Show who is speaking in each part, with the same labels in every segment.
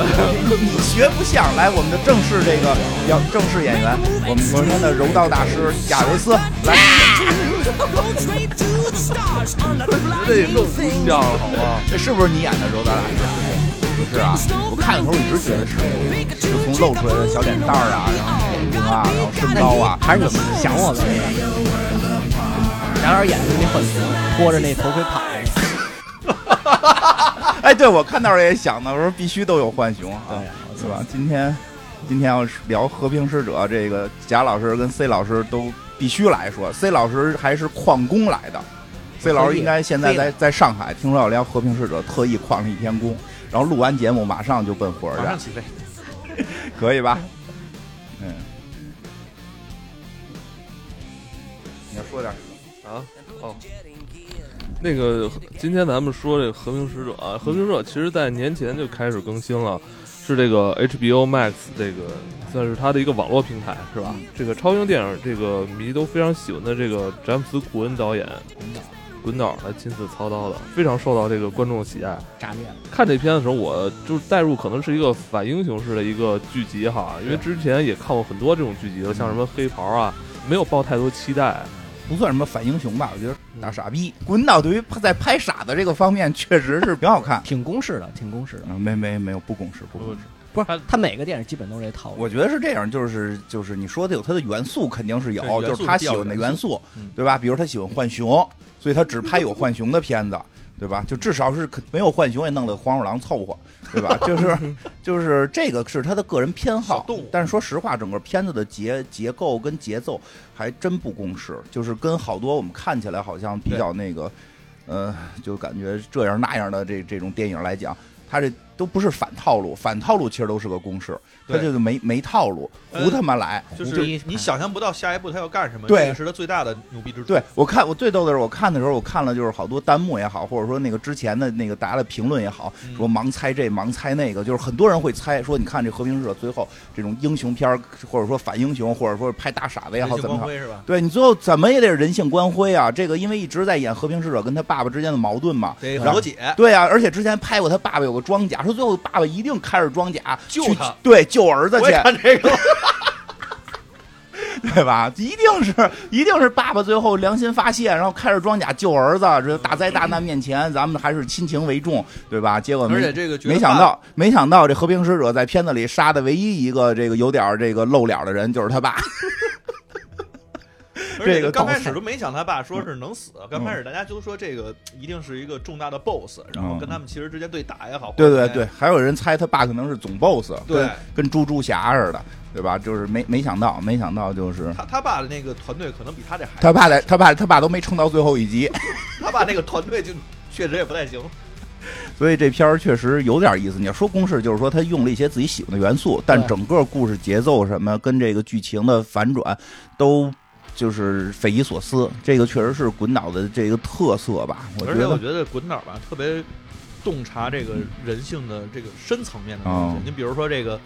Speaker 1: 你学不像。来，我们的正式这个表正式演员，我们今天的柔道大师亚维斯来。
Speaker 2: 这更不像了，好吗？
Speaker 1: 这是不是你演的柔道大师？不是啊，我看的时候一直觉得是，就从露出来的小脸蛋儿啊，然后眼睛啊，然后身高啊，
Speaker 3: 还是你想我了？然而演的那很怂，拖着那头盔跑。
Speaker 1: 哎，对我看到也想呢，我说必须都有浣熊啊，是吧？今天今天要是聊《和平使者》，这个贾老师跟 C 老师都必须来说，C 老师还是旷工来的。C 老师应该现在在在上海，听说要聊《和平使者》，特意旷了一天工，然后录完节目马上就奔火车
Speaker 2: 马
Speaker 1: 站，
Speaker 2: 上起飞。
Speaker 1: 可以 吧？嗯，你要说点什么？
Speaker 2: 啊，哦，那个，今天咱们说这个《和平使者》啊，《和平使者》其实在年前就开始更新了，是这个 HBO Max 这个算是它的一个网络平台，是吧？这个超英电影这个迷都非常喜欢的这个詹姆斯·古恩导演，滚导来亲自操刀的，非常受到这个观众喜爱。
Speaker 3: 炸裂了！。
Speaker 2: 看这片的时候，我就是代入可能是一个反英雄式的一个剧集哈，因为之前也看过很多这种剧集了，像什么黑袍啊，没有抱太多期待。
Speaker 1: 不算什么反英雄吧，我觉得大傻逼。滚导对于在拍傻子这个方面确实是挺好看
Speaker 3: 挺公式的，挺公式的。
Speaker 1: 嗯，没没没有不共识不
Speaker 2: 嗯
Speaker 1: 共识。
Speaker 3: 不
Speaker 2: 他
Speaker 3: 是，他每个电影基本都是这套路。
Speaker 1: 我觉得是这样，就是就是你说的有它的元素肯定是有，
Speaker 2: 对元
Speaker 1: 就
Speaker 2: 素
Speaker 1: 是他喜欢的元素，嗯对吧？比如他喜欢浣熊，所以他只拍有浣熊的片子，对吧？就至少是可没有浣熊也弄了黄鼠狼凑合，对 吧？就是就是这个是他的个人偏好，但是说实话，整个片子的结结构跟节奏还真不共识，就是跟好多我们看起来好像比较那个，呃，就感觉这样那样的这这种电影来讲，它这都不是反套路，反套路其实都是个公式，它
Speaker 4: 对
Speaker 1: 就是没没套路，
Speaker 4: 呃
Speaker 1: 胡他妈来。
Speaker 4: 就
Speaker 3: 胡逼
Speaker 4: 是你想象不到下一步他要干什么，
Speaker 1: 对
Speaker 4: 这个是他最大的牛逼之处。
Speaker 1: 对，我看我最逗的是，我看的时候，我看了就是好多弹幕也好，或者说那个之前的那个大家的评论也好，
Speaker 4: 嗯
Speaker 1: 说盲猜这盲猜那个，就是很多人会猜说，你看这和平使者最后这种英雄片儿，或者说反英雄，或者说拍大傻子也
Speaker 4: 人
Speaker 1: 好，
Speaker 4: 性
Speaker 1: 怎么
Speaker 4: 光
Speaker 1: 好。
Speaker 4: 辉是吧？
Speaker 1: 对你最后怎么也得是人性光辉啊！这个因为一直在演和平使者跟他爸爸之间的矛盾嘛，
Speaker 4: 得
Speaker 1: 然后
Speaker 4: 和解，
Speaker 1: 对啊，而且之前拍过他爸爸有个装甲，说最后爸爸一定开着装甲
Speaker 4: 救
Speaker 1: 去
Speaker 4: 他，
Speaker 1: 对，救儿子
Speaker 4: 我也
Speaker 1: 去，
Speaker 4: 看这个了，
Speaker 1: 对吧？一定是一定是爸爸最后良心发现，然后开着装甲救儿子，这大灾大难面前，咱们还是亲情为重，对吧？结果没
Speaker 4: 而且这个角色
Speaker 1: 没想到，没想到这和平使者在片子里杀的唯一一个这个有点儿这个露脸的人就是 他爸，
Speaker 4: 而且
Speaker 1: 这个
Speaker 4: 刚
Speaker 1: 倒嗯
Speaker 4: 开始
Speaker 1: 菜
Speaker 4: 都没想他爸说是能死，刚开始大家就说这个一定是一个重大的 boss，然后跟他们其实之间对打也好，
Speaker 1: 嗯对
Speaker 4: 或者怎
Speaker 1: 对
Speaker 4: 么
Speaker 1: 对
Speaker 4: 样，，
Speaker 1: 还有人猜他爸可能是总 boss，
Speaker 4: 对
Speaker 1: 跟跟猪猪侠似的，对吧？就是没没想到，没想到就是。
Speaker 4: 他他爸的那个团队可能比他这还，
Speaker 1: 他爸在，他爸他爸都没撑到最后一集，
Speaker 4: 他爸那个团队就确实也不太行，
Speaker 1: 所以这片儿确实有点意思。你要说公式，就是说他用了一些自己喜欢的元素，但
Speaker 3: 对
Speaker 1: 整个故事节奏什么跟这个剧情的反转都。就是匪夷所思，这个确实是滚导的这个特色吧？我觉
Speaker 4: 而且我
Speaker 1: 得，
Speaker 4: 觉得滚导吧特别洞察这个人性的这个深层面的东
Speaker 1: 哦
Speaker 4: 西。你比如说这个，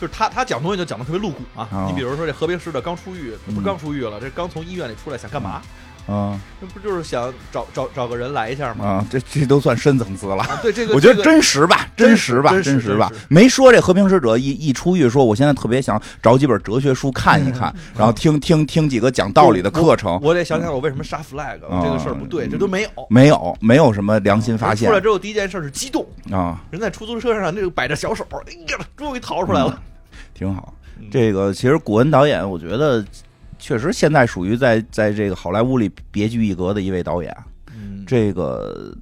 Speaker 4: 就是他他讲东西就讲的特别露骨嘛。
Speaker 1: 哦
Speaker 4: 你比如说这和平使者刚出狱，
Speaker 1: 嗯
Speaker 4: 不是刚出狱了，这刚从医院里出来想干嘛？
Speaker 1: 嗯
Speaker 4: 那不就是想找找找个人来一下吗？
Speaker 1: 啊，这这都算深层次了。
Speaker 4: 啊对这个，
Speaker 1: 哦我觉
Speaker 4: 这个
Speaker 1: 得真实吧，
Speaker 4: 真
Speaker 1: 真
Speaker 4: 实
Speaker 1: 实吧，
Speaker 4: 真实
Speaker 1: 真实吧
Speaker 4: 真实，
Speaker 1: 没说这和平使者一一出狱，说我现在特别想找几本哲学书看一看，然后听听听几个讲道理的课程，
Speaker 4: 嗯我得想想我为什么杀 flag，了、
Speaker 1: 哦
Speaker 4: 这个事儿不对，这都没有。
Speaker 1: 没有没有什么良心发现
Speaker 4: 出来之后第一件事是激动，
Speaker 1: 啊，
Speaker 4: 人在出租车上那个摆着小手，哎呀，终于逃出来了。
Speaker 1: 挺好。
Speaker 4: 嗯
Speaker 1: 这个其实古恩导演，我觉得确实现在属于在在这个好莱坞里别具一格的一位导演。
Speaker 4: 嗯
Speaker 1: 这个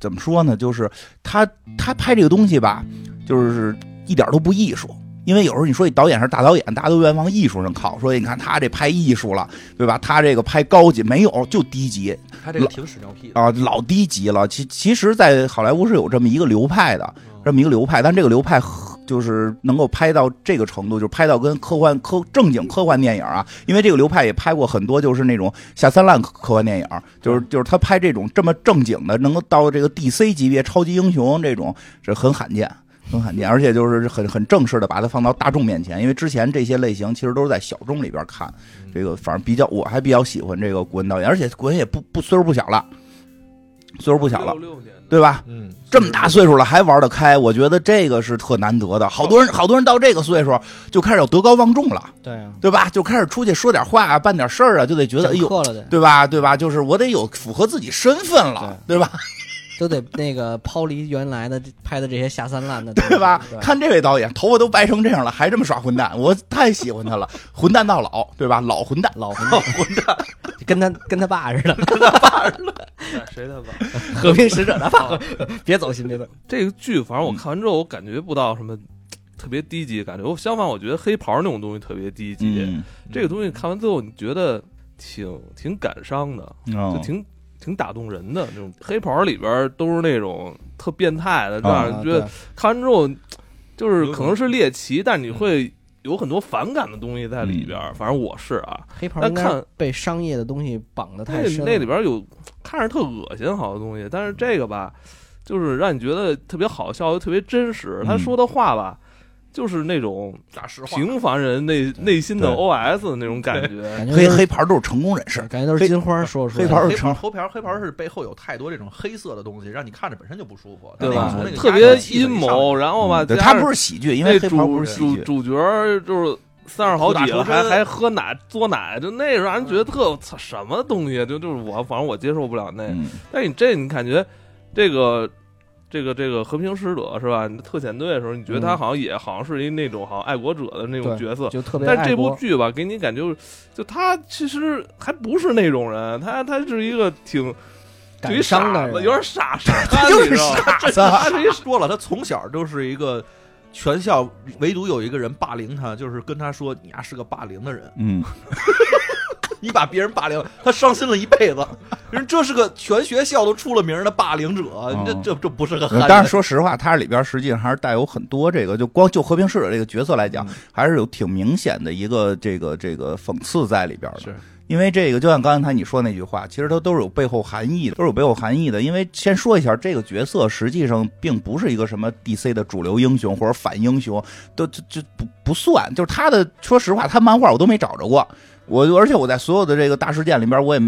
Speaker 1: 怎么说呢？就是他他拍这个东西吧，就是一点都不艺术。因为有时候你说你导演是大导演，大家都愿意往艺术上靠，说你看他这拍艺术了，对吧？他这个拍高级没有，就低级，
Speaker 4: 他这个挺屎尿屁的。
Speaker 1: 啊，老低级了。其其实，在好莱坞是有这么一个流派的，这么一个流派，但这个流派和就是能够拍到这个程度，就是拍到跟科幻科正经科幻电影啊，因为这个流派也拍过很多，就是那种下三滥科科幻电影，就是就是他拍这种这么正经的，能够到这个 DC 级别超级英雄这种，这很罕见。很罕见，而且就是很很正式的把它放到大众面前，因为之前这些类型其实都是在小众里边看，这个反正比较我还比较喜欢这个古恩导演，而且古恩也不不岁数不小了，岁数不小了
Speaker 2: 六，六年的
Speaker 1: 对吧？
Speaker 4: 嗯，
Speaker 1: 这么大岁数了还玩得开，我觉得这个是特难得的。好多人，好多人到这个岁数就开始有德高望重了，
Speaker 3: 对啊，
Speaker 1: 对吧？就开始出去说点话啊，办点事儿啊，就得觉得哎
Speaker 3: 讲
Speaker 1: 呦，
Speaker 3: 课了得
Speaker 1: 对吧？对吧？就是我得有符合自己身份了，对 吧？
Speaker 3: 都得那个抛离原来的拍的这些下三滥的东西，
Speaker 1: 对吧？
Speaker 3: 对
Speaker 1: 看这位导演，头发都白成这样了，还这么耍混蛋，我太喜欢他了，混蛋到老，对吧？老混蛋，
Speaker 3: 老混蛋，跟他跟他爸似的，
Speaker 2: 哎谁的吧？
Speaker 3: 和平使者他爸，别走心，别走。
Speaker 2: 这个剧，反正我看完之后，我感觉不到什么特别低级的感觉。我相反，我觉得黑袍那种东西特别低级。
Speaker 1: 嗯，
Speaker 2: 这个东西看完之后，你觉得挺挺感伤的，就
Speaker 1: 嗯
Speaker 2: 挺挺打动人的。那种黑袍里边都是那种特变态的，让
Speaker 3: 啊
Speaker 2: 人觉得看完之后，就是哦可能是嗯猎奇，但你会有很多反感的东西在里边。反正我是啊，
Speaker 3: 黑袍
Speaker 2: 那
Speaker 3: 应该
Speaker 2: 看
Speaker 3: 被商业的东西绑得
Speaker 2: 那
Speaker 3: 太深了，
Speaker 2: 那里边有看着特恶心好多东西，但是这个吧，就是让你觉得特别好笑又特别真实。他
Speaker 1: 嗯
Speaker 2: 说的话吧。就是那种
Speaker 4: 大实话，
Speaker 2: 平凡人内内心的
Speaker 1: 对
Speaker 2: OS 的那 种感觉，
Speaker 3: 感觉
Speaker 1: 黑
Speaker 3: 都是
Speaker 1: 黑牌都是成功人士，
Speaker 3: 感觉都是
Speaker 1: 黑
Speaker 3: 金花说出来
Speaker 1: 黑
Speaker 3: 的，
Speaker 1: 袍
Speaker 4: 黑
Speaker 1: 是成
Speaker 4: 袍黑袍黑袍是背后有太多这种黑色的东西，让你看着本身就不舒服，
Speaker 2: 对
Speaker 4: 但
Speaker 2: 吧
Speaker 4: 那个从那？个
Speaker 2: 特
Speaker 4: 压
Speaker 2: 别
Speaker 4: 力气
Speaker 2: 阴
Speaker 4: 氛一上来
Speaker 2: 谋，然后吧，
Speaker 1: 嗯对
Speaker 2: 加
Speaker 1: 他
Speaker 2: 上
Speaker 1: 不是喜剧，因
Speaker 2: 那
Speaker 1: 为黑袍
Speaker 2: 主
Speaker 1: 不是喜
Speaker 2: 主
Speaker 1: 剧，
Speaker 2: 主角儿就是三十好几了，
Speaker 4: 苦打仇
Speaker 2: 还
Speaker 4: 深
Speaker 2: 还喝奶嘬奶，就那让人觉得特操什么东西啊，就就是我，反正我接受不了那。
Speaker 1: 嗯
Speaker 2: 但是你这你感觉这个。这个这个和平使者是吧？你特遣队的时候，你觉得他
Speaker 3: 嗯
Speaker 2: 好像也好像是一那种好像爱国者的那种
Speaker 3: 对
Speaker 2: 角色，
Speaker 3: 就特别爱
Speaker 2: 但
Speaker 3: 国。
Speaker 2: 是这部剧吧，给你感觉就是就他其实还不是那种人，他他是一个挺挺
Speaker 3: 感伤
Speaker 2: 傻
Speaker 3: 的
Speaker 2: 子，
Speaker 3: 人
Speaker 2: 有点傻傻 憨，
Speaker 1: 他就是
Speaker 2: 你知道吗
Speaker 1: 傻子，
Speaker 4: 他直接说了，他从小就是一个全校唯独有一个人霸凌他，就是跟他说你呀、是个霸凌的人，
Speaker 1: 嗯，
Speaker 4: 你把别人霸凌了，他伤心了一辈子。人这是个全学校都出了名的霸凌者，这这这哦不是个
Speaker 1: 呃
Speaker 4: 汉
Speaker 1: 当然，
Speaker 4: 人。
Speaker 1: 说实话，它里边实际上还是带有很多这个，就光就和平使者这个角色来讲，
Speaker 4: 嗯
Speaker 1: 还是有挺明显的一个这个这个讽刺在里边的。
Speaker 4: 是
Speaker 1: 因为这个，就像刚才你说那句话，其实它都是有背后含义的，都是有背后含义的。因为先说一下，这个角色实际上并不是一个什么 DC 的主流英雄或者反英雄，都这这不不算。就是他的，说实话，他漫画我都没找着过。我而且我在所有的这个大事件里边，我也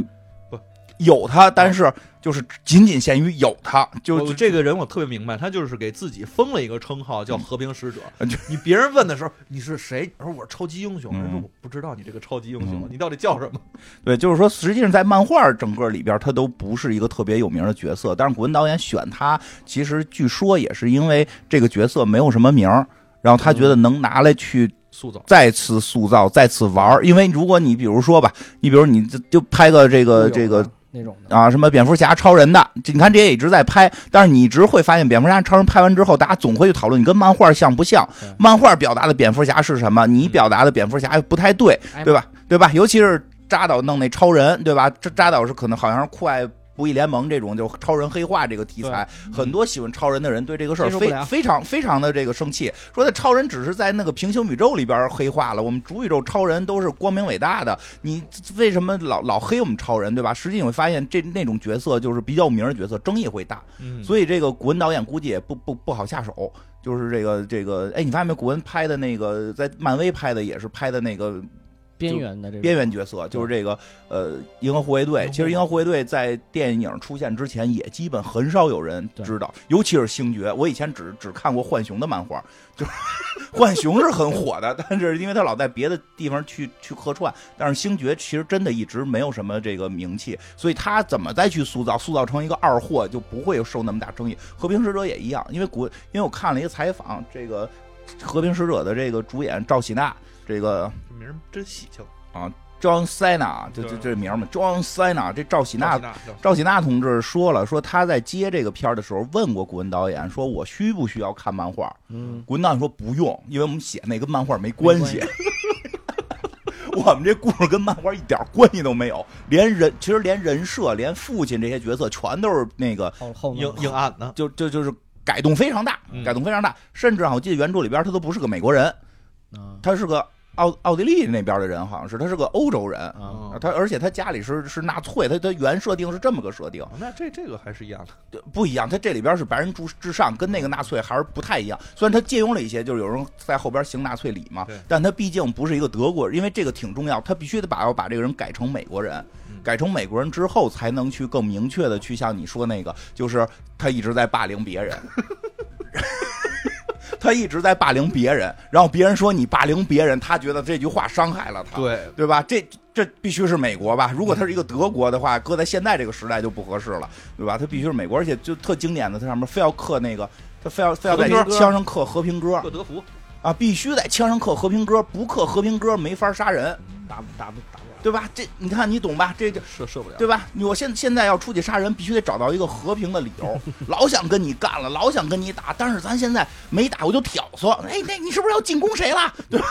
Speaker 4: 不
Speaker 1: 有他，但是就是仅仅限于有他，就
Speaker 4: 我哦这个人我特别明白，他就是给自己封了一个称号叫“和平使者
Speaker 1: 嗯就”。
Speaker 4: 你别人问的时候，你是谁？你说我是超级英雄。
Speaker 1: 嗯
Speaker 4: 人说我不知道你这个超级英雄
Speaker 1: 嗯，
Speaker 4: 你到底叫什么？
Speaker 1: 对，就是说，实际上在漫画整个里边，他都不是一个特别有名的角色。但是古文导演选他，其实据说也是因为这个角色没有什么名儿，然后他觉
Speaker 3: 嗯
Speaker 1: 得能拿来去
Speaker 4: 塑造
Speaker 1: 再次塑造、再次玩儿。因为如果你比如说吧，你比如你就就拍个这
Speaker 3: 固有
Speaker 1: 个
Speaker 3: 的
Speaker 1: 这个
Speaker 3: 那种的，
Speaker 1: 啊，什么蝙蝠侠、超人的，这你看这些也一直在拍，但是你一直会发现，蝙蝠侠、超人拍完之后，大家总会去讨论你跟漫画像不像
Speaker 3: 对，
Speaker 1: 漫画表达的蝙蝠侠是什么，你
Speaker 4: 嗯
Speaker 1: 表达的蝙蝠侠不太对，
Speaker 3: 哎
Speaker 1: 对吧？对吧？尤其是扎导弄那超人，对吧？这扎导是可能好像是酷爱。不义联盟这种就超人黑化这个题材，很多喜欢超人的人对这个事
Speaker 3: 接
Speaker 1: 儿
Speaker 3: 受不
Speaker 1: 非
Speaker 3: 了
Speaker 1: 非常非常的这个生气，说的超人只是在那个平行宇宙里边黑化了，我们主宇宙超人都是光明伟大的，你为什么老老黑我们超人，对吧？实际你会发现这那种角色就是比较有名的角色，争议会大，
Speaker 4: 嗯
Speaker 1: 所以这个古文导演估计也不不不好下手。就是这个这个，哎，你发现没？古文拍的那个在漫威拍的也是拍的那个
Speaker 3: 边缘的这种
Speaker 1: 边缘角色，就是这个呃，银河护卫队。其实银河护卫队在电影出现之前，也基本很少有人知道，尤其是星爵。我以前只只看过浣熊的漫画，就是 浣熊是很火的，但是因为他老在别的地方去去客串，但是星爵其实真的一直没有什么这个名气，所以他怎么再去塑造，塑造成一个二货，就不会受那么大争议。和平使者也一样，因为古，因为我看了一个采访，这个和平使者的这个主演赵喜娜，这个。
Speaker 4: 这名儿真喜庆。
Speaker 1: John Cena，这这这名儿嘛，John Cena，这赵喜娜，
Speaker 4: 赵喜
Speaker 1: 赵喜娜同志说了，说他在接这个片儿的时候问过古文导演，说我需不需要看漫画？
Speaker 3: 嗯，
Speaker 1: 古文导演说不用，因为我们写那跟漫画没关系。 我们这故事跟漫画一点关系都没有，连人其实连人设、连父亲这些角色全都是那个
Speaker 3: 后后面啊
Speaker 4: 硬硬暗呢，
Speaker 1: 就就就是改动非常大，
Speaker 4: 嗯
Speaker 1: 改动非常大，甚至啊，我记得原著里边他都不是个美国人，
Speaker 3: 啊
Speaker 1: 他是个奥奥地利那边的人，好像是他是个欧洲人，
Speaker 4: 嗯
Speaker 3: 啊，
Speaker 1: 啊，他而且他家里是是纳粹，他他原设定是这么个设定，
Speaker 4: 哦那这这个还是一样的。
Speaker 1: 对不一样。他这里边是白人至至上，跟那个纳粹还是不太一样。虽然他借用了一些，就是有人在后边行纳粹礼嘛
Speaker 4: 对，
Speaker 1: 但他毕竟不是一个德国人，因为这个挺重要，他必须得把要把这个人改成美国人
Speaker 4: 嗯，
Speaker 1: 改成美国人之后，才能去更明确的去像你说那个，就是他一直在霸凌别人。 他一直在霸凌别人，然后别人说你霸凌别人，他觉得这句话伤害了他，
Speaker 4: 对
Speaker 1: 对吧？这这必须是美国吧？如果他是一
Speaker 4: 嗯
Speaker 1: 个德国的话，搁在现在这个时代就不合适了，对吧？他必须是美国，而且就特经典的，他上面非要刻那个，他非要非要在
Speaker 4: 和平鸽
Speaker 1: 枪上刻和平鸽
Speaker 4: 克德福，
Speaker 1: 啊，必须在枪上刻和平鸽，不刻和平鸽没法杀人，
Speaker 4: 嗯打不打不打不了，
Speaker 1: 对吧？这你看你懂吧？这这
Speaker 4: 射射不了。
Speaker 1: 对吧？你我现现在要出去杀人，必须得找到一个和平的理 由。老想跟你干了，老想跟你打，但是咱现在没打，我就挑唆。哎，那你是不是要进攻谁了？ 对吧？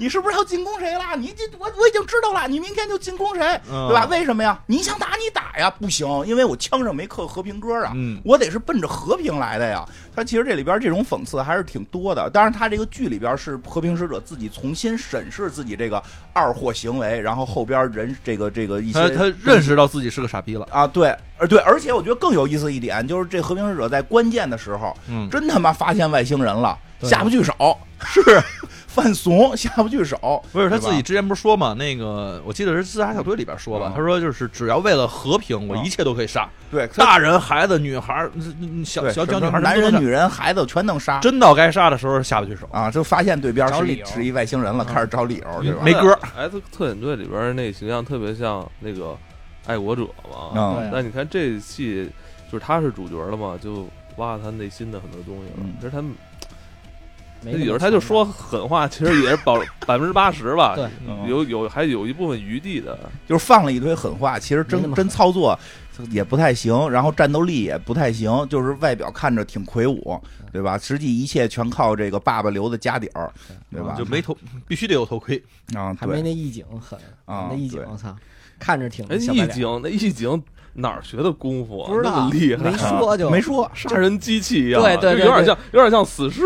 Speaker 1: 你是不是要进攻谁了？你这我我已经知道了，你明天就进攻谁，对吧？
Speaker 4: 嗯
Speaker 1: 为什么呀？你想打你打呀，不行，因为我枪上没刻和平鸽啊，
Speaker 4: 嗯
Speaker 1: 我得是奔着和平来的呀。他其实这里边这种讽刺还是挺多的，当然他这个剧里边是和平使者自己重新审视自己这个二货行为，然后后边人这个这个一些
Speaker 4: 他他认识到自己是个傻逼了，
Speaker 1: 啊，对，而对，而且我觉得更有意思一点就是这和平使者在关键的时候，
Speaker 4: 嗯，
Speaker 1: 真他妈发现外星人了，
Speaker 4: 对
Speaker 1: 下不去手， 是犯怂，下不去手，
Speaker 4: 不是他
Speaker 1: 对吧
Speaker 4: 自己之前不是说嘛，那个我记得是《自杀小队》里边说吧
Speaker 1: 嗯，
Speaker 4: 他说就是只要为了和平，我
Speaker 1: 嗯
Speaker 4: 一切都可以杀，
Speaker 1: 对他
Speaker 4: 大人、孩子、女孩儿、嗯嗯小
Speaker 1: 对
Speaker 4: 小
Speaker 1: 什
Speaker 4: 小
Speaker 1: 么
Speaker 4: 女孩儿，
Speaker 1: 男
Speaker 4: 什么
Speaker 1: 人、
Speaker 4: 都杀
Speaker 1: 女人、孩子全能杀。
Speaker 4: 真到该杀的时候下不去手，
Speaker 1: 啊，就发现对边
Speaker 3: 找
Speaker 1: 是
Speaker 3: 理
Speaker 1: 一
Speaker 3: 由
Speaker 1: 是一外星人了，开始找理由，对吧？
Speaker 4: 嗯没歌儿。
Speaker 2: S 哎特遣队里边那个形象特别像那个爱国者嘛，
Speaker 3: 啊
Speaker 1: 嗯
Speaker 2: 但你看这戏，就是他是主角了嘛，就挖了他内心的很多东西了。
Speaker 1: 嗯
Speaker 2: 其实他们
Speaker 3: 没那么
Speaker 2: 有时候他就说狠话，其实也是保百分之八十吧，
Speaker 3: 对
Speaker 1: 嗯
Speaker 2: 有有还有一部分余地的。
Speaker 1: 就是放了一堆狠话，其实
Speaker 3: 没那
Speaker 1: 真
Speaker 3: 么
Speaker 1: 真操作也不太行，然后战斗力也不太行，就是外表看着挺魁梧，
Speaker 3: 嗯
Speaker 1: 对吧？实际一切全靠这个爸爸留的家底儿，对吧？
Speaker 4: 就没头，必须得有头盔。
Speaker 1: 啊，
Speaker 3: 嗯还没
Speaker 1: 对，
Speaker 3: 那意境狠
Speaker 1: 啊
Speaker 3: 那意境
Speaker 1: 对
Speaker 3: 我操，看着挺
Speaker 2: 哎，
Speaker 3: 小白
Speaker 2: 易
Speaker 3: 脸
Speaker 2: 景那易景哪儿学的功夫啊？
Speaker 3: 不知道
Speaker 2: 那么厉害
Speaker 3: 没，说就
Speaker 1: 没说，
Speaker 2: 杀人机器一样，啊
Speaker 3: 对对对
Speaker 2: 就有点
Speaker 3: 对
Speaker 2: 像有点像死侍，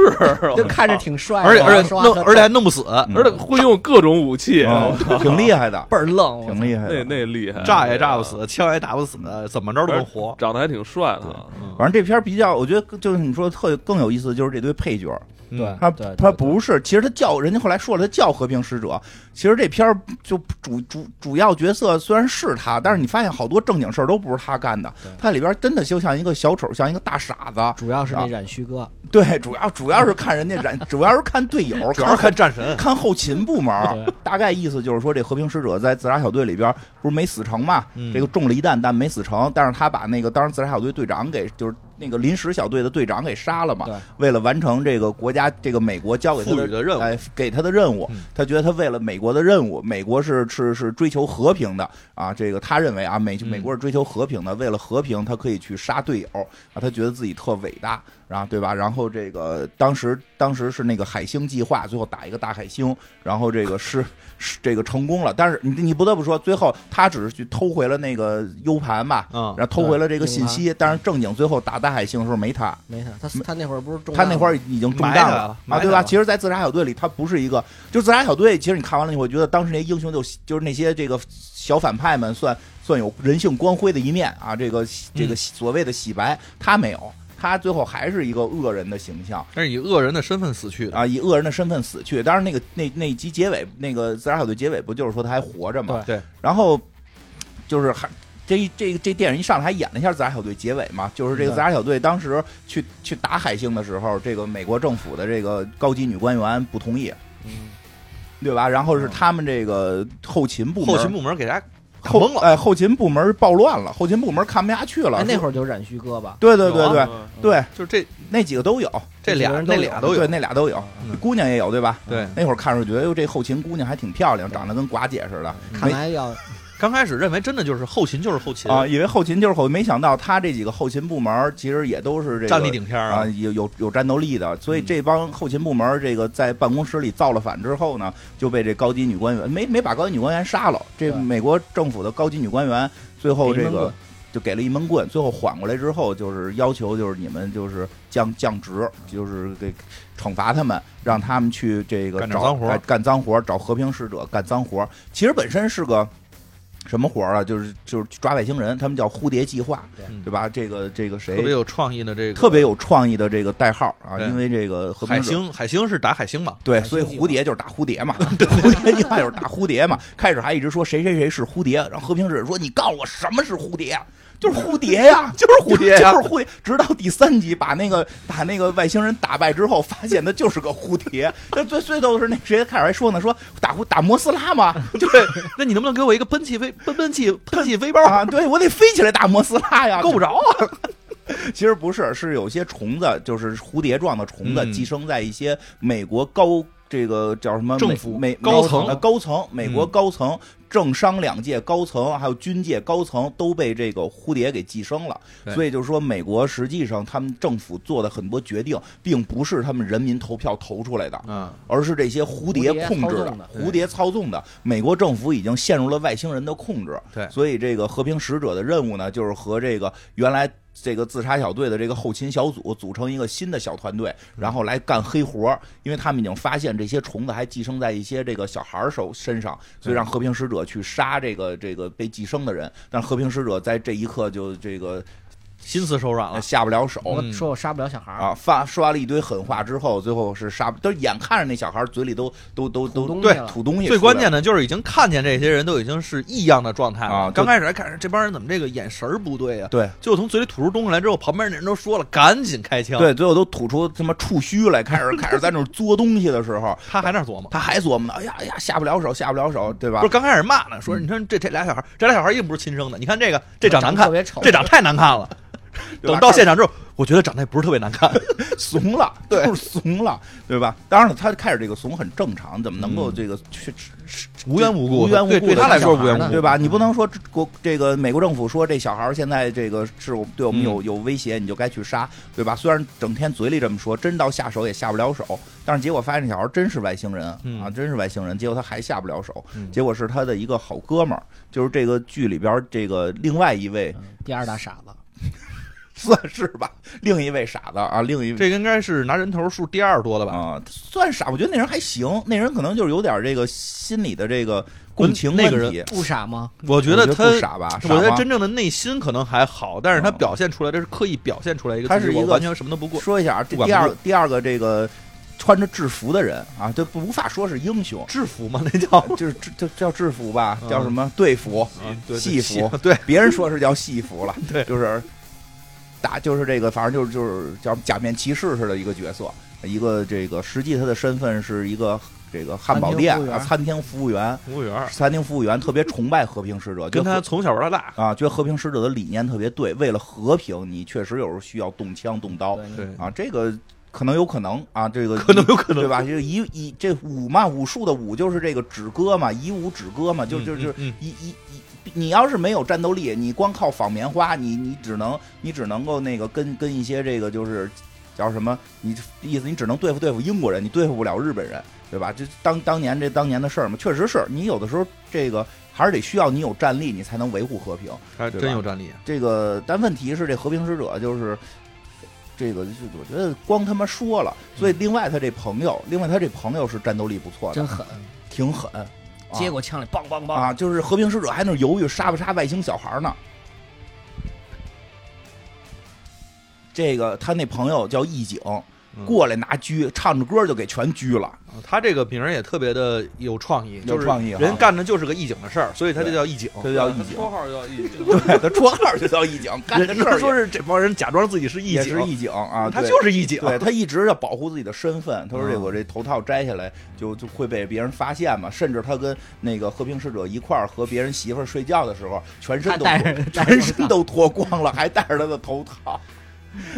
Speaker 3: 就看着挺帅的，啊
Speaker 4: 而
Speaker 1: 哎
Speaker 4: 且而且
Speaker 3: 刷
Speaker 4: 弄
Speaker 3: 刷
Speaker 4: 而且还弄不死，
Speaker 1: 嗯
Speaker 2: 而且会用各种武器，啊
Speaker 3: 哦
Speaker 1: 嗯挺厉害的，
Speaker 3: 倍儿愣， 我操
Speaker 1: 挺厉害
Speaker 2: 那
Speaker 1: 的。
Speaker 2: 那厉害，啊
Speaker 4: 炸也炸不死，枪也打不死，怎么着都能活。
Speaker 2: 长得还挺帅的。啊
Speaker 1: 反正这片儿比较，我觉得就是你说特更有意思，就是这堆配角儿，
Speaker 4: 嗯
Speaker 3: 对
Speaker 1: 他
Speaker 3: 对对
Speaker 1: 他不是，其实他叫人家后来说了，他叫和平使者。其实这片儿就主主主要角色虽然是他，但是你发现好多正经事儿都不是他干的
Speaker 3: 对，
Speaker 1: 他里边真的就像一个小丑，像一个大傻子。
Speaker 3: 主要是那染须哥，
Speaker 1: 对，主要主要是看人家染，主要是看队友，
Speaker 4: 主要是看战神，
Speaker 1: 看后勤部门儿
Speaker 3: 对，
Speaker 1: 大概意思就是说，这和平使者在自杀小队里边儿不是没死成嘛？
Speaker 4: 嗯
Speaker 1: 这个中了一弹，但没死成。但是他把那个当时自杀小队队长给，就是那个临时小队的队长给杀了嘛
Speaker 3: 对。
Speaker 1: 为了完成这个国家这个美国交给他
Speaker 4: 赋予的任务
Speaker 1: 哎，给他的任务
Speaker 4: 嗯，
Speaker 1: 他觉得他为了美国的任务，美国是是是追求和平的啊。这个他认为啊，美
Speaker 4: 嗯
Speaker 1: 美国是追求和平的，为了和平，他可以去杀队友啊，他觉得自己特伟大。然后对吧？然后这个当时当时是那个海星计划，最后打一个大海星，然后这个是是这个成功了。但是你你不得不说，最后他只是去偷回了那个 U 盘吧，
Speaker 4: 嗯
Speaker 1: 然后偷回了这个信息。但是正经最后打大海星的时候没他，
Speaker 3: 没他，他他那会儿不是中
Speaker 1: 他那
Speaker 3: 弹
Speaker 1: 会儿
Speaker 3: 吗
Speaker 1: 已经中弹
Speaker 4: 埋汰
Speaker 1: 了
Speaker 4: 了埋
Speaker 1: 啊，
Speaker 4: 汰
Speaker 1: 对吧？
Speaker 4: 了
Speaker 1: 其实，在自杀小队里，他不是一个，就自杀小队，其实你看完了，你会觉得当时那些英雄就就是那些这个小反派们算算有人性光辉的一面啊，这个这个所谓的洗白，他没有。他最后还是一个恶人的形象，
Speaker 4: 但是以恶人的身份死去的。
Speaker 1: 啊，以恶人的身份死去。当然，那个那那一集结尾，那个自杀小队结尾不就是说他还活着吗？
Speaker 4: 对，
Speaker 1: 然后就是还这这这电影一上来还演了一下自杀小队结尾嘛，就是这个
Speaker 3: 嗯
Speaker 1: 自杀小队当时去去打海星的时候，这个美国政府的这个高级女官员不同意，
Speaker 3: 嗯
Speaker 1: 对吧？然后是他们这个后勤部门
Speaker 4: 后勤部门给大家
Speaker 1: 后
Speaker 4: 蒙了，
Speaker 1: 哎，后勤部门暴乱了，后勤部门看不下去了
Speaker 3: 哎，那
Speaker 1: 儿
Speaker 3: 会儿就染须哥吧，
Speaker 1: 对对对
Speaker 4: 有
Speaker 1: 对
Speaker 4: 啊
Speaker 1: 对，
Speaker 4: 就是这
Speaker 1: 那几个都有，
Speaker 4: 这俩
Speaker 3: 这几个人都
Speaker 4: 那
Speaker 3: 有
Speaker 4: 俩都有
Speaker 1: 对，。那俩都有，
Speaker 4: 嗯
Speaker 1: 姑娘也有对吧？
Speaker 4: 对，
Speaker 1: 那会儿看着觉得，哟，这后勤姑娘还挺漂亮，长得跟寡姐似的。
Speaker 3: 看来要
Speaker 4: 刚开始认为真的就是后勤就是后勤
Speaker 1: 啊，以为后勤就是后，没想到他这几个后勤部门儿其实也都是这个
Speaker 4: 战力顶天
Speaker 1: 啊，有有有战斗力的。所以这帮后勤部门儿这个在办公室里造了反之后呢，就被这高级女官员没没把高级女官员杀了，这
Speaker 3: 对
Speaker 1: 美国政府的高级女官员最后
Speaker 3: 给一
Speaker 1: 这
Speaker 3: 闷
Speaker 1: 个
Speaker 3: 棍
Speaker 1: 就给了一闷棍，最后缓过来之后，就是要求就是你们就是降降职，就是给惩罚他们，让他们去这个
Speaker 4: 干点
Speaker 1: 找
Speaker 4: 脏活儿
Speaker 1: 哎干脏活儿，找和平使者干脏活儿。其实本身是个什么活儿啊？就是就是抓外星人，他们叫蝴蝶计划，
Speaker 4: 嗯
Speaker 1: 对吧？这个这个谁
Speaker 4: 特别有创意的这个，
Speaker 1: 哎特别有创意的这个代号啊，
Speaker 4: 对
Speaker 1: 因为这个和平
Speaker 4: 海
Speaker 1: 者
Speaker 4: 星，海星是打海星 嘛？
Speaker 1: 对，
Speaker 3: 海
Speaker 1: 所以
Speaker 3: 星计
Speaker 1: 蝴蝶就是打蝴 蝶嘛，蝴蝶计划就是打蝴蝶嘛。开始还一直说谁谁谁是蝴蝶，然后和平使者说你告诉我什么是蝴蝶 啊？就是蝴蝶呀、就是
Speaker 4: 蝴蝶呀
Speaker 1: 就是蝴蝶。直到第三集把那个把那个外星人打败之后，发现他就是个蝴蝶。那最最逗的是那谁开始还说呢，说打蝴打摩斯拉嘛，
Speaker 4: 对， 那你能不能给我一个喷气飞 喷喷气喷气飞包？
Speaker 1: 啊，对我得飞起来打摩斯拉呀，
Speaker 4: 够不着啊！
Speaker 1: 其实不是，是有些虫子，就是蝴蝶状的虫子，
Speaker 4: 嗯
Speaker 1: 寄生在一些美国高这个叫什么
Speaker 4: 政
Speaker 1: 美
Speaker 4: 府
Speaker 1: 美
Speaker 4: 高
Speaker 1: 高
Speaker 4: 层嗯
Speaker 1: 呃高层，美国高层、政商两界高层，还有军界高层都被这个蝴蝶给寄生了。
Speaker 4: 对
Speaker 1: 所以就是说，美国实际上他们政府做的很多决定，并不是他们人民投票投出来的，
Speaker 4: 嗯，
Speaker 1: 而是这些蝴
Speaker 3: 蝶
Speaker 1: 蝶控制
Speaker 3: 操纵的
Speaker 1: 蝴蝶操纵的。美国政府已经陷入了外星人的控制，
Speaker 4: 对
Speaker 1: 所以这个和平使者的任务呢，就是和这个原来这个自杀小队的这个后勤小组组成一个新的小团
Speaker 3: 嗯
Speaker 1: 队，然后来干黑活儿，因为他们已经发现这些虫子还寄生在一些这个小孩儿手身上，所以让和平使者去杀这个这个被寄生的人，但是和平使者在这一刻就这个
Speaker 4: 心慈手软
Speaker 3: 啊
Speaker 4: 了。
Speaker 1: 下不了手，
Speaker 3: 我
Speaker 4: 嗯
Speaker 3: 说我杀不了小孩儿，
Speaker 1: 啊，发说完了一堆狠话之后，最后是杀，都眼看着那小孩嘴里都都都
Speaker 3: 吐
Speaker 1: 都
Speaker 3: 东西
Speaker 1: 对
Speaker 3: 了
Speaker 1: 吐东西出来了，
Speaker 4: 最关键的就是已经看见这些人都已经是异样的状态了。
Speaker 1: 啊就
Speaker 4: 刚开始还看着这帮人怎么这个眼神儿不对啊？
Speaker 1: 对
Speaker 4: 就从嘴里吐出东西来之后，旁边那人都说了，赶紧开枪。，
Speaker 1: 对，最后都吐出他妈触须来，开始开始在那儿嘬东西的时候，
Speaker 4: 他还那儿琢磨，
Speaker 1: 他还琢磨呢，哎呀哎呀，下不了手，下不了手，对吧
Speaker 4: 不是？刚开始骂呢，说
Speaker 1: 嗯
Speaker 4: 你看这这俩小孩儿，这俩小孩儿一定不是亲生的。你看这个，这长难看
Speaker 3: 特，别丑，
Speaker 4: 这长太难看了。
Speaker 1: 对
Speaker 4: 等
Speaker 1: 吧
Speaker 4: 到现场之后，我觉得长得也不是特别难看。
Speaker 1: 怂 了，
Speaker 4: 对
Speaker 1: 就是怂了， 对吧？当然了，他开始这个怂很正常，怎么能够
Speaker 4: 嗯
Speaker 1: 这个去
Speaker 4: 无缘无故的
Speaker 1: 无缘无故
Speaker 4: 对对
Speaker 1: 的
Speaker 4: 他来说无缘无
Speaker 3: 嗯
Speaker 4: 故，
Speaker 1: 对吧？你不能说这国这个美国政府说这小孩儿现在这个是我对我们
Speaker 4: 嗯
Speaker 1: 有有威胁，你就该去杀，对吧？虽然整天嘴里这么说，真到下手也下不了手，但是结果发现这小孩儿真是外星人
Speaker 4: 嗯
Speaker 1: 啊，真是外星人，结果他还下不了手
Speaker 4: 嗯，
Speaker 1: 结果是他的一个好哥们儿，就是这个剧里边儿这个另外一位
Speaker 3: 嗯第二大傻子，
Speaker 1: 算是吧，另一位傻子啊，另一位
Speaker 4: 这个应该是拿人头数第二多的吧？
Speaker 1: 啊，算傻，我觉得那人还行，那人可能就是有点这个心理的这个共情
Speaker 4: 那个
Speaker 1: 问题。
Speaker 3: 不傻吗？
Speaker 4: 嗯我觉得
Speaker 1: 我
Speaker 4: 他
Speaker 1: 不，傻吧，傻
Speaker 4: 我觉得
Speaker 1: 吗
Speaker 4: 真正的内心可能还好，但是他
Speaker 1: 嗯
Speaker 4: 表现出来，这是刻意表现出来一个，
Speaker 1: 他是
Speaker 4: 哦就是我
Speaker 1: 一个
Speaker 4: 完全什么都不过。
Speaker 1: 说一下啊，
Speaker 4: 不
Speaker 1: 这
Speaker 4: 管
Speaker 1: 第
Speaker 4: 不
Speaker 1: 二
Speaker 4: 顾，
Speaker 1: 第二个这个穿着制服的人啊，这不无法说是英雄
Speaker 4: 制服嘛，那叫
Speaker 1: 就是制就叫制服吧，
Speaker 4: 嗯
Speaker 1: 叫什么队服？
Speaker 4: 啊 对
Speaker 1: 戏服
Speaker 4: 对，，
Speaker 1: 别人说是叫戏服了
Speaker 4: 对
Speaker 1: 就是打就是这个，反正就是就是叫假面骑士似的一个角色，一个这个实际他的身份是一个这个汉堡店
Speaker 3: 餐厅服务员
Speaker 1: 啊餐厅服
Speaker 4: 服
Speaker 1: 务员，
Speaker 4: 务员儿
Speaker 1: 餐厅服务员特别崇拜和平使者，
Speaker 4: 跟
Speaker 1: 觉得
Speaker 4: 他从小玩到大。
Speaker 1: 啊，觉得和平使者的理念特别对，为了和平，你确实有时候需要动枪动刀
Speaker 3: 对
Speaker 4: 对，
Speaker 1: 啊，这个可能有可能啊，这个
Speaker 4: 可能有可能
Speaker 1: 对吧？这个以以这武嘛，武术的武就是这个止戈嘛，以武止戈嘛，就就就
Speaker 4: 嗯嗯
Speaker 1: 一一一。你要是没有战斗力，你光靠纺棉花，你你只能你只能够那个跟跟一些这个就是叫什么，你意思你只能对付对付英国人，你对付不了日本人，对吧？这当当年这当年的事儿嘛，确实是你有的时候这个还是得需要你有战力，你才能维护和平。
Speaker 4: 还
Speaker 1: 对吧
Speaker 4: 真有战力。啊
Speaker 1: 这个，但问题是这和平使者就是这个，就是我觉得光他妈说了，所以另外他这朋友，另外他这朋友是战斗力不错的
Speaker 3: 真，狠，
Speaker 1: 挺狠，啊
Speaker 3: 接过枪来，梆梆梆，
Speaker 1: 啊，就是和平使者还那犹豫杀不杀外星小孩呢。这个他那朋友叫义警，
Speaker 4: 嗯
Speaker 1: 过来拿狙，唱着歌就给全狙了。
Speaker 4: 他这个名儿也特别的有创意，
Speaker 1: 有创意
Speaker 4: 就
Speaker 1: 啊
Speaker 4: 是人干的就是个义警的事儿，所以他就叫义警。
Speaker 1: 这叫义警，
Speaker 2: 绰号叫义警，
Speaker 1: 对他绰号就叫义警，干的
Speaker 4: 人
Speaker 1: 事
Speaker 4: 家
Speaker 1: 儿
Speaker 4: 说
Speaker 1: 也
Speaker 4: 是这帮人假装自己是义
Speaker 1: 也
Speaker 4: 警
Speaker 1: 是，义警啊，
Speaker 4: 他
Speaker 1: 对
Speaker 4: 就是义警。
Speaker 1: 对他一直要保护自己的身份，他说这
Speaker 4: 嗯
Speaker 1: 我这头套摘下来就就会被别人发现嘛，甚至他跟那个和平使者一块儿和别人媳妇儿睡觉的时候，全身
Speaker 3: 他
Speaker 1: 都
Speaker 3: 带着带着
Speaker 1: 全身都脱光了，还戴着他的头套，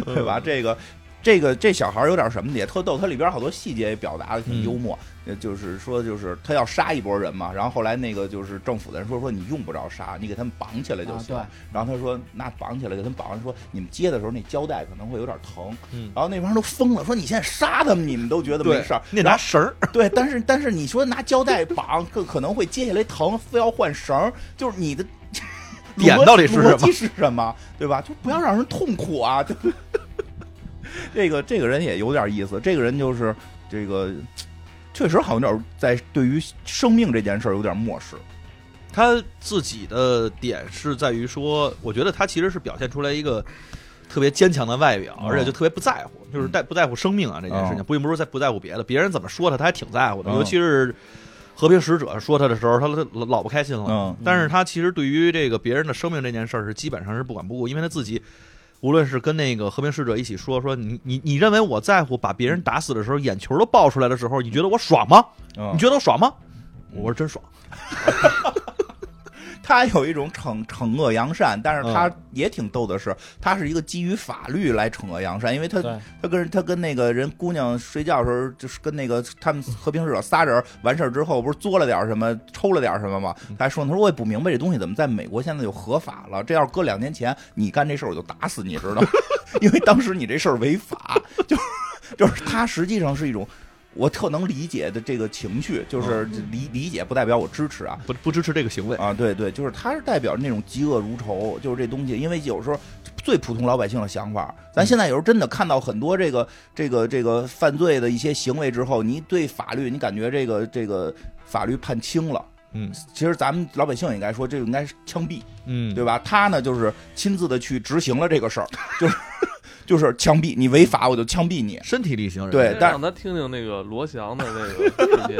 Speaker 1: 对
Speaker 4: 嗯
Speaker 1: 吧？这个。这个这小孩儿有点什么的，也特逗，他里边好多细节也表达的挺幽默，呃就是说就是他要杀一波人嘛，然后后来那个就是政府的人说说你用不着杀，你给他们绑起来就
Speaker 3: 啊
Speaker 1: 行。
Speaker 3: 对，
Speaker 1: 然后他说那绑起来给他们绑，说你们接的时候那胶带可能会有点疼，
Speaker 4: 嗯
Speaker 1: 然后那帮人都疯了，说你现在杀他们，你们都觉得
Speaker 4: 对
Speaker 1: 没事儿，
Speaker 4: 你得拿
Speaker 1: 然后
Speaker 4: 绳儿，
Speaker 1: 对，但是但是你说拿胶带绑，可可能会接下来疼，非要换绳儿，就是 你的逻
Speaker 4: 点到底是什么
Speaker 1: 逻辑是什么，对吧？就不要让人痛苦啊！就 这个这个人也有点意思，这个人就是这个，确实好像有点在对于生命这件事儿有点漠视。
Speaker 4: 他自己的点是在于说，我觉得他其实是表现出来一个特别坚强的外表，
Speaker 1: 哦
Speaker 4: 而且就特别不在乎，就是在不在乎生命啊这件事情，
Speaker 1: 哦
Speaker 4: 并不是在不在乎别的，别人怎么说他，他还挺在乎的，
Speaker 1: 哦
Speaker 4: 尤其是。和平使者说他的时候，他老老不开心了。
Speaker 1: 嗯
Speaker 4: 但是他其实对于这个别人的生命这件事儿是基本上是不管不顾，因为他自己无论是跟那个和平使者一起说说你你你认为我在乎把别人打死的时候，眼球都爆出来的时候，你觉得我爽吗？
Speaker 1: 嗯
Speaker 4: 你觉得我爽吗？
Speaker 1: 哦
Speaker 4: 我是真爽。
Speaker 1: 他有一种惩惩恶扬善，但是他也挺逗的是，他是一个基于法律来惩恶扬善，因为他
Speaker 3: 对
Speaker 1: 他跟他跟那个人姑娘睡觉的时候，就是跟那个他们和平使者仨人完事儿之后，不是作了点什么，抽了点什么吗？他还说呢，他说我也不明白这东西怎么在美国现在就合法了，这要是搁两年前，你干这事儿我就打死你，知道吗？因为当时你这事儿违法，就是就是他实际上是一种。我特能理解的这个情绪，就是理理解不代表我支持啊，
Speaker 4: 不不支持这个行为。
Speaker 1: 啊，对对，就是它是代表那种嫉恶如仇，就是这东西，因为有时候最普通老百姓的想法，
Speaker 4: 嗯
Speaker 1: 咱现在有时候真的看到很多这个这个这个犯罪的一些行为之后，你对法律你感觉这个这个法律判轻了，
Speaker 4: 嗯
Speaker 1: 其实咱们老百姓也应该说这个应该是枪毙，
Speaker 4: 嗯，
Speaker 1: 对吧？他呢就是亲自的去执行了这个事儿，就是 就是枪毙你违法我就枪 毙你，
Speaker 4: 身体力行人。
Speaker 1: 对但
Speaker 2: 让他听听那个罗翔的那个视频，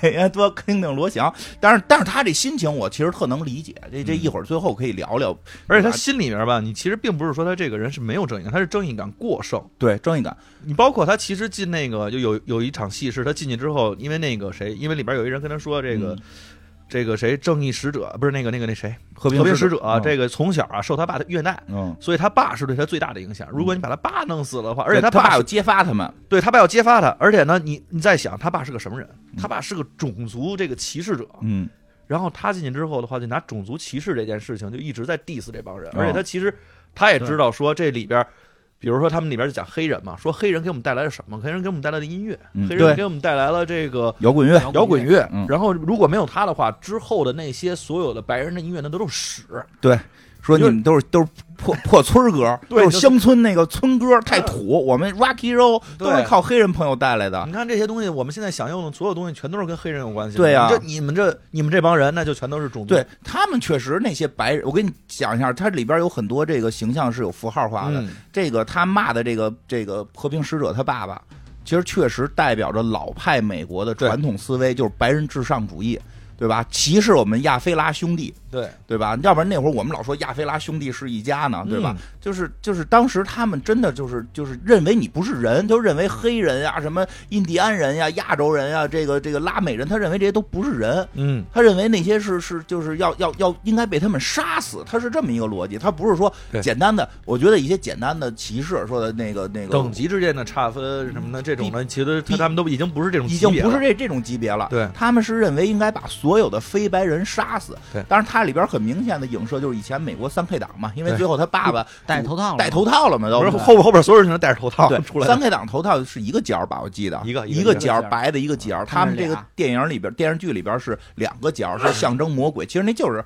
Speaker 1: 对，多听听罗翔，但是但是他这心情我其实特能理解，这
Speaker 4: 嗯
Speaker 1: 这一会儿最后可以聊聊，
Speaker 4: 而且他心里面吧，你其实并不是说他这个人是没有正义感，他是正义感过剩。
Speaker 1: 对正义感，
Speaker 4: 你包括他其实进那个就有有一场戏是他进去之后，因为那个谁，因为里边有一人跟他说这个。
Speaker 1: 嗯
Speaker 4: 这个谁，正义使者不是那个那个那谁，和
Speaker 1: 平
Speaker 4: 平
Speaker 1: 使
Speaker 4: 使
Speaker 1: 者
Speaker 4: 者啊、
Speaker 1: 嗯
Speaker 4: 这个从小啊受他爸的虐待，
Speaker 1: 嗯。
Speaker 4: 所以他爸是对他最大的影响。如果你把他爸弄死了的话，而
Speaker 1: 而
Speaker 4: 且
Speaker 1: 且嗯他
Speaker 4: 爸
Speaker 1: 爸有揭发他们，
Speaker 4: 对他爸要揭发他，而且呢，你你在想他爸是个什么人？他爸是个种族这个歧视者，
Speaker 1: 嗯，
Speaker 4: 然后他进去之后的话，就拿种族歧视这件事情就一直在 diss 这帮人，
Speaker 1: 哦
Speaker 4: 而且他其实他也知道说这里边。比如说，他们里边就讲黑人嘛，说黑人给我们带来了什么？黑人给我们带来了音乐，
Speaker 1: 嗯
Speaker 4: 黑
Speaker 1: 对
Speaker 4: 人给我们带来了这个
Speaker 1: 摇滚乐，
Speaker 4: 摇滚乐。
Speaker 1: 嗯
Speaker 4: 然后如果没有他的话，之后的那些所有的白人的音乐那都是屎。
Speaker 1: 对，说你
Speaker 4: 就是
Speaker 1: 们都是都是破破村儿歌，
Speaker 4: 对
Speaker 1: 都
Speaker 4: 就是是
Speaker 1: 乡村那个村歌太土，我们 Rocky Roll 都是
Speaker 4: 对嗯
Speaker 1: 靠黑人朋友带来的
Speaker 4: 你，看这些东西，我们现在享用的所有东西，全都是跟黑人有关系的。
Speaker 1: 对呀
Speaker 4: 你这你们这你们这帮人，那就全都是种族。
Speaker 1: 对他们确实那些白人，我跟你讲一下，它里边有很多这个形象是有符号化的，
Speaker 4: 嗯
Speaker 1: 这个他骂的这个这个和平使者他爸爸。其实确实代表着老派美国的传统思维，就是白人至上主义，对吧？歧视我们亚非拉兄弟，
Speaker 4: 对，
Speaker 1: 对吧？要不然那会儿我们老说亚非拉兄弟是一家呢，对吧？
Speaker 4: 嗯
Speaker 1: 就是就是当时他们真的就是就是认为你不是人，就认为黑人呀、什么印第安人呀、亚洲人呀、这个这个拉美人，他认为这些都不是人。
Speaker 4: 嗯，
Speaker 1: 他认为那些是是就是要要要应该被他们杀死，他是这么一个逻辑，他不是说
Speaker 4: 对
Speaker 1: 简单的，我觉得一些简单的歧视说的那个那个
Speaker 4: 等级之间的差分什么的，这种的，其实
Speaker 1: 比
Speaker 4: 他他们都已经不是这种
Speaker 1: 已
Speaker 4: 级
Speaker 1: 经
Speaker 4: 别
Speaker 1: 不
Speaker 4: 了
Speaker 1: 是这这种级别了。
Speaker 4: 对
Speaker 1: 他们是认为应该把所有的非白人杀死。
Speaker 4: 对
Speaker 1: 当然它里边很明显的影射就是以前美国三 K 党嘛，因为
Speaker 4: 对
Speaker 1: 最后他爸爸
Speaker 3: 戴头套了
Speaker 1: 戴头套了嘛，都
Speaker 4: 不是后边后边所有人全都戴着头套出
Speaker 1: 对，
Speaker 4: 来
Speaker 1: 三
Speaker 4: 的。
Speaker 1: K 党头套是一个角儿吧，我记得
Speaker 4: 一个一个
Speaker 1: 一个
Speaker 4: 一个
Speaker 1: 角儿
Speaker 3: 角儿
Speaker 1: 白的一个角儿，他
Speaker 3: 嗯他
Speaker 1: 们
Speaker 3: 们
Speaker 1: 这个
Speaker 3: 俩
Speaker 1: 电影里边电视剧里边是两个角儿，是象征魔鬼，其实那就是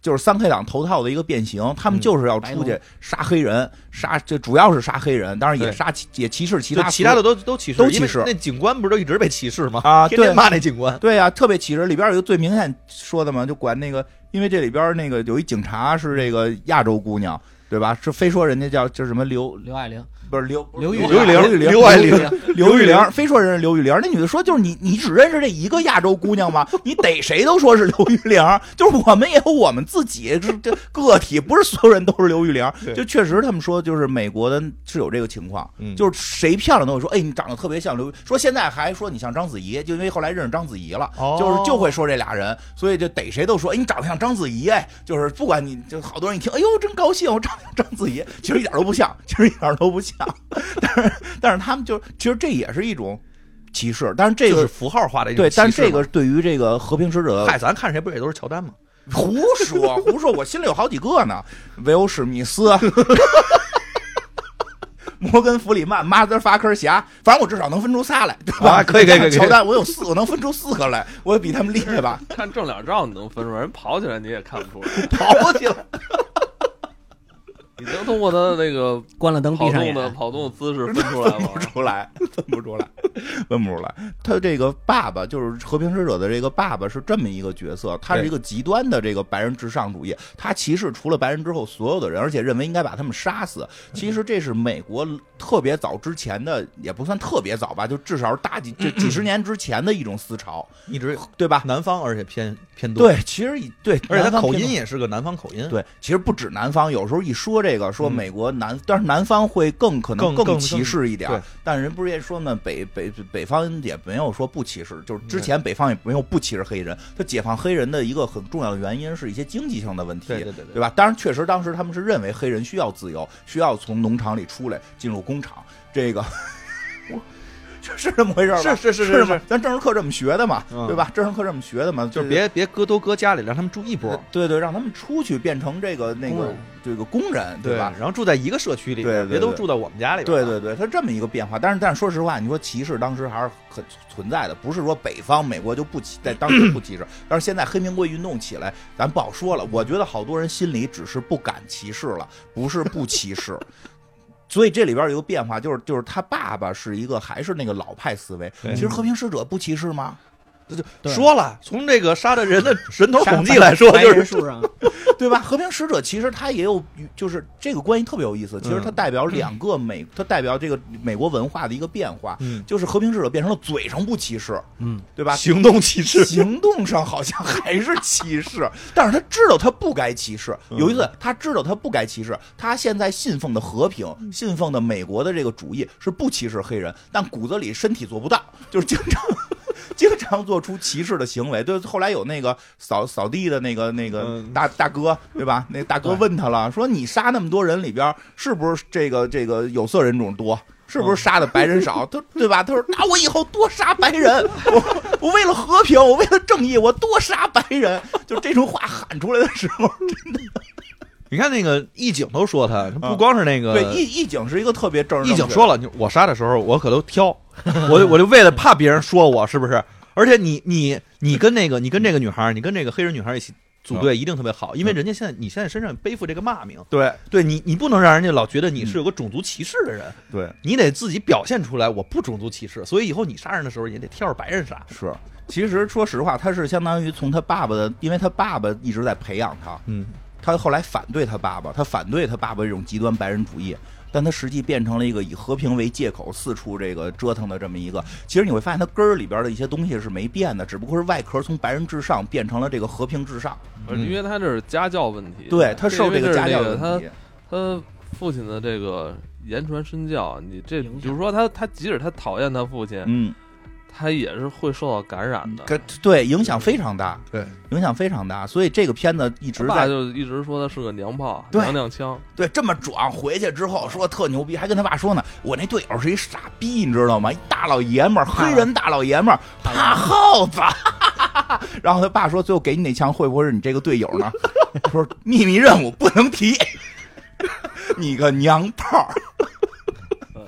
Speaker 1: 就是三 K 党头套的一个变形，他们
Speaker 4: 嗯
Speaker 1: 就是要出去
Speaker 3: 白
Speaker 1: 杀黑人，杀这主要是杀黑人，当然也
Speaker 4: 对
Speaker 1: 杀其也歧视其
Speaker 4: 就
Speaker 1: 他
Speaker 4: 其
Speaker 1: 所
Speaker 4: 他的
Speaker 1: 有
Speaker 4: 都都歧视，
Speaker 1: 都歧
Speaker 4: 因为
Speaker 1: 视
Speaker 4: 那警官不是都一直被歧视吗？
Speaker 1: 啊
Speaker 4: 天天
Speaker 1: 对
Speaker 4: 骂那警官。
Speaker 1: 对呀、啊特别歧视。里边有一个最明显说的嘛，就管那个，因为这里边那个有一警察是这个亚洲姑娘，对吧？是非说人家叫叫什么刘，
Speaker 3: 刘爱玲，
Speaker 1: 不是刘
Speaker 3: 刘玉
Speaker 1: 玲，
Speaker 3: 玲
Speaker 1: 刘玲，
Speaker 4: 刘爱
Speaker 1: 玲
Speaker 4: 玲，
Speaker 1: 刘
Speaker 4: 刘
Speaker 1: 玉
Speaker 4: 玉
Speaker 1: 玲，
Speaker 4: 玲
Speaker 1: 非说人是刘玉玲。那女的说，就是你，你只认识这一个亚洲姑娘吗？你逮谁都说是刘玉玲，就是我们也有我们自己这这个体，不是所有人都是刘玉玲。
Speaker 4: 对
Speaker 1: 就确实他们说，就是美国的是有这个情况，
Speaker 4: 嗯
Speaker 1: 就是谁漂亮都会说，哎，你长得特别像刘玉，说现在还说你像章子怡，就因为后来认识章子怡了，
Speaker 4: 哦
Speaker 1: 就是就会说这俩人，所以就逮谁都说，哎，你长得像章子怡，哎，就是不管你，就好多人一听，哎呦，真高兴，我长得像章子怡，其实一点都不像，其实一点都不像，但是但是他们就其实这也是一种歧视，但是这
Speaker 4: 就
Speaker 1: 个、
Speaker 4: 是符号化的一种
Speaker 1: 对，
Speaker 4: 歧视嘛
Speaker 1: 但是这个对于这个和平使者
Speaker 4: 嗨，咱看谁不也都是乔丹吗？
Speaker 1: 胡 说胡说，我心里有好几个呢，维欧史密斯。 摩根·弗里曼、马德法克侠，反正我至少能分出仨来，对吧？
Speaker 4: 啊可以可以可以
Speaker 1: 乔丹，我有四，我能分出四个来，我比他们厉害吧？
Speaker 2: 看 正脸照你能分出来，人跑起来你也看不出来。
Speaker 4: 跑起来。
Speaker 2: 你能通过他的那个
Speaker 3: 关了灯，
Speaker 2: 跑
Speaker 3: 闭上
Speaker 2: 动的
Speaker 1: 啊
Speaker 3: 眼，
Speaker 2: 跑动的姿势分 出来吗？
Speaker 1: 不出来，分不出来，分不出来。他这个爸爸就是和平使者的这个爸爸是这么一个角色，他是一个极端的这个白人至上主义，他歧视除了白人之后所有的人，而且认为应该把他们杀死。其实这是美国特别早之前的，也不算特别早吧，就至少是大几这几 十年之前的一种思潮，
Speaker 4: 一直
Speaker 1: 呃对吧？
Speaker 4: 南方，而且偏偏多，
Speaker 1: 对，其实以对，
Speaker 4: 而且
Speaker 1: 南
Speaker 4: 他
Speaker 1: 方
Speaker 4: 口
Speaker 1: 偏
Speaker 4: 音也是个南方口音，
Speaker 1: 对，其实不止南方，有时候一说这个，说
Speaker 4: 嗯
Speaker 1: 美国南，但是南方会更可能
Speaker 4: 更更
Speaker 1: 歧视一点儿
Speaker 4: 对。
Speaker 1: 但人不是也说呢，北北北方也没有说不歧视，就是之前北方也没有不歧视黑人。他解放黑人的一个很重要的原因是一些经济上的问题，
Speaker 4: 对对对对
Speaker 1: 吧？当然，确实当时他们是认为黑人需要自由，需要从农场里出来进入工厂，这个。是是这么回事儿吧？
Speaker 4: 是是是是
Speaker 1: 吗
Speaker 4: 是
Speaker 1: 咱政治课这么学的嘛，
Speaker 4: 嗯
Speaker 1: 对吧？政治课这么学的嘛，
Speaker 4: 就是
Speaker 1: 这
Speaker 4: 别别搁都搁家里，让他们住一波，
Speaker 1: 对对，让他们出去变成这个那
Speaker 3: 工
Speaker 1: 个
Speaker 3: 人
Speaker 1: 这个工人，
Speaker 4: 对
Speaker 1: 吧？
Speaker 4: 然后住在一个社区里边，
Speaker 1: 对对对
Speaker 4: 别都住在我们家里边啊
Speaker 1: 对
Speaker 4: 了，
Speaker 1: 对对，它这么一个变化，但是但是说实话，你说歧视当时还是很存在的，不是说北方美国就不歧，在当时不歧视，但是现在黑名贵运动起来，咱不好说了。我觉得好多人心里只是不敢歧视了，不是不歧视。 所以这里边有一个变化，就是就是他爸爸是一个还是那个老派思维。
Speaker 4: 对
Speaker 1: 其实和平使者不歧视吗？
Speaker 3: 对
Speaker 4: 说了，从这个杀的人的人头
Speaker 3: 杀
Speaker 4: 统计来说，
Speaker 3: 白
Speaker 4: 就
Speaker 3: 人
Speaker 4: 是
Speaker 3: 数上，
Speaker 1: 对吧？和平使者其实他也有，就是这个关系特别有意思。其实它代表两个美，它代表这个美国文化的一个变化，
Speaker 4: 嗯
Speaker 1: 就是和平使者变成了嘴上不歧视，
Speaker 3: 嗯，
Speaker 1: 对吧？
Speaker 4: 行动歧视，
Speaker 1: 行动上好像还是歧视，但是他知道他不该歧视。有一次，他知道他不该歧视，他现在信奉的和平，信奉的美国的这个主义是不歧视黑人，但骨子里身体做不到，就是经常。经常做出歧视的行为， 对，后来有那个扫扫地的那个那个
Speaker 4: 嗯
Speaker 1: 大大哥，对吧？那大哥问他了，说你杀那么多人里边，是不是这个这个有色人种多？是不是杀的白人少？ 他对吧？他说那我以后多杀白人， 我我为了和平，我为了正义，我多杀白人。就这种话喊出来的时候，
Speaker 4: 你看那个义警都说他，不光是那个
Speaker 1: 嗯对义义警是一个特别正
Speaker 4: 义
Speaker 1: 义
Speaker 4: 警说
Speaker 1: 了，
Speaker 4: 了，你我杀的时候我可都挑，我就我就为了怕别人说我是不是？而且你你你跟那个你跟这个女孩儿，你跟这个黑人女孩儿一起组队一定特别好，因为人家现在你现在身上背负这个骂名，
Speaker 1: 对
Speaker 4: 对你你不能让人家老觉得你是有个种族歧视的人，
Speaker 1: 对
Speaker 4: 你得自己表现出来我不种族歧视，所以以后你杀人的时候也得挑着白人杀。
Speaker 1: 是。其实说实话，他是相当于从他爸爸的，因为他爸爸一直在培养他，
Speaker 4: 嗯，
Speaker 1: 他后来反对他爸爸，他反对他爸爸这种极端白人主义，但他实际变成了一个以和平为借口四处这个折腾的这么一个。其实你会发现，他根儿里边的一些东西是没变的，只不过是外壳从白人至上变成了这个和平至上。
Speaker 2: 呃因为他这是家教问题，
Speaker 1: 对他受
Speaker 2: 因为
Speaker 1: 这
Speaker 2: 这
Speaker 1: 个
Speaker 2: 是
Speaker 1: 家教
Speaker 2: 那个
Speaker 1: 的
Speaker 2: 他
Speaker 1: 问题，
Speaker 2: 他父亲的这个言传身教，你这
Speaker 3: 影响
Speaker 2: 比如说他他即使他讨厌他父亲，
Speaker 1: 嗯，
Speaker 2: 他也是会受到感染的。
Speaker 1: 可对影响非常大，
Speaker 4: 对，
Speaker 1: 影响非常大。所以这个片子一
Speaker 2: 他
Speaker 1: 直
Speaker 2: 爸
Speaker 1: 在
Speaker 2: 就一直说他是个娘炮，
Speaker 1: 对
Speaker 2: 娘娘腔，
Speaker 1: 对这么壮，回去之后说特牛逼，还跟他爸说呢，我那队友是一傻逼，你知道吗？一大老爷们儿，黑人大老爷们儿，怕耗子。 然后他爸说，最后给你那枪会不会是你这个队友呢？他说秘密任务不能提， 你个娘炮儿。嗯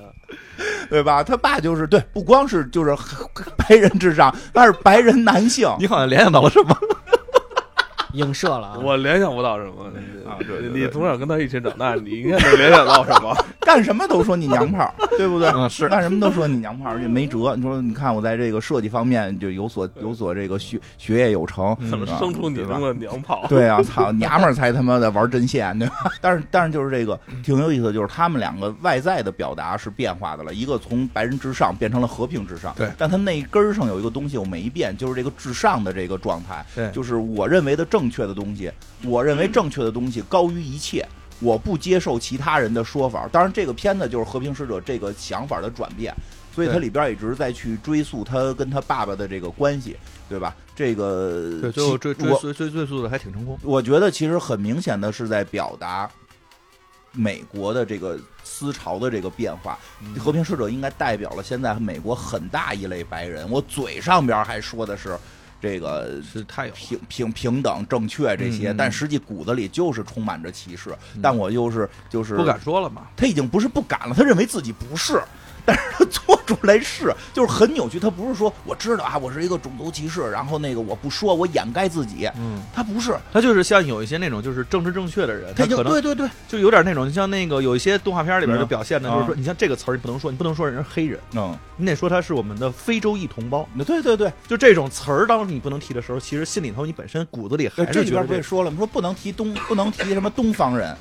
Speaker 1: 对吧？他爸就是对，不光是就是 白人至上，他是白人男性。
Speaker 4: 你好像联想到了什么？
Speaker 3: 影射了啊。
Speaker 2: 我联想不到什么。
Speaker 1: 啊对对对
Speaker 2: 你从小跟他一起长大，你应该能联想到什么？
Speaker 1: 干什么都说你娘炮儿， 嗯对不对？
Speaker 4: 嗯是
Speaker 1: 干什么都说你娘炮儿，这没辙。你说，你看我在这个设计方面就有所有所这个学学业有成，
Speaker 2: 怎么
Speaker 1: 啊
Speaker 2: 生出你
Speaker 1: 对
Speaker 2: 这
Speaker 1: 吧？
Speaker 2: 么娘炮？
Speaker 1: 对啊，操，娘们儿才他妈的玩针线，对吧？但是但是就是这个挺有意思的，就是他们两个外在的表达是变化的了，一个从白人至上变成了和平至上，
Speaker 4: 对
Speaker 1: 但他那根儿上有一个东西我没变，就是这个至上的这个状态，
Speaker 4: 对
Speaker 1: 就是我认为的正确的东西，我认为正确的东西高于一切。我不接受其他人的说法，当然这个片子就是《和平使者》这个想法的转变，所以它
Speaker 4: 对
Speaker 1: 里边一直在去追溯他跟他爸爸的这个关系，对吧？这个
Speaker 4: 对，最后
Speaker 1: 其
Speaker 4: 追追
Speaker 1: 我
Speaker 4: 追追追溯的还挺成功。
Speaker 1: 我觉得其实很明显的是在表达美国的这个思潮的这个变化。
Speaker 4: 嗯
Speaker 1: 和平使者应该代表了现在美国很大一类白人。我嘴上边还说的是这个
Speaker 4: 是太有了
Speaker 1: 平平平等、正确这些，
Speaker 4: 嗯嗯
Speaker 1: 但实际骨子里就是充满着歧视。
Speaker 4: 嗯
Speaker 1: 但我又是就是
Speaker 4: 不敢说了嘛，
Speaker 1: 他已经不是不敢了，他认为自己不是。 但是他做出来是就是很扭曲，他不是说我知道啊，我是一个种族歧视，然后那个我不说，我掩盖自己，
Speaker 4: 嗯，
Speaker 1: 他不是，
Speaker 4: 他就是像有一些那种就是政治正确的人，
Speaker 1: 他
Speaker 4: 他
Speaker 1: 已经
Speaker 4: 可能
Speaker 1: 对对对，
Speaker 4: 就有点那种，像那个有一些动画片里边就表现的，
Speaker 1: 嗯
Speaker 4: 就是说，你像这个词儿你不能说，你不能说人是黑人，
Speaker 1: 嗯，
Speaker 4: 你得说他是我们的非洲裔同胞。
Speaker 1: 那对对对，
Speaker 4: 就这种词儿，当你不能提的时候，其实心里头你本身骨子里
Speaker 1: 对
Speaker 4: 还是
Speaker 1: 这里
Speaker 4: 觉
Speaker 1: 边
Speaker 4: 得
Speaker 1: 不
Speaker 4: 这
Speaker 1: 也说了吗？说不能提东，不能提什么东方人，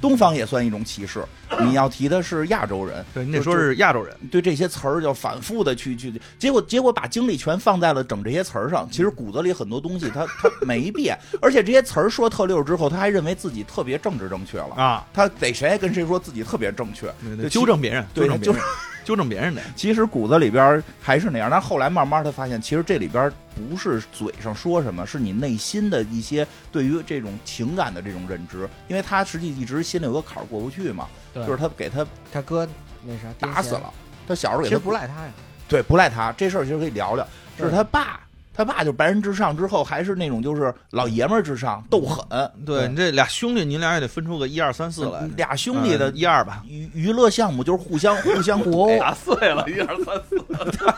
Speaker 1: 东方也算一种歧视。你要提的是亚洲人，
Speaker 4: 对你得说是亚洲人。
Speaker 1: 对这些词儿要反复的去去，结果结果把精力全放在了整这些词儿上。其实骨子里很多东西它它没变，而且这些词儿说特溜之后，他还认为自己特别政治正确了。
Speaker 4: 啊，
Speaker 1: 他逮谁跟谁说自己特别正确，
Speaker 4: 对
Speaker 1: 对
Speaker 4: 纠正别人，
Speaker 1: 对
Speaker 4: 纠正别
Speaker 1: 纠
Speaker 4: 人，纠正别人的。
Speaker 1: 其实骨子里边还是那样，但是后来慢慢他发现，其实这里边不是嘴上说什么，是你内心的一些对于这种情感的这种认知，因为他实际一直心里有个坎儿过不去嘛，
Speaker 3: 对
Speaker 1: 就是他给他
Speaker 5: 他哥那啥
Speaker 1: 打死，了，他小时候
Speaker 5: 癫
Speaker 1: 给
Speaker 5: 痫其实
Speaker 1: 他
Speaker 5: 不，赖他呀。
Speaker 1: 对，不赖他这事儿其实可以聊聊，
Speaker 5: 对
Speaker 1: 是他爸，他爸就白人至上之后还是那种就是老爷们儿至上，斗狠，
Speaker 4: 对你这俩兄弟，你俩也得分出个一二三四来。
Speaker 1: 俩兄弟的
Speaker 4: 嗯一二吧，
Speaker 1: 娱娱乐项目就是互相互 相
Speaker 5: 互殴
Speaker 1: 怼
Speaker 2: 哎打碎了，一二三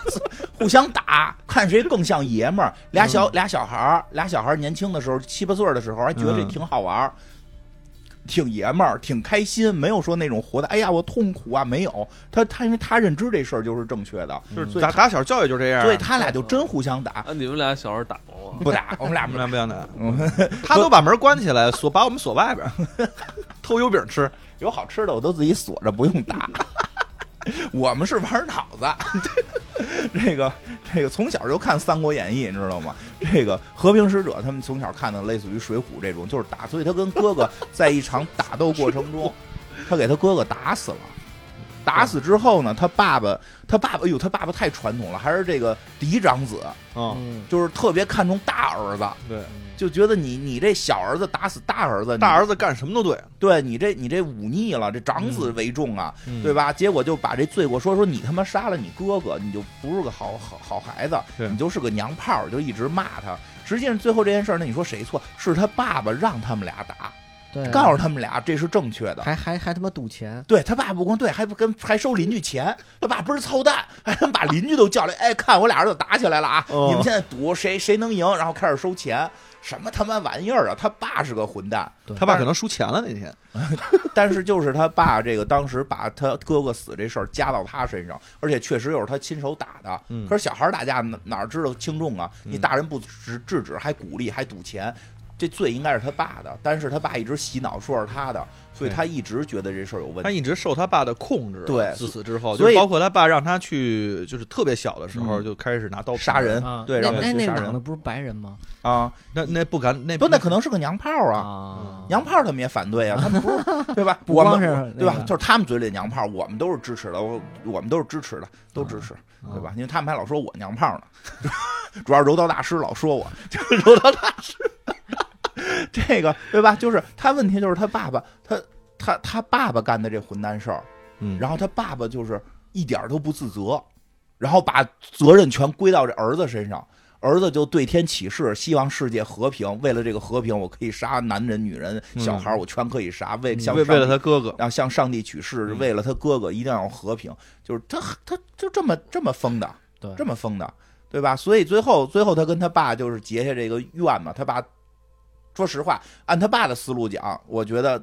Speaker 2: 四，
Speaker 1: 互相打，看谁更像爷们儿。俩小、俩小孩儿，俩小孩儿年轻的时候，七八岁儿的时候，还觉得这
Speaker 4: 嗯
Speaker 1: 挺好玩儿，挺爷们儿，挺开心，没有说那种活的，哎呀，我痛苦啊，没有。他他因为他认知这事儿就是正确的，
Speaker 4: 就是
Speaker 1: 所
Speaker 4: 嗯
Speaker 1: 以
Speaker 4: 打
Speaker 1: 他
Speaker 4: 打小教育就这样。啊
Speaker 1: 所以，他俩就真互相打，
Speaker 2: 啊，你们俩小时候打过吗？
Speaker 1: 不打，我们俩
Speaker 4: 不然不要打，
Speaker 1: 嗯
Speaker 4: 他都把门关起来，锁把我们锁外边儿，偷油饼吃。
Speaker 1: 有好吃的我都自己锁着，不用打。 我们是玩脑子， 这个这个从小就看《三国演义》，你知道吗？这个和平使者他们从小看的类似于《水浒》这种，就是打，所以他跟哥哥在一场打斗过程中，他给他哥哥打死了。打死之后呢，他爸爸，他爸爸，哎呦，他爸爸太传统了，还是这个嫡长子，
Speaker 4: 嗯，
Speaker 5: 嗯，
Speaker 1: 就是特别看重大儿子，
Speaker 4: 对，
Speaker 1: 就觉得你你这小儿子打死大儿子，你
Speaker 4: 大儿子干什么都对，
Speaker 1: 对你这你这忤逆了，这长子为重啊，
Speaker 4: 嗯
Speaker 1: 对吧？结果就把这罪过说说你他妈杀了你哥哥，你就不是个好好好孩子，
Speaker 4: 对
Speaker 1: 你就是个娘炮，就一直骂他。实际上最后这件事儿，那你说谁错？是他爸爸让他们俩打，
Speaker 5: 对，
Speaker 1: 告诉他们俩这是正确的。
Speaker 5: 还还还他妈赌钱，
Speaker 1: 对他爸不光对，还不跟还收邻居钱，他爸倍儿操蛋， 还能把邻居都叫来，哎，看我俩人就打起来了啊！
Speaker 4: 哦
Speaker 1: 你们现在赌谁谁能赢，然后开始收钱，什么他妈玩意儿啊！他爸是个混蛋，
Speaker 4: 他爸可能输钱了那天。
Speaker 1: 但是就是他爸这个当时把他哥哥死这事儿加到他身上，而且确实又是他亲手打的。
Speaker 4: 嗯
Speaker 1: 可是小孩打架哪哪知道轻重啊？你
Speaker 4: 嗯
Speaker 1: 大人不制制止，还鼓励，还赌钱，这罪应该是他爸的。但是他爸一直洗脑说是他的，所以
Speaker 4: 对
Speaker 1: 他一直觉得这事儿有问
Speaker 4: 他
Speaker 1: 题。
Speaker 4: 一直受他爸的控制，
Speaker 1: 对
Speaker 4: 自此之后，
Speaker 1: 所以嗯
Speaker 4: 就包括他爸让他去，就是特别小的时候就开始拿刀
Speaker 1: 杀人
Speaker 5: 啊，
Speaker 1: 对，
Speaker 5: 那
Speaker 1: 让他
Speaker 5: 那
Speaker 1: 去
Speaker 5: 那
Speaker 1: 杀
Speaker 5: 长
Speaker 1: 人
Speaker 5: 得不是白人吗？
Speaker 1: 啊！
Speaker 4: 那那不敢，那
Speaker 1: 不，那可能是个娘炮啊。
Speaker 5: 啊，
Speaker 1: 娘炮他们也反对啊，他们不 是对吧？
Speaker 5: 不
Speaker 1: 我
Speaker 5: 光
Speaker 1: 们
Speaker 5: 是
Speaker 1: 对吧
Speaker 5: 那？个
Speaker 1: 就是他们嘴里的娘炮，我们都是支持的，我我们都是支持的，都支持，
Speaker 5: 啊
Speaker 1: 对吧？因为他们还老说我娘炮呢， 主要是柔道大师老说我， 就是柔道大师， 这个对吧？就是他问题就是他爸爸，他他他爸爸干的这混蛋事儿，
Speaker 4: 嗯
Speaker 1: 然后他爸爸就是一点儿都不自责，然后把责任全归到这儿子身上。儿子就对天起誓，希望世界和平。为了这个和平，我可以杀男人、女人、小孩儿，我全可以杀。为
Speaker 4: 嗯
Speaker 1: 向
Speaker 4: 为
Speaker 1: 上
Speaker 4: 为了
Speaker 1: 帝
Speaker 4: 他哥哥，
Speaker 1: 要啊向上帝取誓，
Speaker 4: 嗯
Speaker 1: 为了他哥哥一定要和平，就是他他就这么这么疯的，
Speaker 5: 对，
Speaker 1: 这么疯的，对吧？所以最后最后他跟他爸就是结下这个怨嘛，他爸说实话，按他爸的思路讲，我觉得。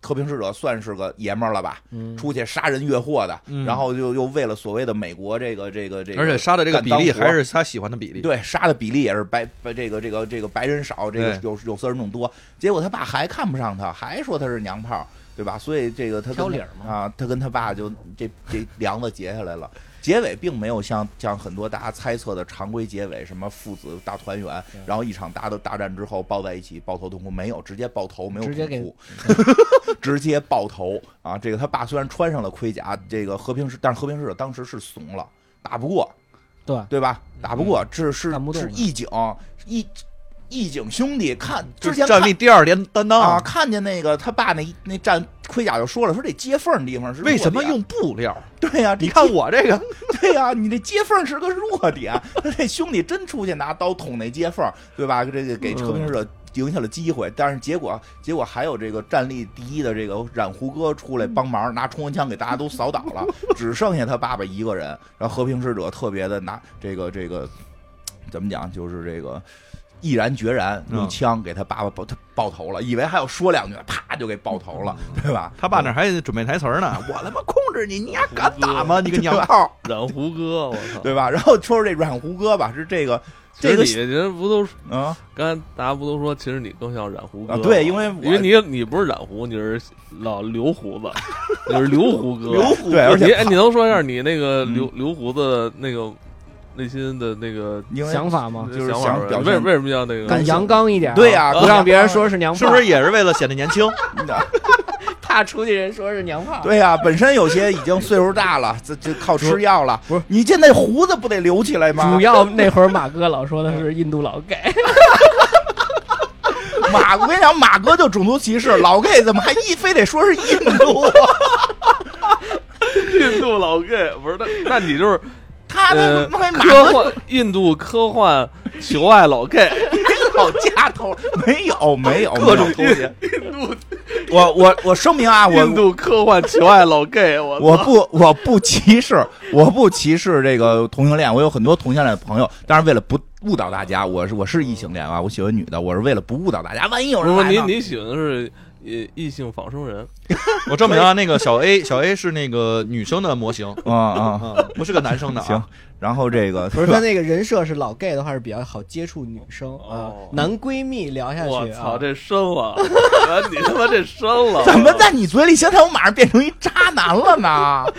Speaker 1: 和平使者算是个爷们儿了吧？
Speaker 5: 嗯
Speaker 1: 出去杀人越货的，
Speaker 4: 嗯
Speaker 1: 然后又又为了所谓的美国这个这个这个，
Speaker 4: 而且杀的这个比例
Speaker 1: 干当
Speaker 4: 还
Speaker 1: 活
Speaker 4: 是他喜欢的比例，
Speaker 1: 对，杀的比例也是白白这个这个这个白人少，这个
Speaker 4: 对
Speaker 1: 有有色人种多。结果他爸还看不上他，还说他是娘炮，对吧？所以这个他跟
Speaker 5: 挑理
Speaker 1: 他
Speaker 5: 儿嘛
Speaker 1: 啊，他跟他爸就这这梁子结下来了。结尾并没有像像很多大家猜测的常规结尾，什么父子大团圆，然后一场大的大战之后抱在一起抱头痛哭，没有直接抱头，没有
Speaker 5: 直接给
Speaker 1: 痛哭 直接爆头啊！这个他爸虽然穿上了盔甲，这个和平使，但是和平使者当时是怂了，打不过，
Speaker 5: 对
Speaker 1: 对吧？打不
Speaker 4: 嗯
Speaker 1: 过，这是
Speaker 5: 干不动
Speaker 1: 是
Speaker 5: 了
Speaker 1: 义警义义警兄弟看
Speaker 4: 嗯就
Speaker 1: 之
Speaker 4: 是
Speaker 1: 前
Speaker 4: 战
Speaker 1: 看
Speaker 4: 力第二连担当
Speaker 1: 啊，，看见那个他爸那那战盔甲就说了，说这接缝儿地方是
Speaker 4: 为什
Speaker 1: 弱
Speaker 4: 么
Speaker 1: 点
Speaker 4: 用布料？
Speaker 1: 对呀、
Speaker 4: 你看我这个，
Speaker 1: 对呀、你这接缝 是个弱点。他这兄弟真出去拿刀捅那接缝，对吧？这个给和平使者赢下了机会，但是结果结果还有这个战力第一的这个染胡歌出来帮忙，拿冲锋枪给大家都扫倒了，只剩下他爸爸一个人。然后和平使者特别的拿这个这个怎么讲，就是这个毅然决然
Speaker 4: 嗯
Speaker 1: 用枪给他爸爸爆他爆头了，以为还要说两句，啪就给爆头了，对吧？
Speaker 4: 他爸那儿还准备台词儿 呢，我他妈控制你，你还敢打吗？你个娘
Speaker 1: 对吧
Speaker 4: 炮儿！
Speaker 2: 染胡歌，我操！
Speaker 1: 对吧？然后说说这阮胡歌吧，是这个这个
Speaker 2: 其实你人不都
Speaker 1: 啊
Speaker 2: 刚才大家不都说，其实你更像染胡歌
Speaker 1: 啊
Speaker 2: 吗？
Speaker 1: 对，因为我
Speaker 2: 因为你你不是染胡，你是老留胡子，你是留胡歌。
Speaker 1: 刘胡对，而
Speaker 2: 你
Speaker 1: 且
Speaker 2: 哎，你能说一下你那个
Speaker 1: 嗯
Speaker 2: 留、留胡子那个内心的那个
Speaker 1: 因为
Speaker 5: 想法吗？
Speaker 1: 啊就是
Speaker 2: 想
Speaker 1: 想
Speaker 2: 法吧
Speaker 1: 表
Speaker 2: 为
Speaker 1: 现
Speaker 2: 为什么叫那个
Speaker 5: 更阳刚一点啊，
Speaker 1: 对呀
Speaker 5: 不让别人说是娘炮，
Speaker 4: 是不是也是为了显得年轻？
Speaker 5: 怕出去人说是娘炮？
Speaker 1: 对呀、本身有些已经岁数大了，这这靠吃药了，
Speaker 5: 不是
Speaker 1: 你见那胡子不得留起来吗
Speaker 5: 主？要那会儿马哥老说的是印度老 gay，
Speaker 1: 马，我跟你讲，马哥就种族歧视，老 gay 怎么还一非得说是印度？啊
Speaker 2: 印度老 gay？不是，那 那你就是
Speaker 1: 他
Speaker 2: 呃
Speaker 1: 他妈马
Speaker 2: 科
Speaker 1: 哥
Speaker 2: 幻印度科 幻求爱老 gay，
Speaker 1: 老家头没有没有
Speaker 4: 各种
Speaker 1: 头衔，我我我声明啊，我
Speaker 2: 印度科幻求爱老 gay，我
Speaker 1: 我不我不歧视，我不歧视这个同性恋，我有很多同性恋的朋友。当然，为了不误导大家，我是我是异性恋啊，我喜欢女的，我是为了不误导大家。万一有
Speaker 2: 不
Speaker 1: 人
Speaker 2: 是
Speaker 1: 来
Speaker 2: 你
Speaker 1: 呢
Speaker 2: 你喜欢的是异异性仿生人，
Speaker 4: 我证明啊，那个小 A 小 A 是那个女生的模型，
Speaker 1: 啊啊，
Speaker 4: 啊，不是个男
Speaker 2: 嗯
Speaker 4: 生的啊。
Speaker 1: 行，。然后这个
Speaker 5: 不 是他那个人设是老 gay 的话是比较好接触女生啊
Speaker 2: 哦，
Speaker 5: 男闺蜜聊下去啊。
Speaker 2: 我操，这深 了，啊你他妈这深了，
Speaker 1: 怎么在你嘴里现在我马上变成一渣男了呢？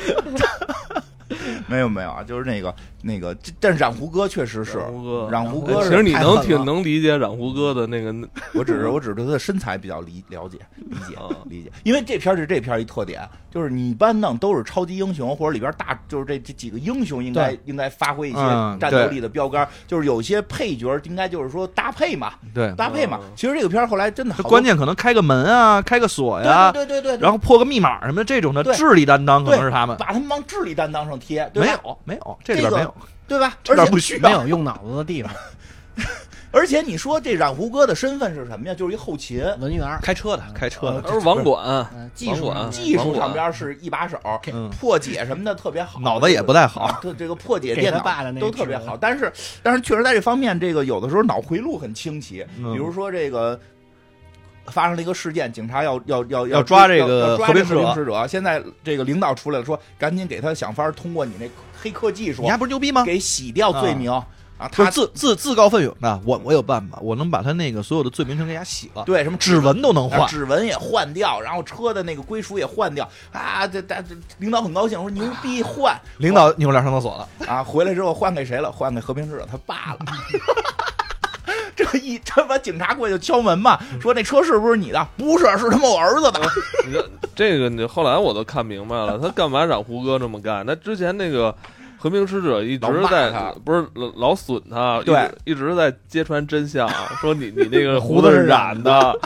Speaker 1: 没有没有啊，就是那个那个，这但是染胡歌确实是
Speaker 2: 染胡歌
Speaker 1: 染胡歌
Speaker 2: 哎
Speaker 1: 是
Speaker 2: 其实你
Speaker 1: 太
Speaker 2: 能
Speaker 1: 狠了
Speaker 2: 挺能理解染胡歌的那个
Speaker 1: 我只是我只是对他的身材比较理了解理解
Speaker 2: 啊
Speaker 1: 理解，因为这片儿是这片儿一特点，就是你一般弄都是超级英雄或者里边大就是这这几个英雄应该应该发挥一些
Speaker 4: 嗯
Speaker 1: 战斗力的标杆，就是有些配角应该就是说搭配嘛
Speaker 4: 对，
Speaker 1: 搭配嘛
Speaker 2: 嗯。
Speaker 1: 其实这个片儿后来真的
Speaker 4: 他哦
Speaker 1: 好多
Speaker 4: 关键可能开个门啊，开个锁呀，
Speaker 1: 对对对对对，
Speaker 4: 然后破个密码什么的这种的
Speaker 1: 对
Speaker 4: 智力担当可能
Speaker 1: 对
Speaker 4: 是他们。
Speaker 1: 把他们往智力担当上贴，对
Speaker 4: 没
Speaker 1: 吧？
Speaker 4: 有没有，这里边
Speaker 1: 这个
Speaker 4: 没有，
Speaker 1: 对吧？
Speaker 4: 这
Speaker 1: 而
Speaker 4: 边
Speaker 1: 且
Speaker 4: 不需
Speaker 5: 没
Speaker 4: 要。
Speaker 5: 有用脑子的地方，
Speaker 1: 而且你说这染胡歌的身份是什么呀？就是一后勤，
Speaker 4: 嗯
Speaker 5: 文 员儿，
Speaker 4: 开车的，开车的，
Speaker 2: 而网管，
Speaker 5: 嗯，技术
Speaker 2: 网管
Speaker 1: 技术
Speaker 2: 网
Speaker 1: 上
Speaker 2: 管
Speaker 1: 边是一把手，
Speaker 4: 嗯
Speaker 1: 破解什么的特别好，
Speaker 4: 脑子也不太好。
Speaker 1: 对这个破解
Speaker 5: 给
Speaker 1: 电
Speaker 5: 他
Speaker 1: 脑
Speaker 5: 爸的那
Speaker 1: 都
Speaker 5: 个
Speaker 1: 特别
Speaker 5: 指
Speaker 1: 好，但是但是确实在这方面，这个有的时候脑回路很清奇，
Speaker 4: 嗯
Speaker 1: 比如说这个。发生了一个事件，警察要要要
Speaker 4: 要抓这
Speaker 1: 要
Speaker 4: 个
Speaker 1: 要抓
Speaker 4: 和
Speaker 1: 这
Speaker 4: 平使
Speaker 1: 个和平
Speaker 4: 者
Speaker 1: 使者。现在这个领导出来了，说赶紧给他想法儿通过你那黑科技术
Speaker 4: 你还不是牛逼吗？
Speaker 1: 给洗掉罪名啊！
Speaker 4: 不是
Speaker 1: 他
Speaker 4: 自自自告奋勇的，我我有办法，我能把他那个所有的罪名全给他洗了，
Speaker 1: 对什么
Speaker 4: 指纹都能
Speaker 1: 然后
Speaker 4: 换。
Speaker 1: 指纹也换掉，然后车的那个归属也换掉啊！这大这领导很高兴，说牛逼换
Speaker 4: 领导扭脸上厕所了，
Speaker 1: 啊！回来之后换给谁了？换给和平使者他爸了。 这一他妈警察过去就敲门嘛，说那车是不是你的？不是，是他妈我儿子的。
Speaker 2: 你这这个你后来我都看明白了，他干嘛染胡歌这么干？他之前那个和平使者一直
Speaker 1: 老骂
Speaker 2: 在
Speaker 1: 他
Speaker 2: 不是老老损他，
Speaker 1: 对
Speaker 2: 一直，一直在揭穿真相，说你你那个
Speaker 5: 胡
Speaker 2: 胡
Speaker 5: 子
Speaker 2: 子
Speaker 5: 是
Speaker 2: 是
Speaker 5: 染
Speaker 2: 染的，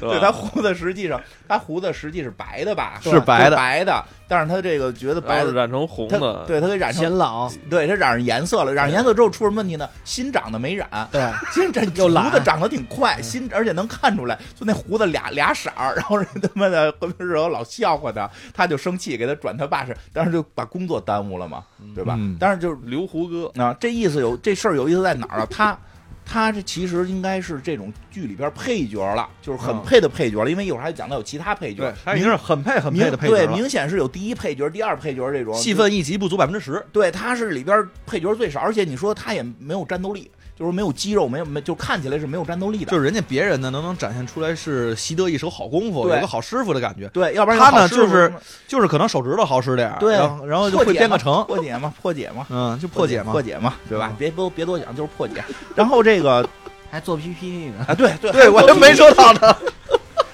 Speaker 2: 对
Speaker 1: 对他
Speaker 2: 吧？
Speaker 1: 胡子实际上他胡子实际是白的吧？
Speaker 4: 是白的
Speaker 1: 白的，但是他这个觉得白
Speaker 2: 白
Speaker 1: 的
Speaker 2: 染成红
Speaker 1: 他
Speaker 2: 的，
Speaker 1: 对他给染成
Speaker 5: 显老，
Speaker 1: 对他染上颜色了，染上颜色之后出什么问题呢？新长的没染，
Speaker 5: 对，
Speaker 1: 新这
Speaker 5: 又懒
Speaker 1: 胡子长得挺快，
Speaker 4: 嗯
Speaker 1: 新而且能看出来，就那胡子俩俩色儿，然后人他妈的和平时有老笑话他，他就生气，给他转他爸是，当时就把工作耽误了嘛，对吧？
Speaker 4: 嗯
Speaker 1: 但是就是
Speaker 2: 留胡歌，
Speaker 1: 啊，这意思有这事儿有意思在哪儿啊？他他这其实应该是这种剧里边配角了，就是很
Speaker 4: 嗯
Speaker 1: 配的配角了，因为一会儿还讲到有其他配角，
Speaker 4: 他已
Speaker 1: 明
Speaker 4: 经是很配很配的配
Speaker 1: 明
Speaker 4: 角
Speaker 1: 对，
Speaker 4: 了，
Speaker 1: 明显是有第一配角、第二配角这种
Speaker 4: 戏份一集不足百分之十，
Speaker 1: 对，他是里边配角最少，而且你说他也没有战斗力，就是没有肌肉，没有没就看起来是没有战斗力的。
Speaker 4: 就是人家别人呢能能展现出来是习得一手好功夫，
Speaker 1: 对
Speaker 4: 有个好师傅的感觉，
Speaker 1: 对，要不然有
Speaker 4: 他呢
Speaker 1: 好师傅
Speaker 4: 就是就是可能手指头好使点儿，
Speaker 1: 对
Speaker 4: 然后然后就
Speaker 1: 破
Speaker 4: 会
Speaker 1: 解
Speaker 4: 编个
Speaker 1: 嘛
Speaker 4: 程，
Speaker 1: 破解嘛，破解嘛，
Speaker 4: 嗯，就 破解嘛
Speaker 1: 破，解嘛，对吧？别多别多讲，就是破解。然后这 个
Speaker 5: 还做 PPT 呢，
Speaker 1: 啊，对对
Speaker 4: 对我
Speaker 1: 就
Speaker 4: 就没收到呢，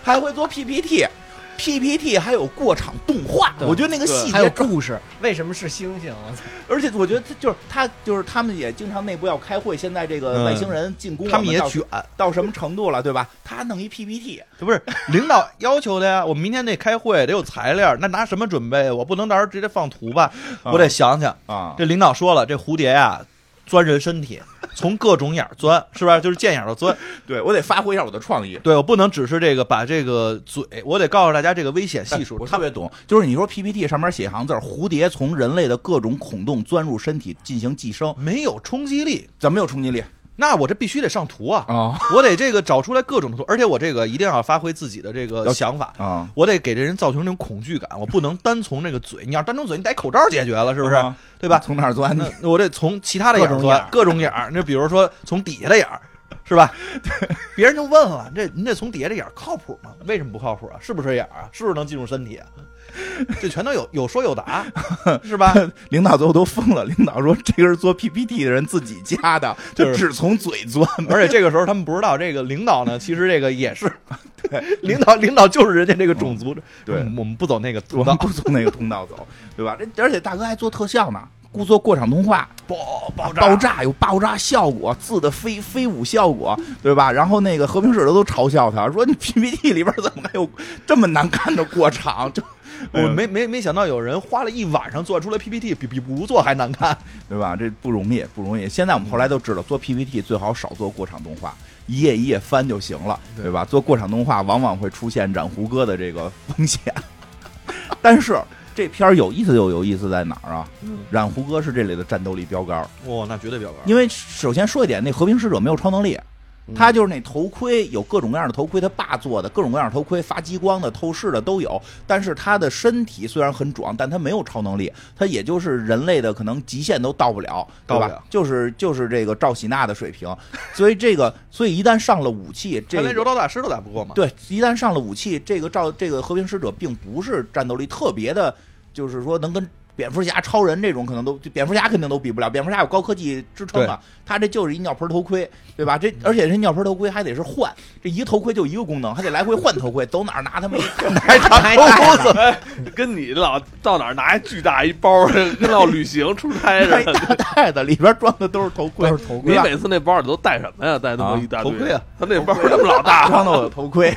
Speaker 1: 还会做 PPT。PPT 还有过场动画，
Speaker 5: 对
Speaker 1: 我觉得那个细
Speaker 5: 还有
Speaker 1: 节，
Speaker 5: 故事，为什么是星啊星？ 我操
Speaker 1: 而且我觉得他就是他就是他们也经常内部要开会，现在这个
Speaker 4: 嗯
Speaker 1: 外星人进攻我
Speaker 4: 他们 也
Speaker 1: 到
Speaker 4: 卷，
Speaker 1: 到什么程度了，对吧？他弄 一 PPT，
Speaker 4: 不是领导要求的呀，我们明天得开会，得有材料，那拿什么准备？我不能到时候直接放图吧，我得想想。
Speaker 1: 啊
Speaker 4: 这领导说了，这蝴蝶呀、钻人身体，从各种眼儿钻，是吧？就是见眼儿就钻。
Speaker 1: 对我得发挥一下我的 创意。
Speaker 4: 对我不能只是这个把这个嘴，我得告诉大家这个危险系数。
Speaker 1: 我
Speaker 4: 他
Speaker 1: 特别懂，就是你说 PPT 上面写一行字儿：“蝴蝶从人类的各种孔洞钻入身体进行寄生
Speaker 4: 没有冲击力，”，
Speaker 1: 怎么有冲击力
Speaker 4: 那我这必须得上图啊！
Speaker 1: 啊
Speaker 4: 我得这个找出来各种的图，而且我这个一定要发挥自己的这个
Speaker 1: 要
Speaker 4: 想法，
Speaker 1: 啊？
Speaker 4: 我得给这人造成这种恐惧感，我不能单从这个嘴。你要单从嘴，你得口罩解决了，是不是？
Speaker 1: 啊
Speaker 4: 对吧？
Speaker 1: 从哪儿钻
Speaker 4: 那
Speaker 1: 的？
Speaker 4: 啊那我得从其他的眼儿钻，各种眼儿。那比如说从底下的眼儿，是吧？别人就问了，这您这从底下这眼儿靠谱吗？为什么不靠谱啊？是不是眼儿啊？是不是能进入身体啊？这全都有有说有答，是吧？
Speaker 1: 领导最后都疯了。领导说：“这个是做 PPT 的人自己加的，
Speaker 4: 就
Speaker 1: 就是只从嘴 钻。
Speaker 4: 而且这个时候他们不知道，这个领导呢，其实这个也 是，领导领导就是人家这个种族，
Speaker 1: 对
Speaker 4: 嗯我们不走那个”
Speaker 1: 我
Speaker 4: 通
Speaker 1: 们
Speaker 4: 道，
Speaker 1: 不从那个通道走，对吧？这而且大哥还做特效呢，故做过场动画，
Speaker 4: 爆爆炸
Speaker 1: 啊爆炸有爆炸效果，字的飞飞舞效果，对吧？然后那个和平使者都嘲笑他说：“你 PPT 里边怎么还有这么难看的过场？”就
Speaker 4: 我没没没想到有人花了一晚上做出来 PPT，比比不做还难看。
Speaker 1: 对吧？这不容易，不容易。现在我们后来都知道，做 PPT 最好少做过场动画，一页一页翻就行了，对吧？做过场动画往往会出现染胡歌的这个风险。 但是这片儿有意思就有意思在哪儿啊？染胡歌是这里的战斗力标杆儿，
Speaker 4: 哇、那绝对标杆。
Speaker 1: 因为首先说一点，那和平使者没有超能力。
Speaker 4: 嗯
Speaker 1: 他就是那头盔，有各种各样的头盔，他爸做的各种各样的头盔，发激光的、透视的都有。但是他的身体虽然很壮，但他没有超能力，他也就是人类的可能极限都到不了，
Speaker 4: 到
Speaker 1: 对
Speaker 4: 不
Speaker 1: 吧？
Speaker 4: 了
Speaker 1: 就是就是这个赵喜娜的水平。所以这个，所以一旦上了武器，这
Speaker 4: 他
Speaker 1: 个
Speaker 4: 连柔道大师都打不过嘛。
Speaker 1: 对，一旦上了武器，这个赵这个和平使者并不是战斗力特别的，就是说能跟蝙蝠侠、超人这种可能都，就蝙蝠侠肯定都比不了，蝙蝠侠有高科技支撑啊，他这就是一尿盆头盔，对吧？这而且这尿盆头盔还得是换，这一个头盔就一个功能，还得来回换头盔，走哪儿拿他们一看
Speaker 4: 还长钩子，
Speaker 2: 跟你老到哪儿拿一巨大一包，跟老旅行出差
Speaker 1: 一
Speaker 2: 似的。
Speaker 1: 大啊袋子，里边装的都是头盔，
Speaker 5: 都是头
Speaker 2: 你
Speaker 1: 对吧
Speaker 2: 每次那包里都带什么呀？带那么一大堆
Speaker 4: 啊头盔啊！
Speaker 2: 他那包那么老大，
Speaker 1: 装的我的头 盔。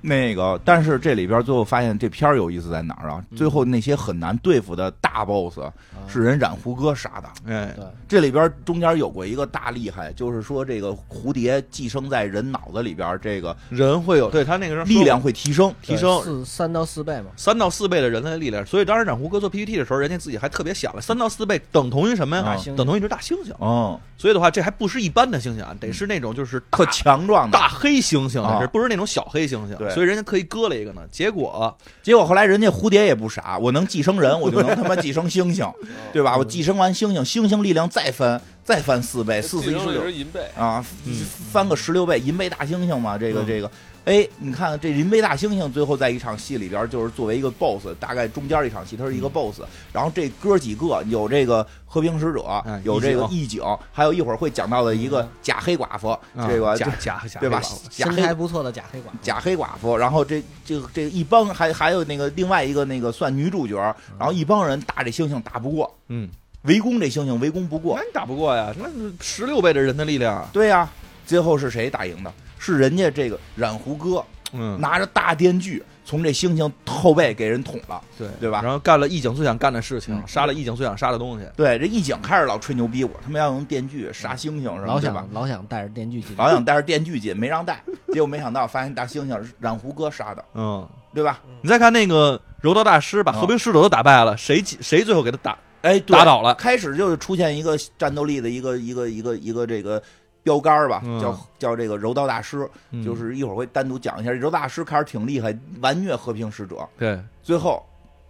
Speaker 1: 那个，但是这里边最后发现这片儿有意思在哪儿啊？
Speaker 4: 嗯
Speaker 1: 最后那些很难对付的大 boss
Speaker 4: 啊
Speaker 1: 是人染胡歌杀的，
Speaker 4: 哎，
Speaker 1: 这里边中间有过一个大厉害，就是说这个蝴蝶寄生在人脑子里边，这个
Speaker 4: 人会有对他那个时候说
Speaker 1: 力量会提升。
Speaker 4: 提升
Speaker 5: 四三到四倍嘛，
Speaker 4: 三到四倍的人类的力量，所以当时染胡歌做 PPT 的时候，人家自己还特别想了，三到四倍等同于什么呀？
Speaker 1: 大
Speaker 5: 猩猩
Speaker 4: 等同于一只大猩猩。
Speaker 1: 嗯，
Speaker 4: 所以的话，这还不是一般的猩猩啊，得是那种就是
Speaker 1: 特
Speaker 4: 大
Speaker 1: 强壮的。
Speaker 4: 大黑猩猩，
Speaker 1: 啊
Speaker 4: 这不是那种小黑猩猩
Speaker 1: 对。
Speaker 4: 所以人家特意割了一个呢，结果
Speaker 1: 结果后来人家蝴蝶也不傻，我能寄生人，我就能他妈寄生猩
Speaker 4: 哦
Speaker 1: 猩，对吧？我寄生完猩猩，猩猩力量再翻再翻四倍，四四一十
Speaker 2: 一
Speaker 1: 六
Speaker 2: 银背，
Speaker 1: 啊，
Speaker 4: 嗯
Speaker 1: 翻个十六倍，银背大猩猩嘛，这个
Speaker 4: 嗯
Speaker 1: 这个。哎，你看这银背大猩猩最后在一场戏里边，就是作为一个 BOSS，大概中间一场戏它是一个
Speaker 4: 嗯
Speaker 1: BOSS，、然后这哥几个有这个和平使者，
Speaker 4: 哎
Speaker 1: 有这个
Speaker 4: 义
Speaker 1: 义警，还有一会儿会讲到的一个假黑寡妇，
Speaker 4: 啊
Speaker 1: 这个
Speaker 4: 假假假
Speaker 1: 对吧
Speaker 4: 黑寡妇？
Speaker 1: 假
Speaker 5: 身材
Speaker 1: 黑
Speaker 5: 不错的假黑寡妇，
Speaker 1: 假黑寡妇，然后这这个这个一帮还还有那个另外一个那个算女主角，然后一帮人打这猩猩打不过，
Speaker 4: 嗯，
Speaker 1: 围攻这猩猩围攻不过
Speaker 4: 那，你打不过呀，那十六倍的人的力量，啊
Speaker 1: 对呀、最后是谁打赢的？是人家这个染胡歌
Speaker 4: 嗯，
Speaker 1: 拿着大电锯从这猩猩后背给人捅了。
Speaker 4: 对
Speaker 1: 对吧
Speaker 4: 然后干了义警最想干的事情，
Speaker 1: 嗯
Speaker 4: 杀了义警最想杀的东西。
Speaker 1: 对，这义警开始老吹牛逼，我他妈要用电锯
Speaker 4: 嗯
Speaker 1: 杀猩猩是吧？
Speaker 5: 老
Speaker 1: 对吧
Speaker 5: 想？老想带着电锯进去，
Speaker 1: 老想带着电锯进，没让带，结果没想到发现大猩猩是染胡歌杀的，
Speaker 4: 嗯，
Speaker 1: 对吧？
Speaker 4: 你再看那个柔道大师把
Speaker 1: 啊
Speaker 4: 和平使者都打败了，谁谁最后给他打
Speaker 1: 哎，
Speaker 4: 打倒了？
Speaker 1: 开始就是出现一个战斗力的一个一个一个一个这个标杆儿吧，
Speaker 4: 嗯
Speaker 1: 叫叫这个柔道大师，
Speaker 4: 嗯
Speaker 1: 就是一会儿会单独讲一下。柔道大师开始挺厉害，完虐和平使者，
Speaker 4: 对，
Speaker 1: 最后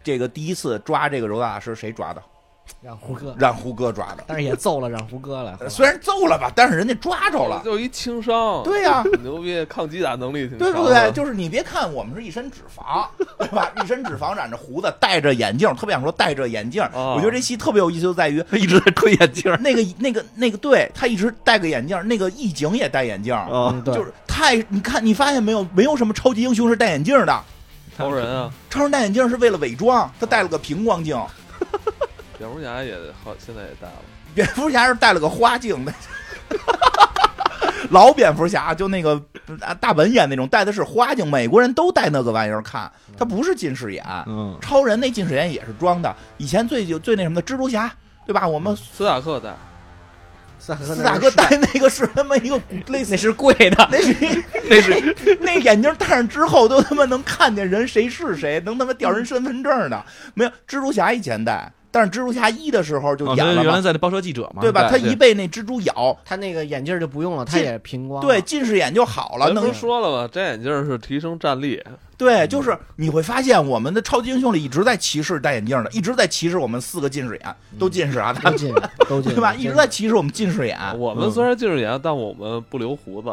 Speaker 1: 这个第一次抓这个柔道大师谁抓的？
Speaker 5: 让胡歌，
Speaker 1: 让胡歌抓的。
Speaker 5: 但是也揍了让胡歌了，后来
Speaker 1: 呃虽然揍了吧，但是人家抓着了，
Speaker 2: 就一轻伤。
Speaker 1: 对呀
Speaker 2: 挺牛逼，抗击打能力挺强
Speaker 1: 对
Speaker 2: 的。
Speaker 1: 不对？就是你别看我们是一身脂肪， 对吧？一身脂肪，染着胡子，戴着眼镜，特别想说戴着眼镜。
Speaker 2: 哦
Speaker 1: 我觉得这戏特别有意思，就在 于
Speaker 4: 他一直在推眼镜儿。
Speaker 1: 那个那个那个，对他一直戴个眼镜，那个义警也戴眼镜，
Speaker 4: 啊
Speaker 5: 嗯，对
Speaker 1: 就是太你看你发现没有，没有什么超级英雄是戴眼镜的，
Speaker 2: 超人啊，
Speaker 1: 超人戴眼镜是为了伪装，他戴了个平光镜，
Speaker 2: 蝙蝠侠也好，现在也大了。
Speaker 1: 蝙蝠侠是戴了个花镜的。老蝙蝠侠就那个大大本演那种戴的是花镜，美国人都戴那个玩意儿看，他不是近视眼。
Speaker 4: 嗯，
Speaker 1: 超人那近视眼也是装的，以前最就最那什么的蜘蛛侠，对吧？我们
Speaker 2: 斯塔克在，
Speaker 5: 四大哥
Speaker 1: 四大哥戴那个是他妈一个类似
Speaker 5: 嗯那是贵的，
Speaker 1: 那是那是那眼镜戴上之后都他妈能看见人谁是谁，能他妈调人身份证呢。没有蜘蛛侠以前戴，但是蜘蛛侠一的时候就
Speaker 4: 哦，
Speaker 1: 演
Speaker 4: 原
Speaker 1: 了
Speaker 4: 原来
Speaker 1: 嘛，
Speaker 4: 在那报社记者嘛，
Speaker 1: 对吧？他
Speaker 4: 对
Speaker 1: 一被那蜘蛛咬，
Speaker 5: 他那个眼镜就不用了，他
Speaker 1: 这
Speaker 5: 也平光了。
Speaker 1: 对近视眼就好了，
Speaker 2: 咱不
Speaker 1: 能
Speaker 2: 是说了吗？摘眼镜是提升战力，
Speaker 1: 对，就是你会发现我们的超级英雄里一直在歧视戴眼镜的，一直在歧视我们四个近视眼，都近视啊，他
Speaker 5: 都
Speaker 1: 们
Speaker 5: 进都 进，
Speaker 1: 对吧？
Speaker 5: 真
Speaker 1: 一
Speaker 5: 的
Speaker 1: 直 在歧视我们近视眼。
Speaker 2: 我们虽然近视眼，但我们不留胡子。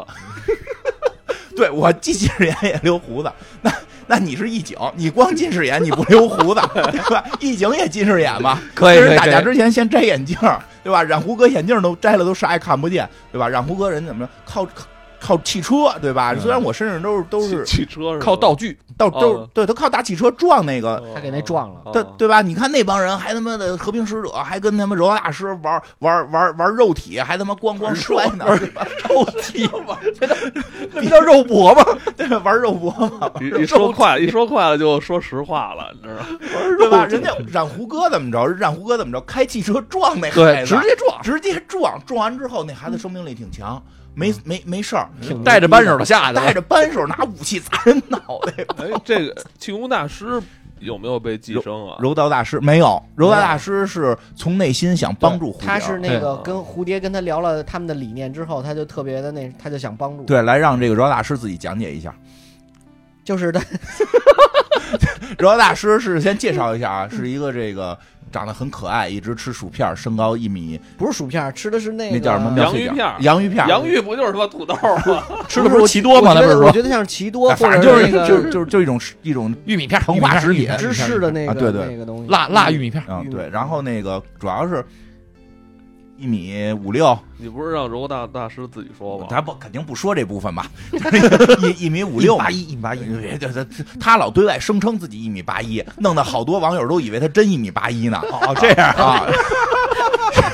Speaker 1: 对我既近视眼 也留胡子，那那你是义警，你光近视眼你 不留胡子，对吧？义警也近视眼嘛，
Speaker 4: 可以
Speaker 1: 跟
Speaker 4: 可
Speaker 1: 人
Speaker 4: 以
Speaker 1: 打架
Speaker 4: 可
Speaker 1: 之前先摘眼镜儿，对吧？染胡哥眼镜儿都摘了，都啥也看不见，对吧？染胡哥人怎么着？靠靠靠汽车，对吧？虽然我身上都是都是
Speaker 2: 汽车是吧
Speaker 4: 靠道具，
Speaker 1: 到都是
Speaker 2: 哦
Speaker 1: 对，他靠打汽车撞那个
Speaker 2: 哦
Speaker 5: 他给那撞了。
Speaker 1: 对
Speaker 2: 哦
Speaker 1: 对吧？你看那帮人还他妈的和平使者，还跟他妈柔道大师玩玩玩玩肉体，还他妈咣咣摔呢，对吧？肉体 玩，那不叫肉搏吗？ 对吧？玩肉搏吗？
Speaker 2: 一一 说快，一说快了就说实话了，你知道吗？
Speaker 1: 对吧？人家染胡哥怎么着？染胡哥怎么着？开汽车撞那孩
Speaker 4: 对，
Speaker 1: 子，
Speaker 4: 直接撞，
Speaker 1: 直接撞，撞完之后那孩子生命力挺强，没没没事儿，
Speaker 5: 挺
Speaker 4: 嗯带着扳手的下去了，
Speaker 1: 带着扳手拿武器砸人脑袋。
Speaker 2: 哎，这个气功大师有没有被寄生啊？
Speaker 1: 柔道大师没有，柔道大师是从内心想帮助胡，
Speaker 5: 他是那
Speaker 4: 对
Speaker 5: 个跟蝴蝶跟他聊了他们的理念之后，他就特别的那，他就想帮助。，
Speaker 1: 对来让这个柔道大师自己讲解一下。
Speaker 5: 就是他
Speaker 1: 柔道大师是先介绍一下啊，是一个这个长得很可爱，一直吃薯片，身高一米，
Speaker 5: 不是薯片，吃的是那个
Speaker 1: 那叫什么描
Speaker 2: 苗
Speaker 1: 述一下
Speaker 2: 洋芋片儿
Speaker 1: 洋芋片儿，
Speaker 2: 洋芋不就是他妈土豆吗？
Speaker 4: 吃的不是奇多吗？
Speaker 5: 我
Speaker 4: 那
Speaker 5: 觉
Speaker 4: 不是
Speaker 5: 得我
Speaker 4: 说
Speaker 5: 觉得像奇多
Speaker 1: 哎
Speaker 5: 或
Speaker 1: 反
Speaker 5: 者
Speaker 1: 正就是
Speaker 5: 那个
Speaker 1: 就是就是就一种一种
Speaker 4: 玉米片儿、
Speaker 1: 膨
Speaker 4: 玉
Speaker 1: 化
Speaker 4: 米
Speaker 1: 食品
Speaker 4: 片儿
Speaker 5: 芝士的那个
Speaker 1: 啊对对
Speaker 5: 那个东西，
Speaker 4: 辣辣玉米片儿，
Speaker 1: 啊
Speaker 5: 玉米
Speaker 1: 对，然后那个主要是一米五六，
Speaker 2: 你不是让柔大大师自己说吗？
Speaker 1: 咱不肯定不说这部分吧，一一米五六嘛
Speaker 4: 八。一一米八一，
Speaker 1: 别别他他老对外声称自己一米八一，弄得好多网友都以为他真一米八一呢。哦，这样啊，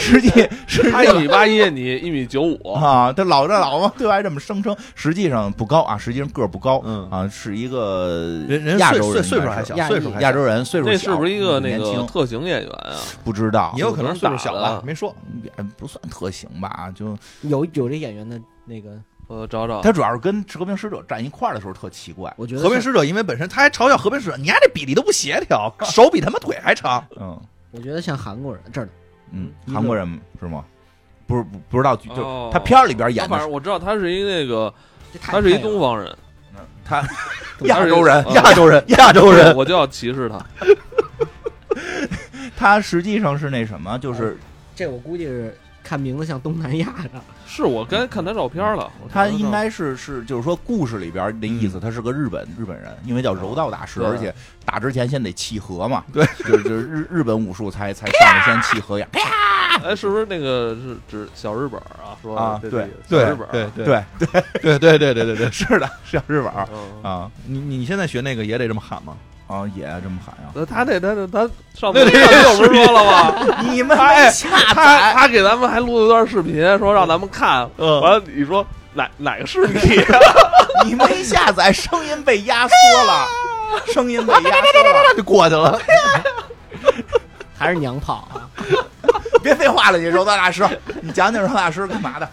Speaker 1: 实际实际
Speaker 2: 他一米八一，你一米九五，
Speaker 1: 啊，他老这老往对外这么声称，实际上不高啊，实际上个儿不高，
Speaker 4: 嗯
Speaker 1: 啊，是一个
Speaker 4: 人人
Speaker 1: 亚
Speaker 4: 岁
Speaker 1: 洲
Speaker 4: 岁
Speaker 1: 人
Speaker 4: 岁
Speaker 1: 应
Speaker 4: 数
Speaker 1: 该
Speaker 4: 还
Speaker 1: 是
Speaker 4: 小，
Speaker 5: 亚
Speaker 4: 岁
Speaker 5: 裔
Speaker 4: 数还
Speaker 1: 亚
Speaker 4: 小
Speaker 1: 洲人岁数
Speaker 2: 那
Speaker 1: 小嗯
Speaker 2: 是不是一个那
Speaker 1: 年
Speaker 2: 个
Speaker 1: 轻
Speaker 2: 特型演员啊？
Speaker 1: 不知道
Speaker 4: 也，有可能岁数小了，没说。
Speaker 1: 也不算特型吧，啊就
Speaker 2: 啊
Speaker 5: 有有这演员的那个，
Speaker 2: 我找找，
Speaker 1: 他主要是跟和平使者站一块儿的时候特奇怪，
Speaker 5: 我觉得
Speaker 4: 和平
Speaker 5: 是，
Speaker 4: 使者因为本身他还嘲笑和平使者，你家这比例都不协调，手比他妈腿还长。
Speaker 1: 嗯
Speaker 5: 我觉得像韩国人这儿的，
Speaker 1: 嗯，
Speaker 5: 一个
Speaker 1: 韩国人是吗？不是不不知道，就
Speaker 2: 哦
Speaker 1: 他片儿里边演的
Speaker 2: 反
Speaker 1: 是
Speaker 2: 正我知道他是一那个，
Speaker 5: 这太
Speaker 2: 他是一
Speaker 5: 太有
Speaker 2: 东方人，
Speaker 1: 嗯他
Speaker 2: 他是一
Speaker 1: 亚洲人
Speaker 2: 嗯
Speaker 1: 亚洲人亚洲人，
Speaker 2: 我就要歧视他。
Speaker 1: 他实际上是那什么，
Speaker 2: 哦
Speaker 1: 就是
Speaker 5: 这我估计是看名字像东南亚的，
Speaker 2: 是我刚才看他照片了，我
Speaker 1: 他
Speaker 2: 看
Speaker 1: 应
Speaker 2: 照片
Speaker 1: 该是是就是说故事里边那意
Speaker 4: 嗯
Speaker 1: 思，他是个日本日本人，因为叫柔道大师，
Speaker 2: 对
Speaker 1: 而且打之前先得契合嘛，对，就是就是日日本武术才才上来先契合呀，
Speaker 2: 哎，是不是那个是指小日本啊？说
Speaker 1: 啊
Speaker 2: 这
Speaker 1: 对
Speaker 2: 里
Speaker 4: 对
Speaker 2: 小日本啊，
Speaker 4: 对
Speaker 1: 对
Speaker 4: 对对对对对 对，
Speaker 1: 是的，是叫日本儿
Speaker 2: 嗯，
Speaker 1: 啊
Speaker 4: 你你现在学那个也得这么喊吗？
Speaker 1: 啊也这么喊 呀，
Speaker 2: 那呃他那他那他 上次
Speaker 4: 那
Speaker 2: 上
Speaker 4: 得
Speaker 2: 次我不是说了吗？
Speaker 1: 你们
Speaker 2: 哎
Speaker 1: 下
Speaker 2: 他他给咱们还录了一段视频，说让咱们看。
Speaker 4: 嗯
Speaker 2: 完了你说哪哪个啊是你？
Speaker 1: 你没下载，声音被压缩了，声音被压缩了，
Speaker 4: 就过去了。
Speaker 5: 还是娘炮啊？
Speaker 1: 别废话了，你柔道大师，你讲讲柔道大师干嘛的？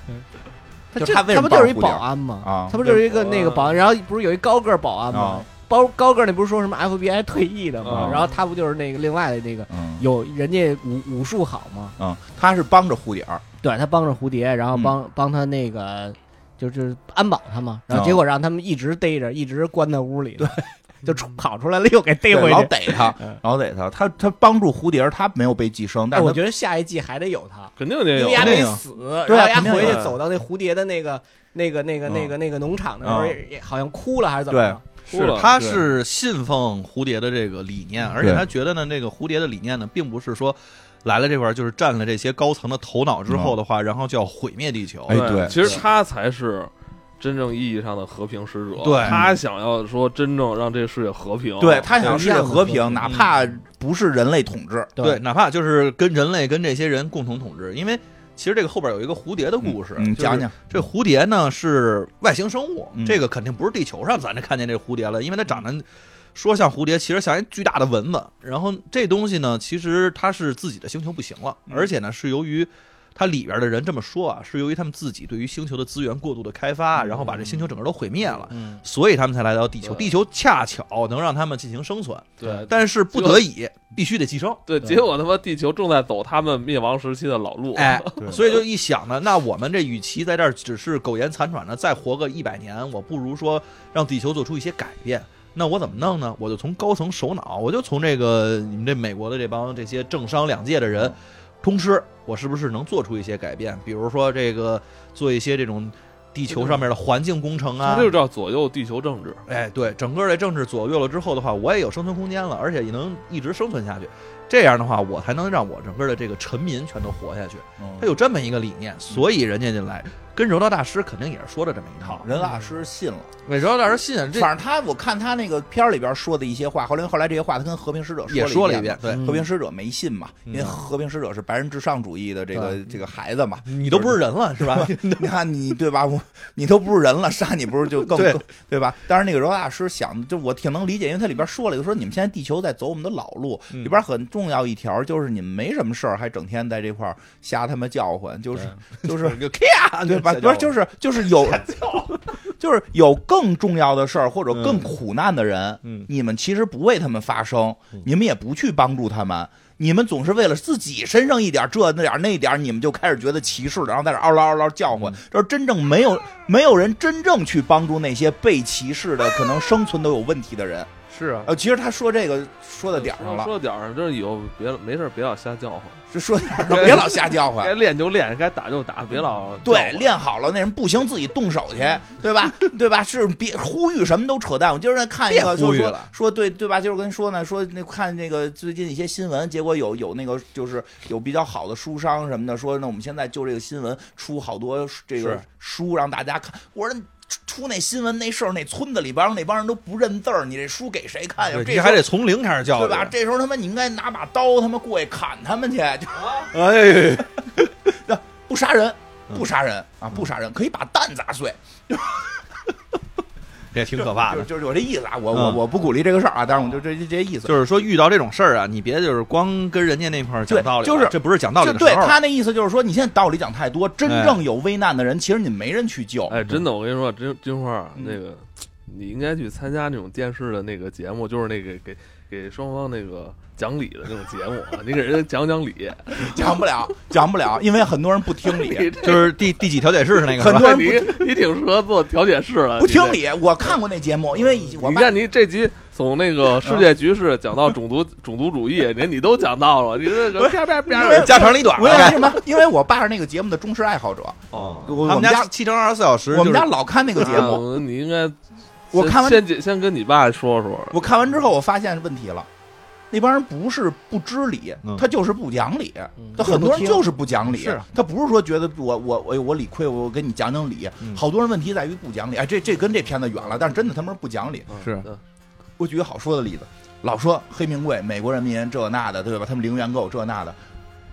Speaker 5: 他
Speaker 1: 就
Speaker 5: 这
Speaker 1: 他为什
Speaker 5: 他
Speaker 1: 么
Speaker 5: 不就是一
Speaker 1: 保护点
Speaker 5: 保
Speaker 1: 儿
Speaker 5: 安吗？
Speaker 1: 啊
Speaker 5: 他不就是一个那个保安？
Speaker 2: 啊
Speaker 5: 然后不是有一高个儿保安吗
Speaker 1: 啊？
Speaker 5: 包高个儿那不是说什么 FBI 退役的吗
Speaker 1: 啊？
Speaker 5: 然后他不就是那个另外的那个
Speaker 1: 嗯
Speaker 5: 有人家武武术好吗？
Speaker 1: 嗯，他是帮着护点儿，
Speaker 5: 对他帮着蝴蝶，然后
Speaker 1: 嗯
Speaker 5: 帮、帮他那个就就是安保他嘛，然后结果让他们一直逮着，一直关在屋里，对，就出跑出来了又给逮
Speaker 1: 对
Speaker 5: 回
Speaker 1: 老
Speaker 5: 去。
Speaker 1: 逮他
Speaker 5: 嗯，
Speaker 1: 老逮他，他他帮助蝴蝶儿，他没有被寄生，但
Speaker 5: 但
Speaker 1: 是
Speaker 5: 我
Speaker 1: 他
Speaker 5: 觉得下一季还得有他，
Speaker 2: 肯定得
Speaker 5: 因
Speaker 2: 有
Speaker 5: 为。丫
Speaker 4: 那
Speaker 5: 没
Speaker 4: 个
Speaker 5: 死，
Speaker 1: 对啊
Speaker 5: 然
Speaker 1: 肯定
Speaker 5: 后丫回去
Speaker 1: 有
Speaker 5: 走到那蝴蝶的那个那个那个那个那个农场的时候，
Speaker 1: 嗯
Speaker 5: 也好像哭了还是怎么着？
Speaker 2: 哭了
Speaker 4: 他是信奉蝴蝶的这个理念，而且他觉得呢，这个蝴蝶的理念呢，并不是说来了这块儿就是占了这些高层的头脑之后的话，然后就要毁灭地球。
Speaker 1: 哎对
Speaker 2: 其实他才是真正意义上的和平使者。
Speaker 4: 对
Speaker 2: 他想要说真正让这个世界和平。啊
Speaker 1: 对他想
Speaker 5: 对
Speaker 1: 世界
Speaker 5: 量
Speaker 1: 和
Speaker 5: 和
Speaker 1: 平，
Speaker 5: 平
Speaker 1: 哪
Speaker 4: 嗯
Speaker 1: 怕不是人类统治，
Speaker 4: 对，哪怕就是跟人类跟这些人共同统治，因为其实这个后边有一个蝴蝶的故事，
Speaker 1: 嗯，
Speaker 4: 就是
Speaker 1: 讲讲，
Speaker 4: 这蝴蝶呢是外星生物，
Speaker 1: 嗯嗯
Speaker 4: 这个肯定不是地球上咱这看见这蝴蝶了，因为它长得。说像蝴蝶，其实像一巨大的蚊子。然后这东西呢，其实它是自己的星球不行了，
Speaker 1: 嗯
Speaker 4: 而且呢是由于它里边的人这么说啊，是由于他们自己对于星球的资源过度的开发，
Speaker 1: 嗯
Speaker 4: 然后把这星球整个都毁灭了，
Speaker 3: 嗯，
Speaker 4: 所以他们才来到地球。
Speaker 2: 对
Speaker 4: 地球恰巧能让他们进行生存，
Speaker 2: 对，
Speaker 4: 但是不得已必须得寄生。
Speaker 2: 对，
Speaker 3: 对
Speaker 2: 结果他妈地球正在走他们灭亡时期的老路，
Speaker 4: 哎
Speaker 1: 对，
Speaker 4: 所以就一想呢，那我们这与其在这儿只是苟延残喘的再活个一百年，我不如说让地球做出一些改变。那我怎么弄呢？我就从高层首脑，我就从这个你们这美国的这帮这些政商两界的人通吃，我是不是能做出一些改变？比如说这个做一些这种地球上面的环境工程啊
Speaker 2: 他，就叫左右地球政治。
Speaker 4: 哎，对，整个这政治左右了之后的话，我也有生存空间了，而且也能一直生存下去。这样的话，我才能让我整个的这个臣民全都活下去。
Speaker 1: 嗯
Speaker 4: 他有这么一个理念，所以人家就来跟柔道大师肯定也是说的这么一套。
Speaker 1: 人啊老师信了，
Speaker 4: 给柔道大师信这
Speaker 1: 反正他我看他那个片儿里边说的一些话，后来后来这些话他跟和平使者
Speaker 4: 也
Speaker 1: 说
Speaker 4: 说了一
Speaker 1: 遍
Speaker 4: 遍
Speaker 1: 嘛。，
Speaker 4: 对
Speaker 1: 和平使者没信嘛，因为
Speaker 4: 嗯
Speaker 1: 和平使者是白人至上主义的这个这个孩子嘛，
Speaker 4: 你都不是人 了是吧？
Speaker 1: 你看你对吧？我你都不是人了，杀你不是就更
Speaker 4: 对
Speaker 1: 更对吧？但是那个柔大师想，就我挺能理解，因为他里边说了，就说你们现在地球在走我们的老路，
Speaker 4: 嗯
Speaker 1: 里边很重要一条就是你们没什么事儿，还整天在这块儿瞎他妈叫唤，就是就是
Speaker 4: 就咔，
Speaker 1: 啊对吧？不
Speaker 4: 不
Speaker 1: 是，就是就是有，就是有更重要的事儿或者更苦难的人，
Speaker 4: 嗯
Speaker 1: 你们其实不为他们发声，
Speaker 4: 嗯
Speaker 1: 你们也不去帮助他们，你们总是为了自己身上一点这那点那点，你们就开始觉得歧视，然后在这嗷唠嗷唠叫唤。这真正没有没有人真正去帮助那些被歧视的，可能生存都有问题的人。
Speaker 4: 是啊，
Speaker 1: 呃，其实他说这个说到点儿上了，
Speaker 2: 说到点儿上，就是以后别没事儿别老瞎叫唤，
Speaker 1: 是说点儿上，别老瞎 叫唤
Speaker 2: 该。练就练，该打就打，别老叫
Speaker 1: 对，
Speaker 2: 唤
Speaker 1: 练好了那人不行，自己动手去， 对吧？对吧？是别呼吁什么都扯淡。我今儿在看一个，
Speaker 4: 别呼
Speaker 1: 就是
Speaker 4: 吁
Speaker 1: 说
Speaker 4: 了
Speaker 1: 说对对吧？就是跟说呢，说那看那个最近一些新闻，结果有有那个就是有比较好的书商什么的，说那我们现在就这个新闻出好多这个
Speaker 4: 是
Speaker 1: 书让大家看。我说。出那新闻那事儿，那村子里边儿那帮人都不认字儿，你这书给谁看哎呀？这
Speaker 4: 你
Speaker 1: 时
Speaker 4: 还
Speaker 1: 候
Speaker 4: 得从零开始教育啊
Speaker 1: 对吧？？这时候他妈你应该拿把刀他妈过去砍他们去，就
Speaker 4: 哎，
Speaker 1: 不杀人，
Speaker 4: 嗯
Speaker 1: 不杀人啊，不杀人，可以把蛋砸碎，
Speaker 4: 这挺可怕
Speaker 1: 就
Speaker 4: 的。
Speaker 1: 就是我这意思啊，我我
Speaker 4: 嗯
Speaker 1: 我不鼓励这个事儿啊，但是我就这这这意思，
Speaker 4: 就是说遇到这种事儿啊，你别就是光跟人家那块儿讲道理了，
Speaker 1: 对就是
Speaker 4: 这不是讲道理
Speaker 1: 就
Speaker 4: 的
Speaker 1: 对
Speaker 4: 时候哎了。
Speaker 1: 他那意思就是说，你现在道理讲太多，真正有危难的人，其实你没人去救。
Speaker 2: 哎，真的，我跟你说，金金花啊
Speaker 1: 嗯
Speaker 2: 那个，你应该去参加那种电视的那个节目，就是那个给给双方那个讲理的那种节目啊，你给人家讲讲 理，
Speaker 1: 讲不了，讲不了，因为很多人不听 理，
Speaker 4: 就是第第几条解释是那个是
Speaker 1: 很
Speaker 4: 吧？
Speaker 1: 多人
Speaker 2: 你你挺适合做调解室了，
Speaker 1: 不听
Speaker 2: 你这。
Speaker 1: 理。我看过那节目，因为以我
Speaker 2: 你
Speaker 1: 爸
Speaker 2: 看，你这集从那个世界局势讲到种族种族主义，连你都讲到了，你这个啪啪啪
Speaker 1: 因为
Speaker 4: 家长里短
Speaker 1: 我为
Speaker 4: 了。
Speaker 1: 什么？因为我爸是那个节目的忠实爱好者，
Speaker 2: 哦，
Speaker 1: 我
Speaker 4: 他
Speaker 1: 我
Speaker 4: 们
Speaker 1: 们
Speaker 4: 家
Speaker 1: 家
Speaker 4: 七乘二十四小时，
Speaker 1: 我们家老看那个节
Speaker 4: 嗯
Speaker 1: 目。
Speaker 2: 啊你应该
Speaker 1: 我
Speaker 2: 先
Speaker 1: 看完
Speaker 2: 先解先跟你爸说说，
Speaker 1: 我看完之后，我发现问题了。那帮人不是不知理
Speaker 4: 嗯，
Speaker 1: 他就是不讲理。
Speaker 3: 嗯
Speaker 1: 他很多人就是不讲理
Speaker 4: 是，
Speaker 1: 他不是说觉得我我哎我我理亏，我给你讲讲理。
Speaker 4: 嗯
Speaker 1: 好多人问题在于不讲理，哎，这这跟这片子远了，但是真的他们是不讲理。
Speaker 2: 嗯
Speaker 4: 是
Speaker 1: 我举个好说的例子，老说黑名贵、美国人民这那的，对吧？他们零元购这那的，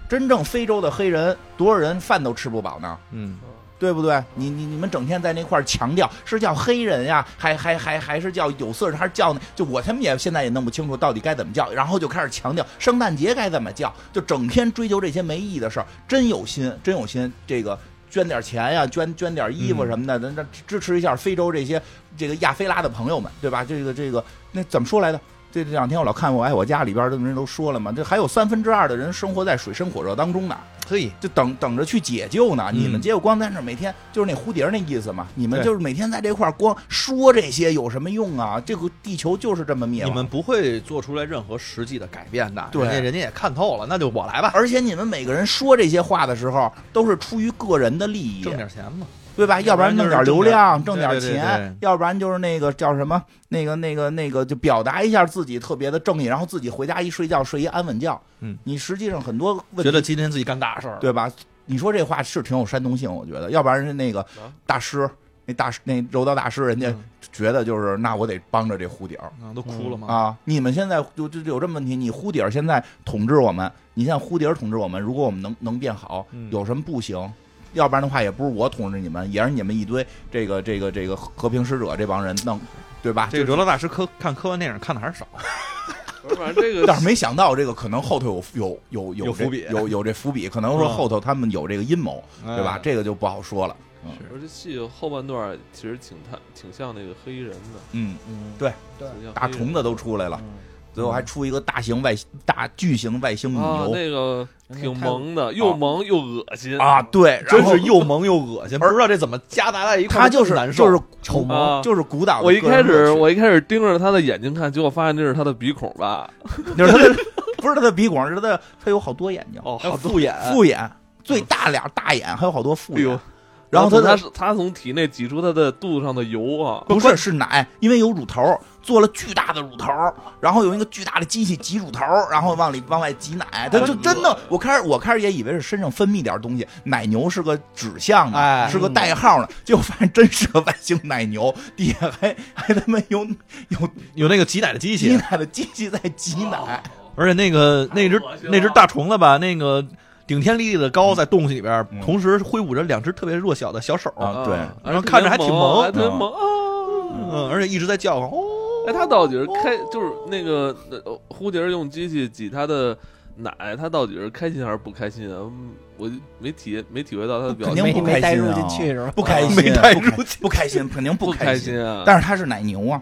Speaker 1: 真正非洲的黑人多少人饭都吃不饱呢？
Speaker 4: 嗯，
Speaker 1: 对不对？你你你们整天在那块儿强调是叫黑人呀，还还还还是叫有色人，还是叫那就我他们也现在也弄不清楚到底该怎么叫，然后就开始强调圣诞节该怎么叫，就整天追求这些没意义的事儿。真有心，真有心，这个捐点钱呀，捐捐点衣服什么的，咱咱支持一下非洲这些这个亚非拉的朋友们，对吧？这个这个那怎么说来着？这这两天我老看我爱哎我家里边的人都说了嘛，这还有三分之二的人生活在水深火热当中呢。
Speaker 4: 嘿，
Speaker 1: 就等等着去解救呢。
Speaker 4: 嗯
Speaker 1: 你们结果光在那儿每天就是那蝴蝶那意思嘛，你们
Speaker 4: 对
Speaker 1: 就是每天在这块儿光说这些有什么用啊？这个地球就是这么灭
Speaker 4: 你
Speaker 1: 亡
Speaker 4: 们。不会做出来任何实际的改变的。
Speaker 1: 对
Speaker 4: 人家人家也看透了，那就我来吧，
Speaker 1: 而且你们每个人说这些话的时候，都是出于个人的利益
Speaker 4: 挣，点钱嘛。
Speaker 1: 对吧？要不然
Speaker 4: 要
Speaker 1: 弄
Speaker 4: 不然就
Speaker 1: 点
Speaker 4: 是
Speaker 1: 流量，挣
Speaker 4: 挣
Speaker 1: 点
Speaker 4: 点对对对
Speaker 1: 钱
Speaker 4: 对，
Speaker 1: 要不然就是那个叫什么，那个那个那个，就表达一下自己特别的正义，然后自己回家一睡觉睡一安稳觉。
Speaker 4: 嗯，
Speaker 1: 你实际上很多问
Speaker 4: 觉
Speaker 1: 题，
Speaker 4: 得今天自己干大事儿，
Speaker 1: 对吧？你说这话是挺有煽动性，我觉得，要不然那个
Speaker 2: 啊
Speaker 1: 大师，那大师那柔道大师，人家
Speaker 4: 嗯
Speaker 1: 觉得就是那我得帮着这蝴蝶儿
Speaker 4: 啊，都哭了吗？
Speaker 1: 啊！你们现在就就就有这么问题，你蝴蝶儿现在统治我们，你现在蝴蝶儿统治我们，如果我们能能变好
Speaker 4: 嗯，
Speaker 1: 有什么不行？要不然的话，也不是我统治你们，也是你们一堆这个这个这个和平使者这帮人弄对吧？
Speaker 4: 这个
Speaker 1: 就
Speaker 4: 哲
Speaker 1: 是
Speaker 4: 罗大师科看科幻电影看的还是少，
Speaker 2: 不是反正这个
Speaker 1: 但是没想到这个可能后头有有有
Speaker 4: 有
Speaker 1: 有这
Speaker 4: 伏笔
Speaker 1: 有有这伏笔，可 能说
Speaker 4: 嗯
Speaker 1: 后头他们有这个阴谋，
Speaker 4: 对
Speaker 1: 对吧？这个就不好说了。
Speaker 2: 而这戏后半段其实挺他挺像那个黑衣人的，
Speaker 1: 嗯，
Speaker 5: 嗯，
Speaker 1: 对，
Speaker 2: 挺像
Speaker 1: 大
Speaker 2: 黑衣
Speaker 1: 虫
Speaker 2: 人
Speaker 1: 子都出来了，
Speaker 5: 嗯
Speaker 1: 最后还出一个大型外大巨型外星母
Speaker 2: 啊，
Speaker 1: 牛
Speaker 2: 那个挺
Speaker 5: 太
Speaker 2: 萌的，又
Speaker 1: 啊
Speaker 2: 萌又恶心
Speaker 1: 啊，对，然
Speaker 4: 真
Speaker 1: 后
Speaker 4: 是又萌又恶 心，不知道这怎么夹杂在一块儿，
Speaker 1: 他就
Speaker 4: 真
Speaker 1: 是
Speaker 4: 难受。
Speaker 1: 就是
Speaker 5: 丑萌
Speaker 2: 啊！
Speaker 1: 就是鼓捣的
Speaker 2: 我一
Speaker 1: 个人
Speaker 2: 开
Speaker 1: 乐趣。
Speaker 2: 始我一开始盯着他的眼睛看，结果发现那是他的鼻孔吧？
Speaker 1: 就是他的不是他的鼻孔，是他的他有好多眼睛，
Speaker 2: 哦，
Speaker 4: 还复眼，
Speaker 1: 复眼最大俩大眼，还有好多复
Speaker 2: 哎呦
Speaker 1: 眼。然后
Speaker 2: 他
Speaker 1: 他
Speaker 2: 他
Speaker 1: 的
Speaker 2: 是他从体内挤出他的肚子上的油啊，
Speaker 1: 不是是奶，因为有乳头，做了巨大的乳头，然后用一个巨大的机器挤乳头，然后往里往外挤奶，他就真的，我开始我开始也以为是身上分泌点东西，奶牛是个指向呢，
Speaker 4: 哎
Speaker 1: 是个代号呢，结果发现真是个外星奶牛，底下还还他妈有有
Speaker 4: 有那个挤奶的机
Speaker 1: 挤
Speaker 4: 器，
Speaker 1: 奶的机器在挤奶，
Speaker 4: 而且那个那只
Speaker 2: 恶心了
Speaker 4: 那只大虫子吧，那个顶天立地的高在洞里边
Speaker 1: 嗯，
Speaker 4: 同时挥舞着两只特别弱小的小手，
Speaker 1: 啊对
Speaker 4: 然后看着还挺萌
Speaker 2: 还特别
Speaker 1: 嗯
Speaker 2: 萌啊。
Speaker 4: 嗯，而且一直在叫唤。哦
Speaker 2: 哎，他到底是开就是那个呃蝴蝶用机器挤他的奶，他到底是开心还是不开心啊？嗯我就没体没体会到他的表
Speaker 1: 肯
Speaker 2: 情
Speaker 1: 定，
Speaker 5: 没
Speaker 1: 不开
Speaker 5: 没带
Speaker 1: 心
Speaker 5: 入
Speaker 1: 啊
Speaker 5: 进去 是吧？
Speaker 1: 不开心，
Speaker 4: 哦没带入
Speaker 1: 不开不开心，肯定
Speaker 2: 不
Speaker 1: 开
Speaker 2: 心啊。
Speaker 1: 但是它是奶牛啊。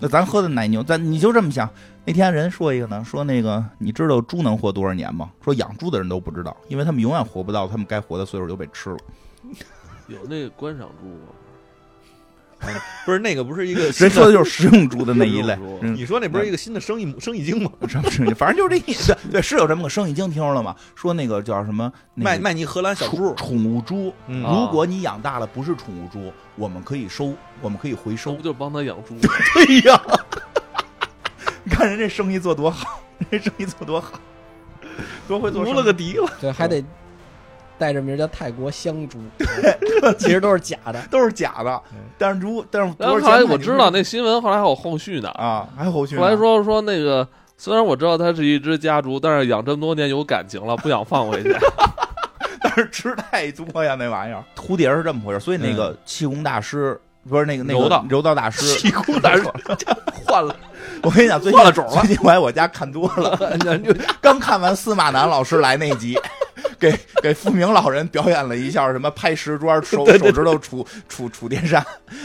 Speaker 1: 那咱喝的奶牛，咱你就这么想。那天人说一个呢，说那个你知道猪能活多少年吗？说养猪的人都不知道，因为他们永远活不到他们该活的岁数就被 吃了。
Speaker 2: 有那个观赏猪吗？
Speaker 4: 不是那个，不是一个新
Speaker 1: 人
Speaker 4: 的
Speaker 1: 说的就是食用猪的那一类
Speaker 2: 食用猪。
Speaker 1: 嗯
Speaker 4: 你说那不是一个新的生意生意经吗？
Speaker 1: 什么生意？反正就是这意思。对，是有这么个生意经，听说了吗？说那个叫什么那个
Speaker 4: 卖卖你荷兰小
Speaker 1: 宠
Speaker 4: 猪，
Speaker 1: 宠物猪。
Speaker 4: 嗯
Speaker 2: 啊
Speaker 1: 如果你养大了不是宠物猪，我们可以收，我们可以回
Speaker 2: 那
Speaker 1: 收
Speaker 2: 不。就是帮他养猪吗？
Speaker 1: 对呀，你看人这生意做多好， 人这生意做多好，多会做
Speaker 4: 无
Speaker 1: 生意。
Speaker 4: 了个敌了，
Speaker 5: 对，还得带着名儿叫泰国 香猪，其实都是假的。
Speaker 1: 都是假的
Speaker 4: 嗯，
Speaker 1: 但是如但是
Speaker 2: 然后
Speaker 1: 多少
Speaker 2: 后来
Speaker 1: 钱
Speaker 2: 我
Speaker 1: 买
Speaker 2: 知道
Speaker 1: 你
Speaker 2: 那新闻，后来还有后续呢。
Speaker 1: 啊，还有后续呢
Speaker 2: 后来说说那个，虽然我知道它是一只家猪，但是养这么多年有感情了，不想放 回去。
Speaker 1: 但是吃太多呀，那玩意儿。 嗯蝴蝶是这么回事，所以那个气功大师不是那个那个
Speaker 4: 柔道
Speaker 1: 柔道大师，
Speaker 4: 气功大 师换了，
Speaker 1: 我跟你讲，最近
Speaker 4: 换了种了
Speaker 1: 最近我来我家看多了， 刚看完司马南老师来那集， 给给富明老人表演了一下什么拍石 砖、手手指头杵杵杵电扇，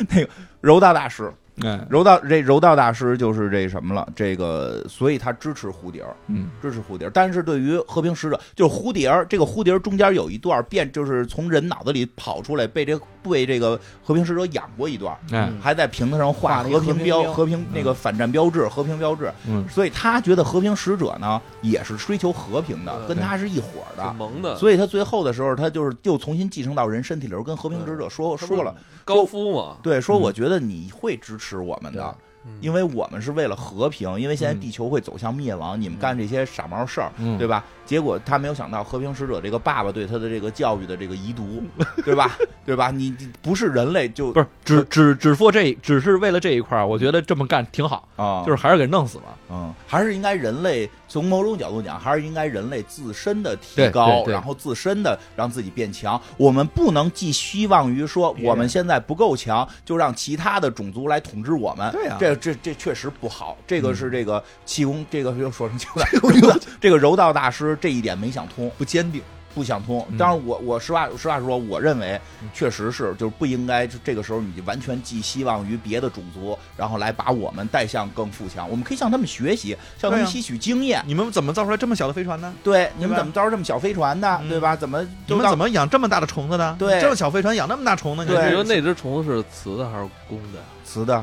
Speaker 1: 那个柔道大师，
Speaker 4: 哎，
Speaker 1: 柔道这柔道大师就是这什么了，这个所以他支持蝴蝶儿，
Speaker 4: 嗯，
Speaker 1: 支持蝴蝶儿。但是对于和平使者，就是蝴蝶儿这个蝴蝶儿中间有一段变，就是从人脑子里跑出来，被这被这个和平使者养过一段，
Speaker 4: 哎，
Speaker 1: 还在瓶子上画
Speaker 5: 画了一个
Speaker 1: 和平标、
Speaker 5: 和
Speaker 1: 和平那个反战标志、和平标志。
Speaker 4: 嗯，
Speaker 1: 所以他觉得和平使者呢也是追求和平的，
Speaker 2: 对
Speaker 1: 跟他是一伙儿
Speaker 2: 挺
Speaker 1: 的。
Speaker 2: 萌的，
Speaker 1: 所以他最后的时候，他就是又重新继承到人身体里头，跟和平使者说
Speaker 2: 他不是
Speaker 1: 说了，
Speaker 2: 高夫嘛，
Speaker 1: 对，说
Speaker 4: 嗯
Speaker 1: 我觉得你会支持我们的，嗯因
Speaker 2: 为
Speaker 1: 为我们是为了和平，因为现在
Speaker 4: 嗯
Speaker 1: 地球会走向灭亡，你们干这些傻毛事儿，
Speaker 4: 嗯
Speaker 1: 对吧？结果他没有想到，和平使者这个爸爸对他的这个教育的这个 遗毒，对吧？对吧？你你不是人类就
Speaker 4: 不是只只只做这，只是为了这一块儿，我觉得这么干挺好，
Speaker 1: 啊，
Speaker 4: 就是还是给弄死了。
Speaker 1: 嗯，还是应该人类从某种角度讲，还是应该人类自身的提
Speaker 4: 对
Speaker 1: 高
Speaker 4: 对，对
Speaker 1: 然后自身的让自己变强。我们不能寄希望于说
Speaker 4: 别人
Speaker 1: 我们现在不够强，就让其他的种族来统治我们。
Speaker 4: 对啊嗯
Speaker 1: 这这这确实不好。这个是这个气功，这个又说成气 功了，柔道这个柔道大师这一点没想通，
Speaker 4: 不坚定，
Speaker 1: 不想通。
Speaker 4: 嗯
Speaker 1: 当然我，我实话实话说，我认为
Speaker 4: 嗯
Speaker 1: 确实是就是不应该，就这个时候你就完全寄希望于别的种族，然后来把我们带向更富强。我们可以向他们学习，向
Speaker 4: 对
Speaker 1: 他们
Speaker 4: 啊
Speaker 1: 吸取经验。
Speaker 4: 你们怎么造出来这么小的飞船呢？
Speaker 1: 对，你们
Speaker 4: 对吧
Speaker 1: 怎么造出这么小飞船的，
Speaker 4: 嗯
Speaker 1: 对吧？怎么
Speaker 4: 你
Speaker 1: 就
Speaker 4: 们
Speaker 1: 到
Speaker 4: 怎么养这么大的虫子呢？
Speaker 1: 对
Speaker 4: 这么小飞船养那么大虫子，你
Speaker 1: 对
Speaker 2: 你
Speaker 4: 这
Speaker 2: 说那只虫子是雌的还是公的呀？
Speaker 1: 雌的？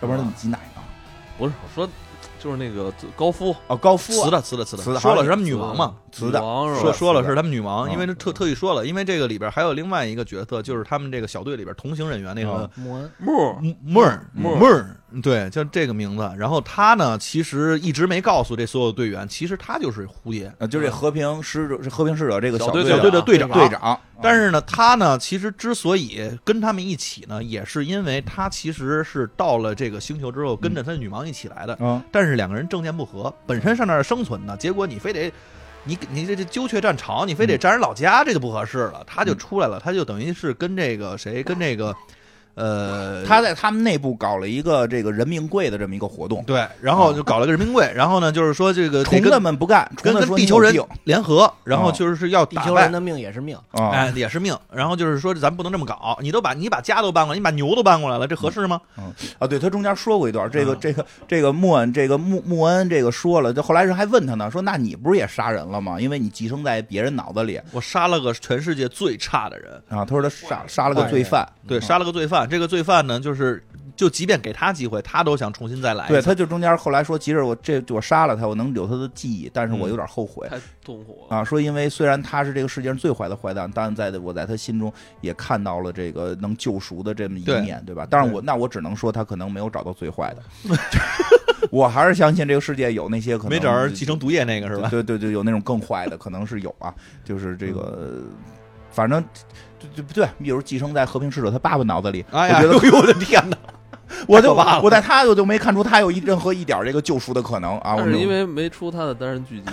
Speaker 1: 要不然怎么挤奶呢？
Speaker 2: 不是我说，就是那个高夫
Speaker 1: 哦，高夫
Speaker 4: 雌的雌的雌
Speaker 1: 雌
Speaker 4: 的，
Speaker 1: 的
Speaker 4: 说了是他们女王嘛，
Speaker 1: 雌的
Speaker 2: 女王是
Speaker 4: 说
Speaker 2: 吧？
Speaker 1: 是
Speaker 4: 说了
Speaker 1: 雌
Speaker 4: 是
Speaker 1: 的
Speaker 4: 他们女王，
Speaker 1: 嗯
Speaker 4: 因为这特特意说了，因为这个里边还有另外一个角色，就是他们这个小队里边同行人员那
Speaker 1: 嗯
Speaker 4: 个
Speaker 5: 嗯魔
Speaker 2: 木
Speaker 4: 木木儿
Speaker 2: 木儿
Speaker 4: 木儿，对，叫这个名字。然后他呢，其实一直没告诉这所有队员，其实他就是蝴蝶，
Speaker 1: 呃，就这和平使者，是和平使者这个
Speaker 2: 小
Speaker 1: 小
Speaker 2: 队
Speaker 4: 嗯
Speaker 1: 队
Speaker 4: 小队的队长啊
Speaker 1: 队长。
Speaker 4: 但是呢，他呢，其实之所以跟他们一起呢，也是因为他其实是到了这个星球之后，跟着他的女王一起来的。
Speaker 1: 嗯，
Speaker 4: 但是两个人政见不合，本身上那儿生存呢，结果你非得。你你这这鸠雀战巢，你非
Speaker 1: 嗯
Speaker 4: 得占人老家，这就不合适了。他就出来了，他就等于是跟这个谁，跟这个，呃，
Speaker 1: 嗯他在他们内部搞了一个这个人命贵的这么一个活动，
Speaker 4: 对，然后就搞了个人民贵，然后呢，就是说这个得
Speaker 1: 虫
Speaker 4: 跟
Speaker 1: 子们不干，
Speaker 4: 跟
Speaker 1: 虫子
Speaker 4: 跟
Speaker 1: 说
Speaker 4: 地
Speaker 1: 你
Speaker 4: 球
Speaker 1: 有
Speaker 4: 人
Speaker 1: 病
Speaker 4: 联合，然后
Speaker 1: 哦
Speaker 4: 就是要
Speaker 5: 地
Speaker 4: 打
Speaker 5: 球
Speaker 4: 败
Speaker 5: 人的命也是命，
Speaker 1: 啊，
Speaker 4: 哎，也是命。然后就是说，咱不能这么搞，你都把你把家都搬过来，你把牛都搬过来了，这合适吗？
Speaker 1: 啊，对他中间说过一段，这个、
Speaker 4: 嗯
Speaker 1: 这个这个穆恩这个穆穆恩这个说了，就后来人还问他呢，说那你不是也杀人了吗？因为你寄生在别人脑子里
Speaker 4: 我杀了个全世界最差的人，
Speaker 1: 啊。他说他杀杀了个罪犯，
Speaker 4: 对，杀了个罪犯。这个罪犯呢，就是就即便给他机会，他都想重新再来一次。
Speaker 1: 对，他就中间后来说，即使我这我杀了他，我能有他的记忆，但是我
Speaker 4: 嗯
Speaker 1: 有点后悔。
Speaker 2: 太痛苦了。
Speaker 1: 啊，说因为虽然他是这个世界上最坏的坏蛋，但在我在他心中也看到了这个能救赎的这么一
Speaker 4: 对
Speaker 1: 面，对吧？但是我那我只能说他可能没有找到最坏的， 我还是相信这个世界有那些可能
Speaker 4: 没准儿继承毒液那个是吧？
Speaker 1: 对对对，有那种更坏的，可能是有啊，就是这个，反正对对不对？比如寄生在和平使者他爸爸脑子里，
Speaker 4: 哎呀，
Speaker 1: 我觉得
Speaker 4: 哎呦我的天哪！
Speaker 1: 我
Speaker 4: 太
Speaker 1: 就
Speaker 4: 可怕了
Speaker 1: 我在他我就没看出他有一任何一点儿这个救赎的可能啊。我
Speaker 2: 但是
Speaker 1: 就
Speaker 2: 因为没出他的单人 剧集，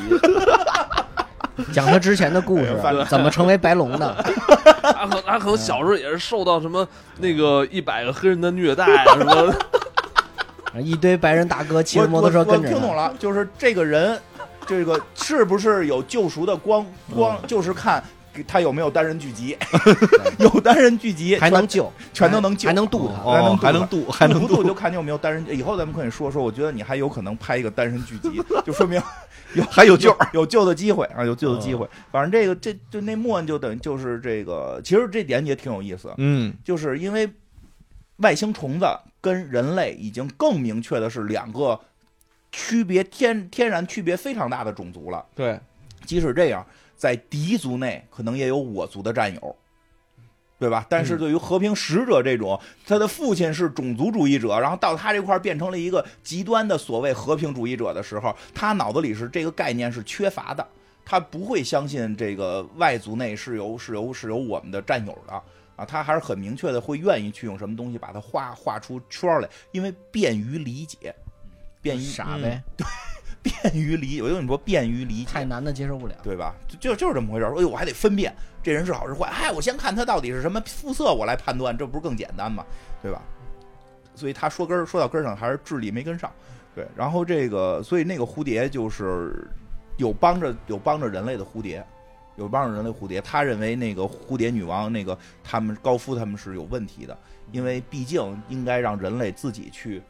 Speaker 5: 讲他之前的故
Speaker 1: 哎
Speaker 5: 事
Speaker 1: 呀反，
Speaker 5: 怎么成为白龙的，
Speaker 2: 他可他可能小时候也是受到什么那个一百个黑人的虐待啊，什么
Speaker 5: 啊一堆白人大哥骑
Speaker 1: 我
Speaker 5: 着摩托车
Speaker 1: 我我
Speaker 5: 跟着
Speaker 1: 听懂
Speaker 5: 他，
Speaker 1: 了，就是这个人，这个是不是有救赎的光
Speaker 4: 嗯
Speaker 1: 光，就是看。他有没有单人剧集？ 有单人剧集，
Speaker 5: 还能救，
Speaker 1: 全都能救
Speaker 5: 还能渡他。
Speaker 1: 还能
Speaker 4: 哦，
Speaker 1: 渡
Speaker 4: 还能渡，还能
Speaker 1: 不渡
Speaker 4: 渡
Speaker 1: 就。看你有没有单人。以后咱们可以说说，我觉得你还有可能拍一个单人剧集，就 说明有
Speaker 4: 还有救嗯
Speaker 1: 有有救的机会啊，有救的机会。反正这个这就那莫恩就等于就是这个，其实这点也挺有意思，
Speaker 4: 嗯，
Speaker 1: 就是因为外星虫子跟人类已经更明确的是两个区别天天然区别非常大的种族了。
Speaker 4: 对，
Speaker 1: 即使这样，在敌族内可能也有我族的战友，对吧？但
Speaker 5: 嗯
Speaker 1: 是对于和平使者这种，他的父亲是种族主义者，然后到他这块儿变成了一个极端的所谓和平主义者的时候，他脑子里是这个概念是缺乏的，他不会相信这个外族内是有是有是有我们的战友的。啊，他还是很明确的，会愿意去用什么东西把它画画出圈儿来，因为便于理解，便于
Speaker 5: 傻呗，
Speaker 1: 便于理解。我跟你说，便于理解，
Speaker 5: 太难的接受不了。
Speaker 1: 对吧？就就就是这么回事儿。哎呦，我还得分辨这人是好是坏，哎，我先看他到底是什么肤色，我来判断，这不是更简单吗？对吧？所以他说根儿说到根儿上，还是智力没跟上。对，然后这个，所以那个蝴蝶就是有帮着有帮着人类的蝴蝶，有帮着人类蝴蝶。他认为那个蝴蝶女王那个他们高夫他们是有问题的，因为毕竟应该让人类自己去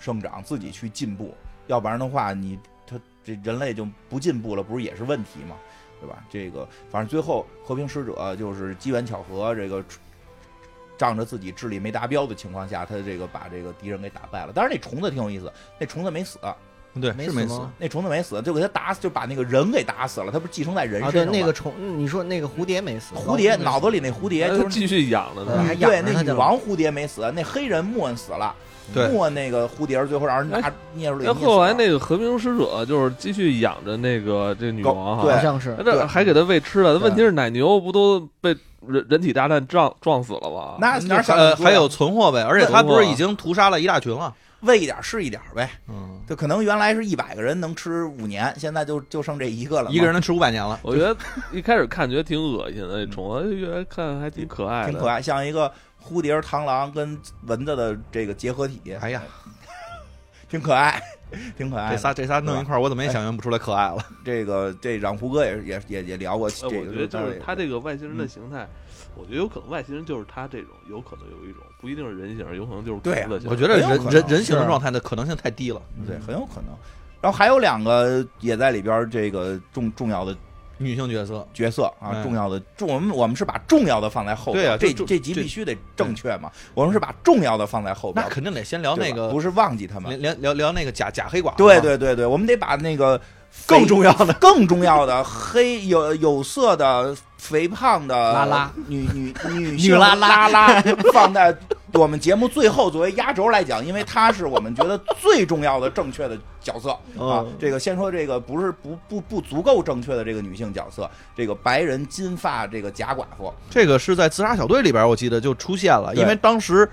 Speaker 1: 生长，自己去进步，要不然的话，你他这人类就不进步了，不是也是问题吗？对吧？这个反正最后和平使者就是机缘巧合，这个仗着自己智力没达标的情况下，他这个把这个敌人给打败了。当然那虫子挺有意思，那虫子没死，
Speaker 4: 对，
Speaker 5: 没
Speaker 4: 是
Speaker 5: 死
Speaker 4: 没
Speaker 5: 吗
Speaker 4: 死。
Speaker 1: 那虫子没死，就给他打死，就把那个人给打死了。他不是寄生在人
Speaker 5: 啊，
Speaker 1: 身上
Speaker 5: 对，
Speaker 1: 吗？
Speaker 5: 那个虫，嗯你说那个蝴蝶没死，
Speaker 1: 蝴蝶
Speaker 5: 高飞没死
Speaker 1: 脑子里那蝴蝶就是
Speaker 2: 继续养着
Speaker 5: 嗯
Speaker 2: 他。
Speaker 5: 还养
Speaker 1: 对，
Speaker 5: 着
Speaker 1: 那
Speaker 5: 它
Speaker 1: 女
Speaker 5: 呢
Speaker 1: 王蝴蝶没死，那黑人莫恩死了，
Speaker 4: 对
Speaker 1: 莫恩那个蝴蝶最后让人拿捏住了。
Speaker 2: 那哎后来那个和平使者就是继续养着那个这女王
Speaker 1: 对
Speaker 2: 哈
Speaker 5: 好，像是
Speaker 2: 哎这还给他喂吃的。
Speaker 1: 对
Speaker 2: 问题是奶牛不都被人人体大战撞撞死了吗？
Speaker 1: 那哪想
Speaker 4: 呃，还
Speaker 5: 啊
Speaker 4: 有存货呗，啊而且他不是已经屠杀了一大群了？
Speaker 1: 喂一点是一点呗，
Speaker 4: 嗯，
Speaker 1: 就可能原来是一百个人能吃五年，现在就就剩这一个了嘛，
Speaker 4: 一个人能吃五百年了。
Speaker 2: 我觉得一开始看觉得挺恶心的，那虫子越来看还挺可爱的，
Speaker 1: 挺可爱，像一个蝴蝶、螳螂跟蚊子的这个结合体，
Speaker 4: 哎呀，
Speaker 1: 挺可爱，挺可爱
Speaker 4: 这
Speaker 1: 的。
Speaker 4: 仨这仨弄一块儿，我怎么也想象不出来可爱了。
Speaker 1: 这个这冉胡哥也也也也聊过这
Speaker 2: 哎，
Speaker 1: 个，
Speaker 2: 我觉得就是他这
Speaker 1: 个
Speaker 2: 个外星人的形态，我觉得有可能外星人就是他这种，有可能有一种不一定是人形，有可能就是
Speaker 1: 对啊
Speaker 2: 虫子形。
Speaker 4: 我觉得
Speaker 1: 很有
Speaker 4: 人
Speaker 1: 可能
Speaker 4: 人人形的
Speaker 1: 是
Speaker 4: 状态的可能性太低了。
Speaker 1: 对很有可能。然后还有两个也在里边儿这个重重要的
Speaker 4: 女性角色，
Speaker 1: 角色啊，
Speaker 4: 嗯
Speaker 1: 重要的重我们我们是把重要的放在后边，
Speaker 4: 对啊
Speaker 1: 这
Speaker 4: 就就
Speaker 1: 这集
Speaker 4: 这
Speaker 1: 必须得正确嘛，我们是把重要的放在后边
Speaker 4: 那，肯定得先聊
Speaker 1: 对
Speaker 4: 那
Speaker 1: 吧
Speaker 4: 个，
Speaker 1: 不是忘记他
Speaker 4: 聊
Speaker 1: 们，
Speaker 4: 聊聊聊那个假假黑寡妇。
Speaker 1: 对，对对对，我们得把那个肥
Speaker 4: 更重要的
Speaker 1: 更重要的黑有有色的肥胖的
Speaker 5: 拉拉
Speaker 1: 女 女呃女
Speaker 5: 女
Speaker 1: 性
Speaker 5: 拉
Speaker 1: 拉拉放在我们节目最后作为压轴来讲，因为她是我们觉得最重要的正确的角色啊
Speaker 4: 嗯。
Speaker 1: 这个先说这个不是不不不足够正确的这个女性角色，这个白人金发这个假寡妇，
Speaker 4: 这个是在自杀小队里边，我记得就出现了，
Speaker 1: 对
Speaker 4: 因为当时。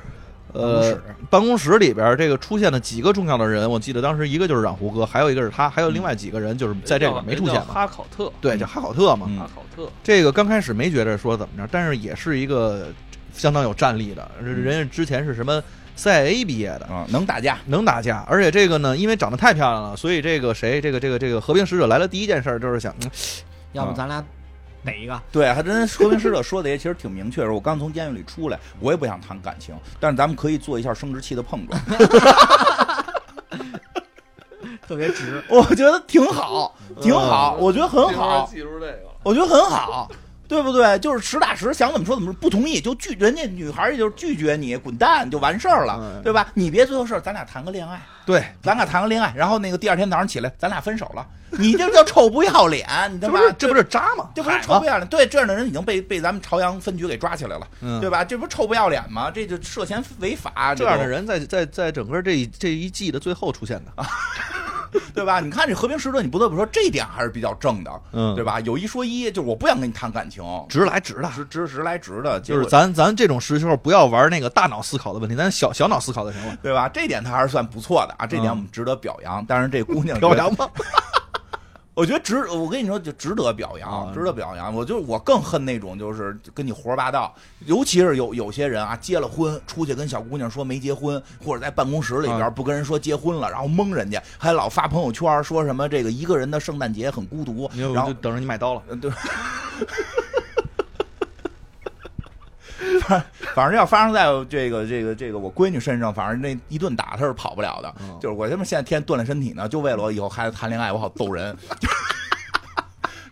Speaker 5: 办公
Speaker 4: 呃
Speaker 5: 室，
Speaker 4: 办公室里边这个出现了几个重要的人，我记得当时一个就是染胡歌，还有一个是他，还有另外几个人就是在这里边没出现
Speaker 2: 嗯人叫
Speaker 4: 嘛。
Speaker 2: 哈考特，
Speaker 4: 对，叫哈考特嘛。
Speaker 1: 嗯
Speaker 2: 哈考特，
Speaker 4: 这个刚开始没觉着说怎么着，但是也是一个相当有战力的，人家之前是什么赛 A 毕业的，
Speaker 1: 啊，能打架，
Speaker 4: 能打架，而且这个呢，因为长得太漂亮了，所以这个谁，这个这个这个和平使者来了，第一件事儿就是想，嗯
Speaker 5: 要不咱俩逮一个？
Speaker 1: 对，还真和平使者说的也其实挺明确，说我刚从监狱里出来，我也不想谈感情，但是咱们可以做一下生殖器的碰撞，
Speaker 5: 特别 直，
Speaker 1: 我觉得挺好，
Speaker 4: 嗯
Speaker 1: 挺好，我觉得很好，
Speaker 2: 记住这个了。
Speaker 1: 我觉得很好，对不对？就是实打实，想怎么说怎么说，不同意就拒，人家女孩儿也就是拒绝你，滚蛋就完事儿了
Speaker 4: 嗯，
Speaker 1: 对吧？你别最后事儿，咱俩谈个恋爱，
Speaker 4: 对，
Speaker 1: 咱俩谈个恋爱，然后那个第二天早上起来，咱俩分手了，你这叫臭不要脸，你他
Speaker 4: 这
Speaker 1: 妈
Speaker 4: 不是这不是渣吗？
Speaker 1: 这不是
Speaker 4: 海
Speaker 1: 臭
Speaker 4: 吗
Speaker 1: 不？要脸？对，这样的人已经被被咱们朝阳分局给抓起来了，
Speaker 4: 嗯
Speaker 1: 对吧？这不是臭不要脸吗？这就涉嫌违法，
Speaker 4: 这样的人在在在整个这一这一季的最后出现的，啊
Speaker 1: 都，对吧？你看这和平使者，你不得不说这一点还是比较正的，
Speaker 4: 嗯
Speaker 1: 对吧？有一说一，就是我不想跟你谈感情，
Speaker 4: 直来直的。
Speaker 1: 直直直来直的，结
Speaker 4: 就
Speaker 1: 果
Speaker 4: 是咱咱这种时候不要玩那个大脑思考的问题，咱小小脑思考就 行了。
Speaker 1: 对吧？这点他还是算不错的啊，这点我们值得表扬。当然，这 姑娘
Speaker 4: 嗯表扬
Speaker 1: 吧，我觉得值，我跟你说就值得表扬，
Speaker 4: 嗯
Speaker 1: 值得表扬。我就我更恨那种就是跟你胡说八道，尤其是有有些人啊，结了婚出去跟小姑娘说没结婚，或者在办公室里边
Speaker 4: 嗯
Speaker 1: 不跟人说结婚了，然后蒙人家，还老发朋友圈说什么这个一个人的圣诞节很孤独，
Speaker 4: 你就
Speaker 1: 然后
Speaker 4: 就等着你买刀了。
Speaker 1: 呃，对。 反反正要发生在这个这个这个我闺女身上，反正那一顿打她是跑不了的。
Speaker 4: 嗯
Speaker 1: 就是我他妈现在天天锻炼身体呢，就为了我以后孩子谈恋爱我好揍人。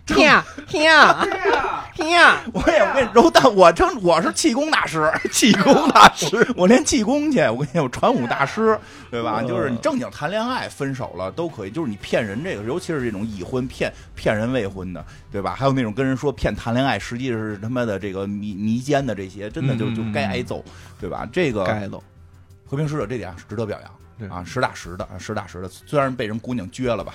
Speaker 5: 天天天，
Speaker 1: 我也我跟你揉蛋，我称我是气功 大师，气功大师， 我练气功去，我跟你讲，我传武 大师，对
Speaker 4: 嗯
Speaker 1: 吧？就是你正经谈恋爱，分手了都可以，就是你骗人这个，尤其是这种已婚骗骗人未婚的，对吧？还有那种跟人说骗谈恋爱，实际是他妈的这个迷迷奸的这些，真的就
Speaker 4: 嗯
Speaker 1: 就该挨揍，对吧？这个
Speaker 4: 该喽，
Speaker 1: 和平使者这点是值得表
Speaker 4: 对
Speaker 1: 扬啊，实打实的啊，实打实的，虽然被人姑娘撅了吧，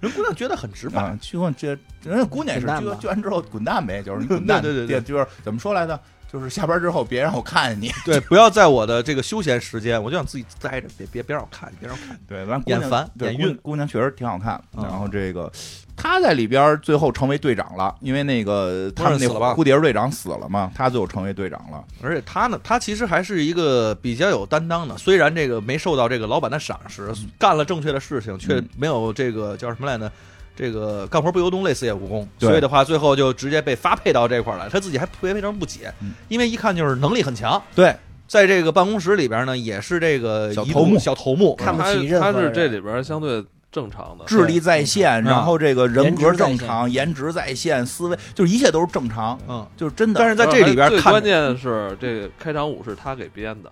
Speaker 4: 人姑娘觉得很直白，
Speaker 1: 啊，去问这人家姑娘也是
Speaker 5: 滚蛋
Speaker 1: 撅
Speaker 5: 吧
Speaker 1: 撅完之后滚蛋呗， 就是你滚蛋，
Speaker 4: 对对对对
Speaker 1: 就是怎么说来着？就是下班之后别让我看见你。
Speaker 4: 对，不要在我的这个休闲时间，我就想自己待着，别别别让我看，别让我看。
Speaker 1: 对，完姑娘
Speaker 4: 眼烦
Speaker 1: 对
Speaker 4: 眼
Speaker 1: 姑娘
Speaker 4: 晕
Speaker 1: 姑娘确实挺好看。
Speaker 4: 嗯
Speaker 1: 然后这个她在里边最后成为队长了，因为那个他们那
Speaker 4: 不是死了吧
Speaker 1: 蝴蝶队长死了嘛，她最后成为队长了。
Speaker 4: 而且他呢，他其实还是一个比较有担当的，虽然这个没受到这个老板的赏识，干了正确的事情，却
Speaker 1: 嗯
Speaker 4: 没有这个叫什么来呢？这个干活不由东，累死也无功。
Speaker 1: 对
Speaker 4: 所以的话，最后就直接被发配到这块儿来，他自己还特别非常不解
Speaker 1: 嗯，
Speaker 4: 因为一看就是能力很强，
Speaker 1: 对，
Speaker 4: 在这个办公室里边呢，也是这个
Speaker 1: 小
Speaker 4: 一
Speaker 1: 头
Speaker 4: 路
Speaker 1: 目
Speaker 4: 小头目，嗯
Speaker 5: 看不
Speaker 2: 他
Speaker 5: 起任何
Speaker 2: 他
Speaker 5: 人
Speaker 2: 是这里边儿相对正常
Speaker 4: 呃
Speaker 2: 的，
Speaker 1: 智力在线，
Speaker 4: 嗯
Speaker 1: 然后这个人格
Speaker 5: 颜值在
Speaker 1: 正
Speaker 5: 线
Speaker 1: 常，颜值在线，思维就是一切都是正常，
Speaker 4: 嗯，
Speaker 1: 就是真的。
Speaker 4: 但是在这里边
Speaker 2: 最
Speaker 4: 看
Speaker 2: 关键的是，这个开场舞是他给编的，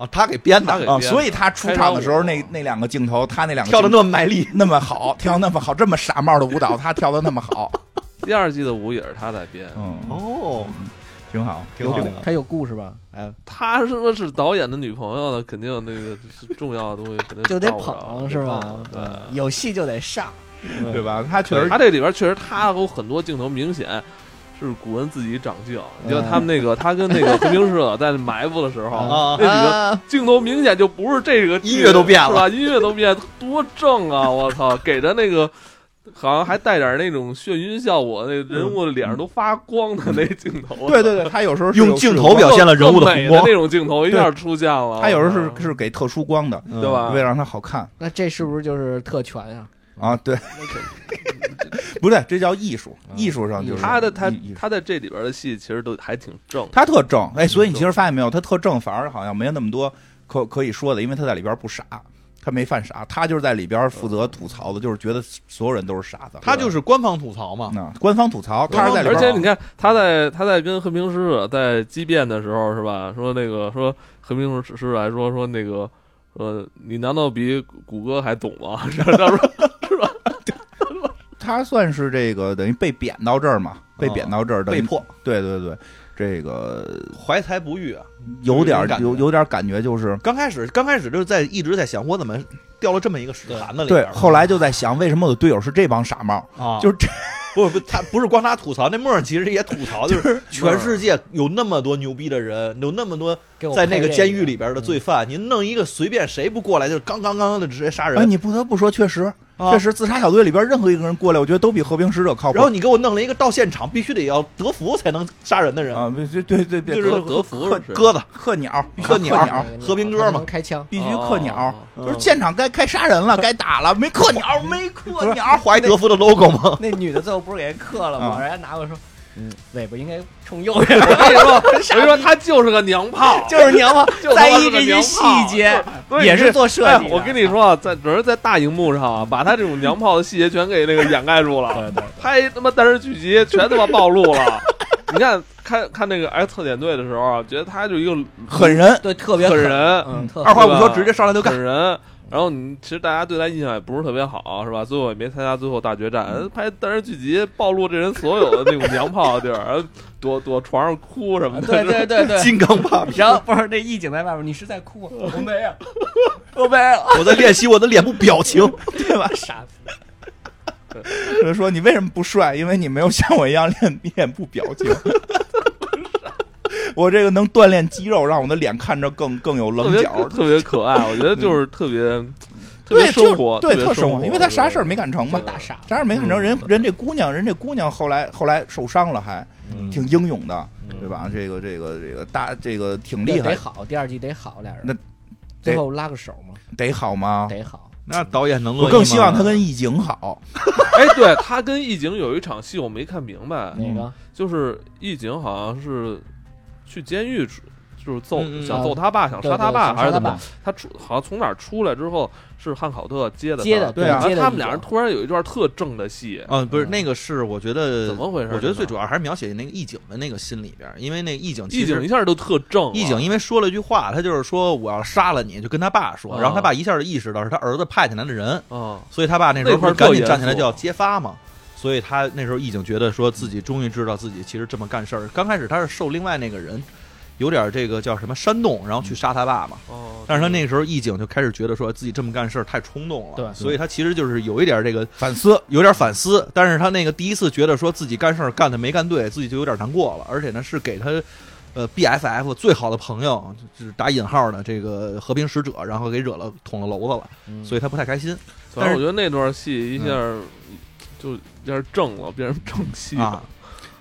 Speaker 4: 啊，他给编
Speaker 2: 他给
Speaker 4: 的，
Speaker 1: 啊，
Speaker 2: 编的
Speaker 1: 所以她出场的时候，
Speaker 2: 开场舞
Speaker 1: 那那两个镜头，她那两个
Speaker 4: 跳的
Speaker 1: 镜
Speaker 4: 那么卖力，
Speaker 1: 那么好，跳得那么好，这么傻帽的舞蹈，她跳的那么好，
Speaker 2: 第二季的舞也是他在编。
Speaker 1: 嗯，
Speaker 4: 哦，
Speaker 1: 挺好，
Speaker 4: 挺好的。
Speaker 5: 他有故事吧？哎，
Speaker 2: 他是不是导演的女朋友呢？肯定那个重要的东西肯定
Speaker 5: 就得
Speaker 2: 到不了
Speaker 5: 捧是吧？嗯
Speaker 2: 对，
Speaker 5: 有戏就得上，
Speaker 1: 对吧？她确
Speaker 2: 对
Speaker 1: 实
Speaker 2: 他这里边确实他有很多镜头明显是古文自己长镜，你
Speaker 5: 嗯
Speaker 2: 看他们那个他跟那个 和平使者在埋伏的时候，
Speaker 4: 啊
Speaker 2: 那几个镜头明显就不是这个剧
Speaker 4: 音乐都变了
Speaker 2: 是吧？音乐都变，多正啊！我操，给的那个。好像还带点那种眩晕效果，那人物脸上都发光的那镜头，啊
Speaker 1: 对对对，她有时候是
Speaker 4: 用
Speaker 1: 有
Speaker 4: 镜
Speaker 1: 是有
Speaker 4: 头表现了人物
Speaker 2: 更
Speaker 4: 的
Speaker 2: 美
Speaker 4: 红
Speaker 2: 的
Speaker 4: 光
Speaker 2: 那，种镜头一下出现了。啊
Speaker 1: 他有时候
Speaker 2: 我
Speaker 1: 是
Speaker 2: 操
Speaker 1: 是给特殊光的，
Speaker 4: 嗯
Speaker 2: 对吧？
Speaker 1: 为了让它好看
Speaker 5: 那这是不是就是特权呀？
Speaker 1: 啊。 对，不对，这叫艺术，嗯艺术上就是
Speaker 2: 他的他
Speaker 1: 艺术
Speaker 2: 他在这里边的戏其实都还挺正的，
Speaker 1: 他特正，哎，所以你其实发现没有，他特正，反而好像没有那么多可可以说的，因为他在里边不傻，他没犯傻，他就是在里边负责吐槽的，就是觉得所有人都是傻子，
Speaker 4: 他就是官方吐槽嘛，
Speaker 1: 那官方吐槽，他是在里
Speaker 2: 而
Speaker 1: 边，
Speaker 2: 且你看他在他在跟和平使者在激辩的时候是吧？说那个说和平使者来说说那个呃，你难道比谷歌还懂吗？ 是吧？他说
Speaker 1: 他算是这个等于被贬到这儿嘛，嗯被贬到这儿，等
Speaker 4: 哦
Speaker 1: 于
Speaker 4: 被，迫
Speaker 1: 对对对，这个
Speaker 4: 嗯怀才不遇啊。
Speaker 1: 有点
Speaker 4: 有一种感觉
Speaker 1: 有有点感觉就是。
Speaker 4: 刚开始刚开始就是在一直在想，我怎么掉了这么一个屎坛子里边
Speaker 1: 对
Speaker 4: 儿？，
Speaker 1: 后来就在想，为什么我的队友是这帮傻帽？
Speaker 4: 啊，
Speaker 1: 就是是这
Speaker 4: 不是不是他不是光他吐槽，那默儿其实也吐槽， 就是全世界有那么多牛逼的人，有那么多
Speaker 5: 给我
Speaker 4: 在那个
Speaker 5: 配这
Speaker 4: 监狱嗯里边的罪犯，您弄一个随便谁不过来就刚刚刚的直接杀
Speaker 1: 哎，
Speaker 4: 人，
Speaker 1: 你不得不说，确实，
Speaker 4: 啊
Speaker 1: 确实，自杀小队里边任何一个人过来，我觉得都比和平使者靠谱。
Speaker 4: 然后你给我弄了一个到现场必须得要德芙才能杀人的人，
Speaker 1: 啊，对对对对，
Speaker 4: 就是
Speaker 1: 克
Speaker 2: 德芙是
Speaker 4: 鸽子
Speaker 1: 克鸟，必须
Speaker 4: 克
Speaker 1: 鸟，
Speaker 4: 鸟和平鸽嘛
Speaker 5: 能开枪，
Speaker 1: 必须克鸟。
Speaker 2: 哦
Speaker 1: 就是现场该该杀人了，该打了，没克鸟，没克鸟，
Speaker 4: 怀德芙的 logo 吗？
Speaker 5: 那女的最后不是给人克了
Speaker 1: 啊
Speaker 5: 吗？人家拿过来说，
Speaker 1: 嗯
Speaker 5: 尾巴应该冲右 边，
Speaker 2: 我跟你说，我跟你说，他就是个娘炮，
Speaker 5: 就是娘炮
Speaker 2: 就，他妈
Speaker 5: 在意
Speaker 2: 是个
Speaker 5: 这些
Speaker 2: 娘
Speaker 5: 细
Speaker 2: 炮
Speaker 5: 节，
Speaker 2: 对
Speaker 5: 也
Speaker 2: 你
Speaker 5: 是做设
Speaker 2: 哎
Speaker 5: 计的。
Speaker 2: 我跟你说啊，在只是在大荧幕上啊，把他这种娘炮的细节全给那个掩盖住了。拍他妈电视剧集全他妈暴露了。 你看看看那个 X 特遣队的时候啊，觉得他就一个
Speaker 1: 狠人。
Speaker 5: 对特别
Speaker 2: 狠
Speaker 5: 狠，
Speaker 2: 人，
Speaker 5: 嗯，特
Speaker 4: 二话
Speaker 5: 狠
Speaker 4: 不说
Speaker 2: 对吧
Speaker 4: 直接上来就干。
Speaker 2: 狠人。然后你其实大家对他印象也不是特别好，是吧？最后也没参加最后大决
Speaker 5: 嗯
Speaker 2: 战，拍电视剧集暴露这人所有的那种娘炮的地儿， 然后躲躲床上哭什么的。
Speaker 5: 啊对对对对。
Speaker 4: 金刚芭比，
Speaker 5: 然后不是那义警在外面，你是在哭吗？我没有，我 没有，
Speaker 4: 我在练习我的脸部表情。
Speaker 1: 对吧？
Speaker 5: 傻逼。
Speaker 1: 就是说你为什么不帅？因为你没有像我一样练 面部表情。我这个能锻炼肌肉，让我的脸看着更更有
Speaker 2: 特
Speaker 1: 棱
Speaker 2: 别
Speaker 1: 角。
Speaker 2: 特别可爱，我觉得就是特别特别
Speaker 1: 对，就
Speaker 2: 生
Speaker 1: 是
Speaker 2: 活，
Speaker 1: 对
Speaker 2: 特别
Speaker 1: 特
Speaker 2: 生
Speaker 1: 活，因为他啥事儿没干成嘛
Speaker 5: 就，大傻
Speaker 1: 啥事儿没干成，人人这姑娘，人这姑娘后来后来受伤了，还挺英勇的，对吧？这个这个这个大这个挺厉害
Speaker 5: 得，好，第二季得好俩人。
Speaker 1: 那啊
Speaker 5: 最后拉个手嘛，
Speaker 1: 得好吗？
Speaker 5: 得好。
Speaker 4: 那导演能乐意
Speaker 1: 我
Speaker 4: 吗
Speaker 1: 更希望他跟易景好，
Speaker 2: 哎，对他跟易景有一场戏我没看明白，
Speaker 5: 哪个？
Speaker 2: 就是易景好像是去监狱出，就是揍
Speaker 4: 嗯嗯
Speaker 2: 想揍他爸，想杀他爸还是
Speaker 5: 他
Speaker 2: 怎么？他出好像从哪儿出来之后是汉考特接的他
Speaker 5: 接的，
Speaker 1: 对啊
Speaker 2: 然后
Speaker 5: 接的
Speaker 2: 他们俩人突然有一段特正的戏，
Speaker 4: 嗯，不是那个是我觉得
Speaker 2: 怎么回事
Speaker 4: 我觉得最主要还是描写那个义警的那个心里边儿，因为那义警其
Speaker 2: 易景
Speaker 4: 实
Speaker 2: 一下就特正，
Speaker 4: 义警因为说了一句话，他就是说我要杀了你，就跟他爸说，
Speaker 2: 啊
Speaker 4: 然后他爸一下就意识到是他儿子派进来的人，
Speaker 2: 啊，
Speaker 4: 所以他爸那时
Speaker 2: 那块
Speaker 4: 候
Speaker 2: 儿
Speaker 4: 赶紧
Speaker 2: 特
Speaker 4: 站起来
Speaker 2: 严肃
Speaker 4: 就要揭发嘛。所以他那时候义警觉得说自己终于知道自己其实这么干事儿。刚开始他是受另外那个人有点这个叫什么煽动，然后
Speaker 2: 嗯
Speaker 4: 去杀他爸嘛。
Speaker 2: 哦，
Speaker 4: 但是他那个时候义警就开始觉得说自己这么干事儿太冲动了，
Speaker 5: 对
Speaker 4: 所以他其实就是有一点这个
Speaker 1: 反思。
Speaker 4: 有点反思，但是他那个第一次觉得说自己干事儿干的没干对，自己就有点难过了，而且呢是给他。呃，BFF 最好的朋友就是打引号的这个和平使者，然后给惹了捅了娄子了，所以他不太开心
Speaker 2: 反
Speaker 4: 但是
Speaker 2: 正我觉得那段戏一下就一下正了，变成正戏
Speaker 4: 啊
Speaker 2: 了。。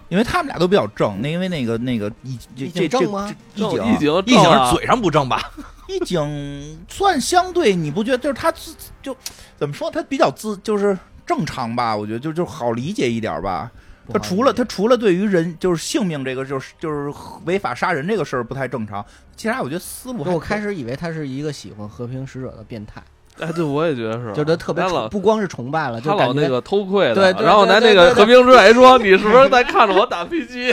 Speaker 1: 因为他们俩都比较正，那因为那个那个易这
Speaker 5: 易
Speaker 1: 这
Speaker 5: 景
Speaker 1: 这
Speaker 5: 正吗
Speaker 1: 这
Speaker 2: 正
Speaker 1: 易
Speaker 2: 易
Speaker 1: 景
Speaker 2: 景
Speaker 4: 一景
Speaker 2: 正啊
Speaker 4: 是嘴上不正 吧？
Speaker 1: 易景算相对，你不觉得就是他自就怎么说，他比较自就是正常吧？我觉得就就好理解一点吧。
Speaker 5: 嗯
Speaker 1: 他除了他除了对于人就是性命这个就是就是违法杀人这个事儿不太正常，其他我觉得思路还
Speaker 5: 我开始以为他是一个喜欢和平使者的变态，
Speaker 2: 哎，对，我也觉得是，
Speaker 5: 就是他特别
Speaker 2: 他
Speaker 5: 崇
Speaker 2: 老
Speaker 5: 不光是崇拜了，就
Speaker 2: 他老
Speaker 5: 感觉
Speaker 2: 那个偷窥的，
Speaker 5: 对对
Speaker 2: 然后拿那
Speaker 5: 对对对
Speaker 2: 个和平之来说，你是不是在看着我打飞 机？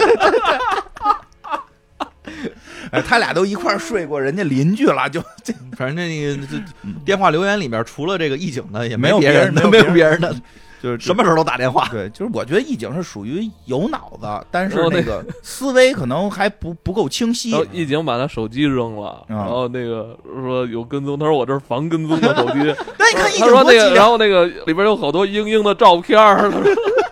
Speaker 1: 哎他俩都一块儿睡过人家邻居了，就这
Speaker 4: 反正那个这电话留言里边，除了这个义警的，也
Speaker 1: 没有
Speaker 4: 别
Speaker 1: 别
Speaker 4: 人
Speaker 1: 人
Speaker 4: 的，
Speaker 1: 没
Speaker 4: 没
Speaker 1: 有
Speaker 4: 有别人 的，
Speaker 1: 就是
Speaker 4: 什么时候都打电话。
Speaker 1: 对，就是我觉得易景是属于有脑子，但是
Speaker 2: 哦
Speaker 1: 那
Speaker 2: 那
Speaker 1: 个思维可能还不不够清晰
Speaker 2: 然。后一景把他手机扔了，
Speaker 1: 嗯
Speaker 2: 然后那个说有跟踪，他说我这是防跟踪的手 机。
Speaker 1: 那你看易景
Speaker 2: 他说
Speaker 1: 多
Speaker 2: 那
Speaker 1: 机
Speaker 2: 个，
Speaker 1: 灵
Speaker 2: 然，后那个里边有好多英英的照片儿。他说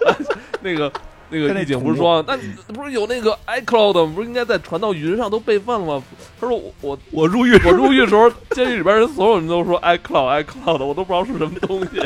Speaker 2: 那个那
Speaker 1: 跟那
Speaker 2: 个一景不是说，那你不是有那个 iCloud 吗不是应该在传到云上都备份了吗？他说我我
Speaker 4: 我入狱，
Speaker 1: 嗯
Speaker 2: 我入狱的时候，监狱里边人所有人都说 iCloud iCloud 的，我都不知道是什么东西。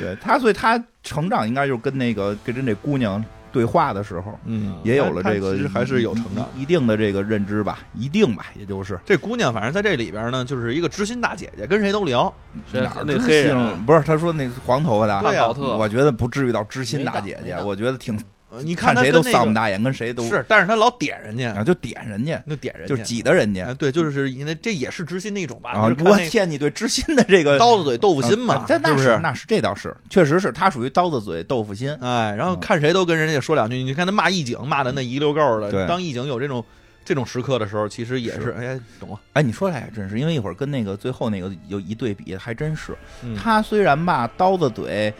Speaker 1: 对他，所以他成长应该就是跟那个跟这姑娘对话的时候，
Speaker 4: 嗯
Speaker 1: 也有了这
Speaker 4: 他
Speaker 1: 个
Speaker 4: 其实还是有成长。
Speaker 1: 一定的这个认知吧，一定吧，也就是
Speaker 4: 这姑娘反正在这里边呢，就是一个知心大姐姐，跟谁都聊。
Speaker 2: 谁
Speaker 1: 哪儿
Speaker 2: 那
Speaker 1: 知
Speaker 2: 黑人啊
Speaker 1: 心了不是他说那黄头发的啊，
Speaker 4: 对啊
Speaker 2: 汉堡特
Speaker 1: 我觉得不至于到知心大姐
Speaker 5: 没
Speaker 1: 姐
Speaker 5: 到，没到
Speaker 1: 我觉得挺
Speaker 4: 呃你
Speaker 1: 看
Speaker 4: 她
Speaker 1: 谁
Speaker 4: 跟
Speaker 1: 都
Speaker 4: 那
Speaker 1: 丧不
Speaker 4: 个
Speaker 1: 大眼，跟谁都
Speaker 4: 是，但是她老点人家
Speaker 1: 然，后就点人家，
Speaker 4: 那点人
Speaker 1: 就
Speaker 4: 家
Speaker 1: 挤得人
Speaker 4: 哎，
Speaker 1: 家
Speaker 4: 对，就是因为这也是知心的一种吧。
Speaker 1: 啊
Speaker 4: 就是！看
Speaker 1: 我
Speaker 4: 那
Speaker 1: 天，你对知心的这个
Speaker 4: 个刀子嘴豆腐心
Speaker 1: 啊
Speaker 4: 嘛，
Speaker 1: 这那
Speaker 4: 是不是？
Speaker 1: 那是这倒是，确实是他属于刀子嘴豆腐心，
Speaker 4: 哎，然后看谁都跟人家说两句，你看他骂义警骂的那一溜够
Speaker 1: 对
Speaker 4: 的。当义警有这种这种时刻的时候，其实也
Speaker 1: 是
Speaker 4: 是哎，懂了。
Speaker 1: 哎，你说来还真是，因为一会儿跟那个最后那个有一对比，还真是。
Speaker 4: 嗯
Speaker 1: 他虽然吧，刀子嘴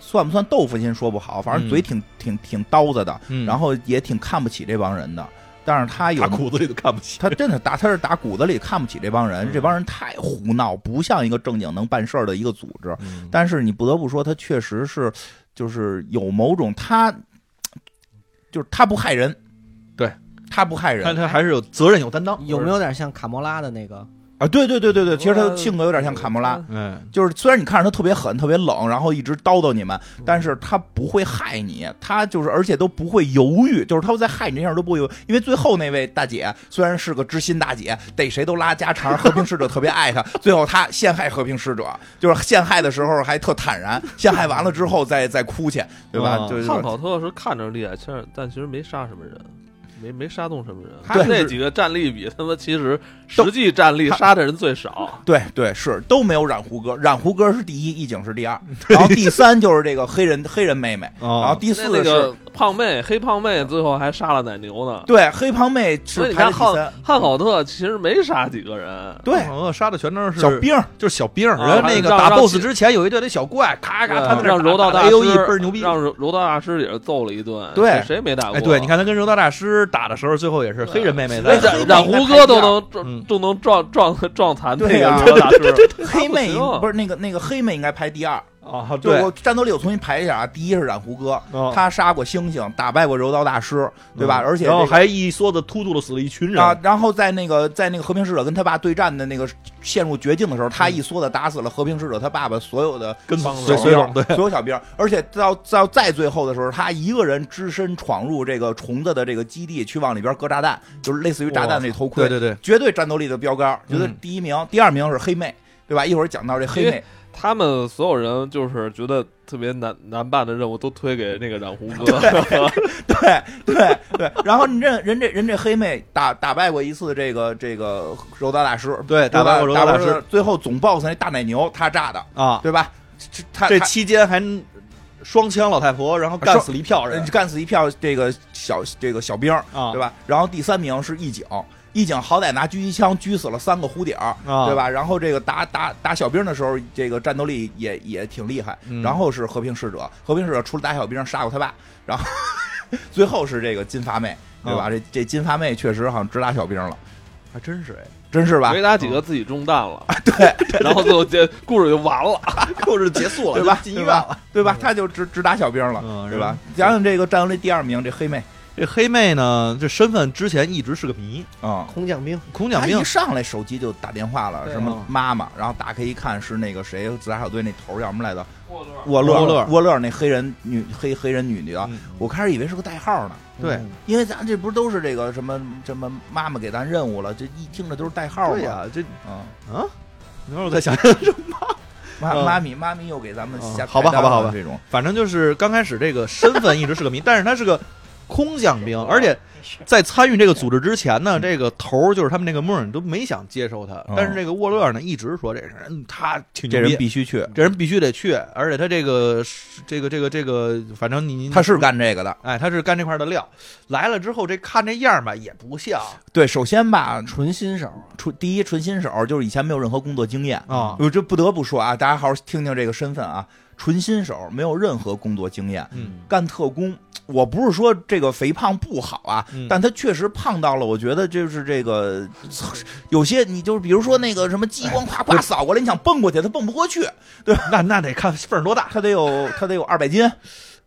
Speaker 1: 算不算豆腐心说不好，反
Speaker 4: 嗯
Speaker 1: 正嘴挺、挺挺刀子的，
Speaker 4: 嗯
Speaker 1: 然后也挺看不起这帮人的。但是他有
Speaker 4: 打骨子里都看不起。
Speaker 1: 他真的打他是打骨子里看不起这帮人，
Speaker 4: 嗯
Speaker 1: 这帮人太胡闹，不像一个正经能办事儿的一个组织。
Speaker 4: 嗯
Speaker 1: 但是你不得不说，他确实是就是有某种他就是他不害人，
Speaker 4: 对
Speaker 1: 他不害
Speaker 4: 但
Speaker 1: 人。
Speaker 4: 他还是有责任有担当。
Speaker 5: 有没有点像卡魔拉的那个
Speaker 1: 啊，对对对对对，其实他的性格有点像卡莫拉，
Speaker 4: 哎，
Speaker 1: 就是虽然你看着他特别狠、特别冷，然后一直叨叨你们，
Speaker 4: 嗯
Speaker 1: 但是他不会害你，他就是而且都不会犹豫，就是他在害你这件事都不会犹豫，因为最后那位大姐虽然是个知心大姐，逮谁都拉家常，和平使者特别爱她，最后她陷害和平使者，就是陷害的时候还特坦然，陷害完了之后再再哭去，对吧？
Speaker 4: 哦
Speaker 1: 就是
Speaker 2: 汉考特是看着厉害，其实但其实没杀什么人，没没杀动什么人。他
Speaker 1: 对
Speaker 2: 那几个战力比他妈其实实际战力
Speaker 1: 都
Speaker 2: 杀的人最少。
Speaker 1: 对对是都没有染胡歌，染胡歌是第一，一景是 第二，然后第三就是这个黑人黑人妹妹，然后
Speaker 4: 哦，
Speaker 1: 第
Speaker 2: 那
Speaker 1: 四
Speaker 2: 那
Speaker 1: 是。
Speaker 2: 个胖妹黑胖妹最后还杀了奶牛呢。
Speaker 1: 对，黑胖妹
Speaker 2: 所以
Speaker 1: 是
Speaker 2: 你
Speaker 1: 排在
Speaker 2: 看
Speaker 1: 第
Speaker 2: 汉
Speaker 1: 三。
Speaker 2: 汉考特其实没杀几个人，
Speaker 1: 对，
Speaker 4: 我哦杀的全都是
Speaker 1: 小，兵儿，
Speaker 4: 就是小兵儿。
Speaker 2: 啊
Speaker 4: 人家那个
Speaker 2: 让
Speaker 4: 打
Speaker 2: 让
Speaker 4: BOSS 之前有一队那小怪，咔咔，他在那
Speaker 2: 让柔道
Speaker 4: 打
Speaker 2: 大
Speaker 4: 打
Speaker 2: 师
Speaker 4: A O E 倍儿牛逼。
Speaker 2: 让柔柔道大师也是揍了一顿，
Speaker 1: 对
Speaker 2: 谁谁没打过？
Speaker 4: 哎，对，你看他跟柔道大师打的时候，最后也是黑人妹妹
Speaker 2: 哎。
Speaker 4: 在
Speaker 1: 对
Speaker 2: 染染胡歌都能
Speaker 4: 嗯
Speaker 2: 撞，都能撞撞撞残那
Speaker 1: 对
Speaker 2: 个
Speaker 1: 呀
Speaker 2: 柔道大师，
Speaker 1: 黑妹
Speaker 2: 不行啊
Speaker 1: 不是那个那个黑妹应该排第二。
Speaker 4: 啊，
Speaker 1: 就我战斗力我重新排一下啊，第一是染胡歌，
Speaker 4: 哦
Speaker 1: 他杀过猩猩，打败过柔道大师，对吧？
Speaker 4: 嗯
Speaker 1: 而且
Speaker 4: 然后
Speaker 1: 这个
Speaker 4: 还一梭子突突的死了一群人
Speaker 1: 啊，然后在那个在那个和平使者跟他爸对战的那个陷入绝境的时候，他一梭子打死了和平使者他爸爸所有的
Speaker 4: 跟
Speaker 1: 帮
Speaker 4: 随
Speaker 1: 手
Speaker 4: 随嗯从对
Speaker 1: 所有小兵儿，而且到到再最后的时候，他一个人只身闯入这个虫子的这个基地，去往里边搁炸弹，就是类似于炸弹那头盔，
Speaker 4: 对对对，
Speaker 1: 绝对战斗力的标杆，绝对
Speaker 4: 嗯
Speaker 1: 第一名，第二名是黑妹，对吧？一会儿讲到这黑
Speaker 2: 因
Speaker 1: 妹
Speaker 2: 为，他们所有人就是觉得特别难难办的任务都推给那个染胡 歌，
Speaker 1: 对对对，然后你这人这人这黑妹打打败过一次这个这个柔道大师，
Speaker 4: 对打败过
Speaker 1: 吧
Speaker 4: 柔道大师，
Speaker 1: 最后总 boss 那大奶牛他炸的，
Speaker 4: 啊，
Speaker 1: 对吧？这他
Speaker 4: 这
Speaker 1: 他
Speaker 4: 期间还双枪老太婆，然后干死了一票人
Speaker 1: 干死一票这个小这个小兵儿，
Speaker 4: 啊，
Speaker 1: 对吧？然后第三名是义警，义警好歹拿狙击枪狙死了三个蝴蝶儿，
Speaker 4: 啊
Speaker 1: 对吧？然后这个打打打小兵的时候，这个战斗力也也挺厉害。
Speaker 4: 嗯
Speaker 1: 然后是和平使者，和平使者除了打小兵杀过他爸，然后 最后是这个金发妹，对吧？这这金发妹确实好像只打小兵了，
Speaker 4: 啊还真是哎，
Speaker 1: 真是吧啊
Speaker 2: 没？打几个自己中弹了，
Speaker 1: 对，
Speaker 2: 然后最后这故事就完了。
Speaker 4: 故事结束了，
Speaker 1: 对吧？
Speaker 4: 进医院
Speaker 1: 对吧
Speaker 4: 了。，
Speaker 1: 对吧？他就只只打小兵了，
Speaker 4: 嗯
Speaker 1: 对
Speaker 4: 然
Speaker 1: 吧
Speaker 4: 后？
Speaker 1: 讲讲这个战斗力第二名这黑妹
Speaker 4: 这黑妹呢，这身份之前一直是个谜，
Speaker 1: 啊。
Speaker 5: 空降兵，
Speaker 4: 空
Speaker 1: 他
Speaker 4: 降兵
Speaker 1: 一上来手机就打电话了，
Speaker 5: 对
Speaker 1: 什么妈妈，然后打开一看是那个谁自杀小队那头儿叫什么来着？
Speaker 4: 沃
Speaker 1: 沃勒
Speaker 4: 沃勒
Speaker 1: 沃勒那黑人女黑黑人女的，啊
Speaker 4: 嗯
Speaker 1: 我开始以为是个代号呢，
Speaker 4: 对
Speaker 1: 因为咱这不是都是这个什么什么妈妈给咱任务了，这一听着都是代号嘛。
Speaker 4: 对呀，这
Speaker 1: 嗯，
Speaker 4: 啊，你让我再想想，
Speaker 1: 妈
Speaker 4: 嗯
Speaker 1: 妈咪妈咪又给咱们下
Speaker 4: 嗯好吧
Speaker 1: 排单了
Speaker 4: 好吧好吧
Speaker 1: 这种
Speaker 4: 反正就是刚开始这个身份一直是个谜，但是他是个空降兵，而且在参与这个组织之前呢，这个头儿就是他们那个莫尔都没想接受他，但是这个沃勒呢一直说这人他挺
Speaker 1: 嗯这
Speaker 4: 牛
Speaker 1: 人
Speaker 4: 逼。嗯
Speaker 1: 必须去，
Speaker 4: 这人必须得去，而且他这个这个这个这个，反正你
Speaker 1: 他是干这个的。
Speaker 4: 哎，他是干这块的料，来了之后这看这样吧也不像
Speaker 1: 对，首先吧，
Speaker 5: 纯新手，
Speaker 1: 纯第一纯新手就是以前没有任何工作经验，
Speaker 4: 啊，
Speaker 1: 我这不得不说啊，大家好好听听这个身份啊，纯新手没有任何工作经验，
Speaker 4: 嗯，
Speaker 1: 干特工。我不是说这个肥胖不好啊，
Speaker 4: 嗯
Speaker 1: 但他确实胖到了，我觉得就是这个有些你就是比如说那个什么激
Speaker 4: 哎
Speaker 1: 光夸夸扫过来，你想蹦过去，他蹦不过去，
Speaker 4: 那那得看份儿多大，
Speaker 1: 他得有他得有二百斤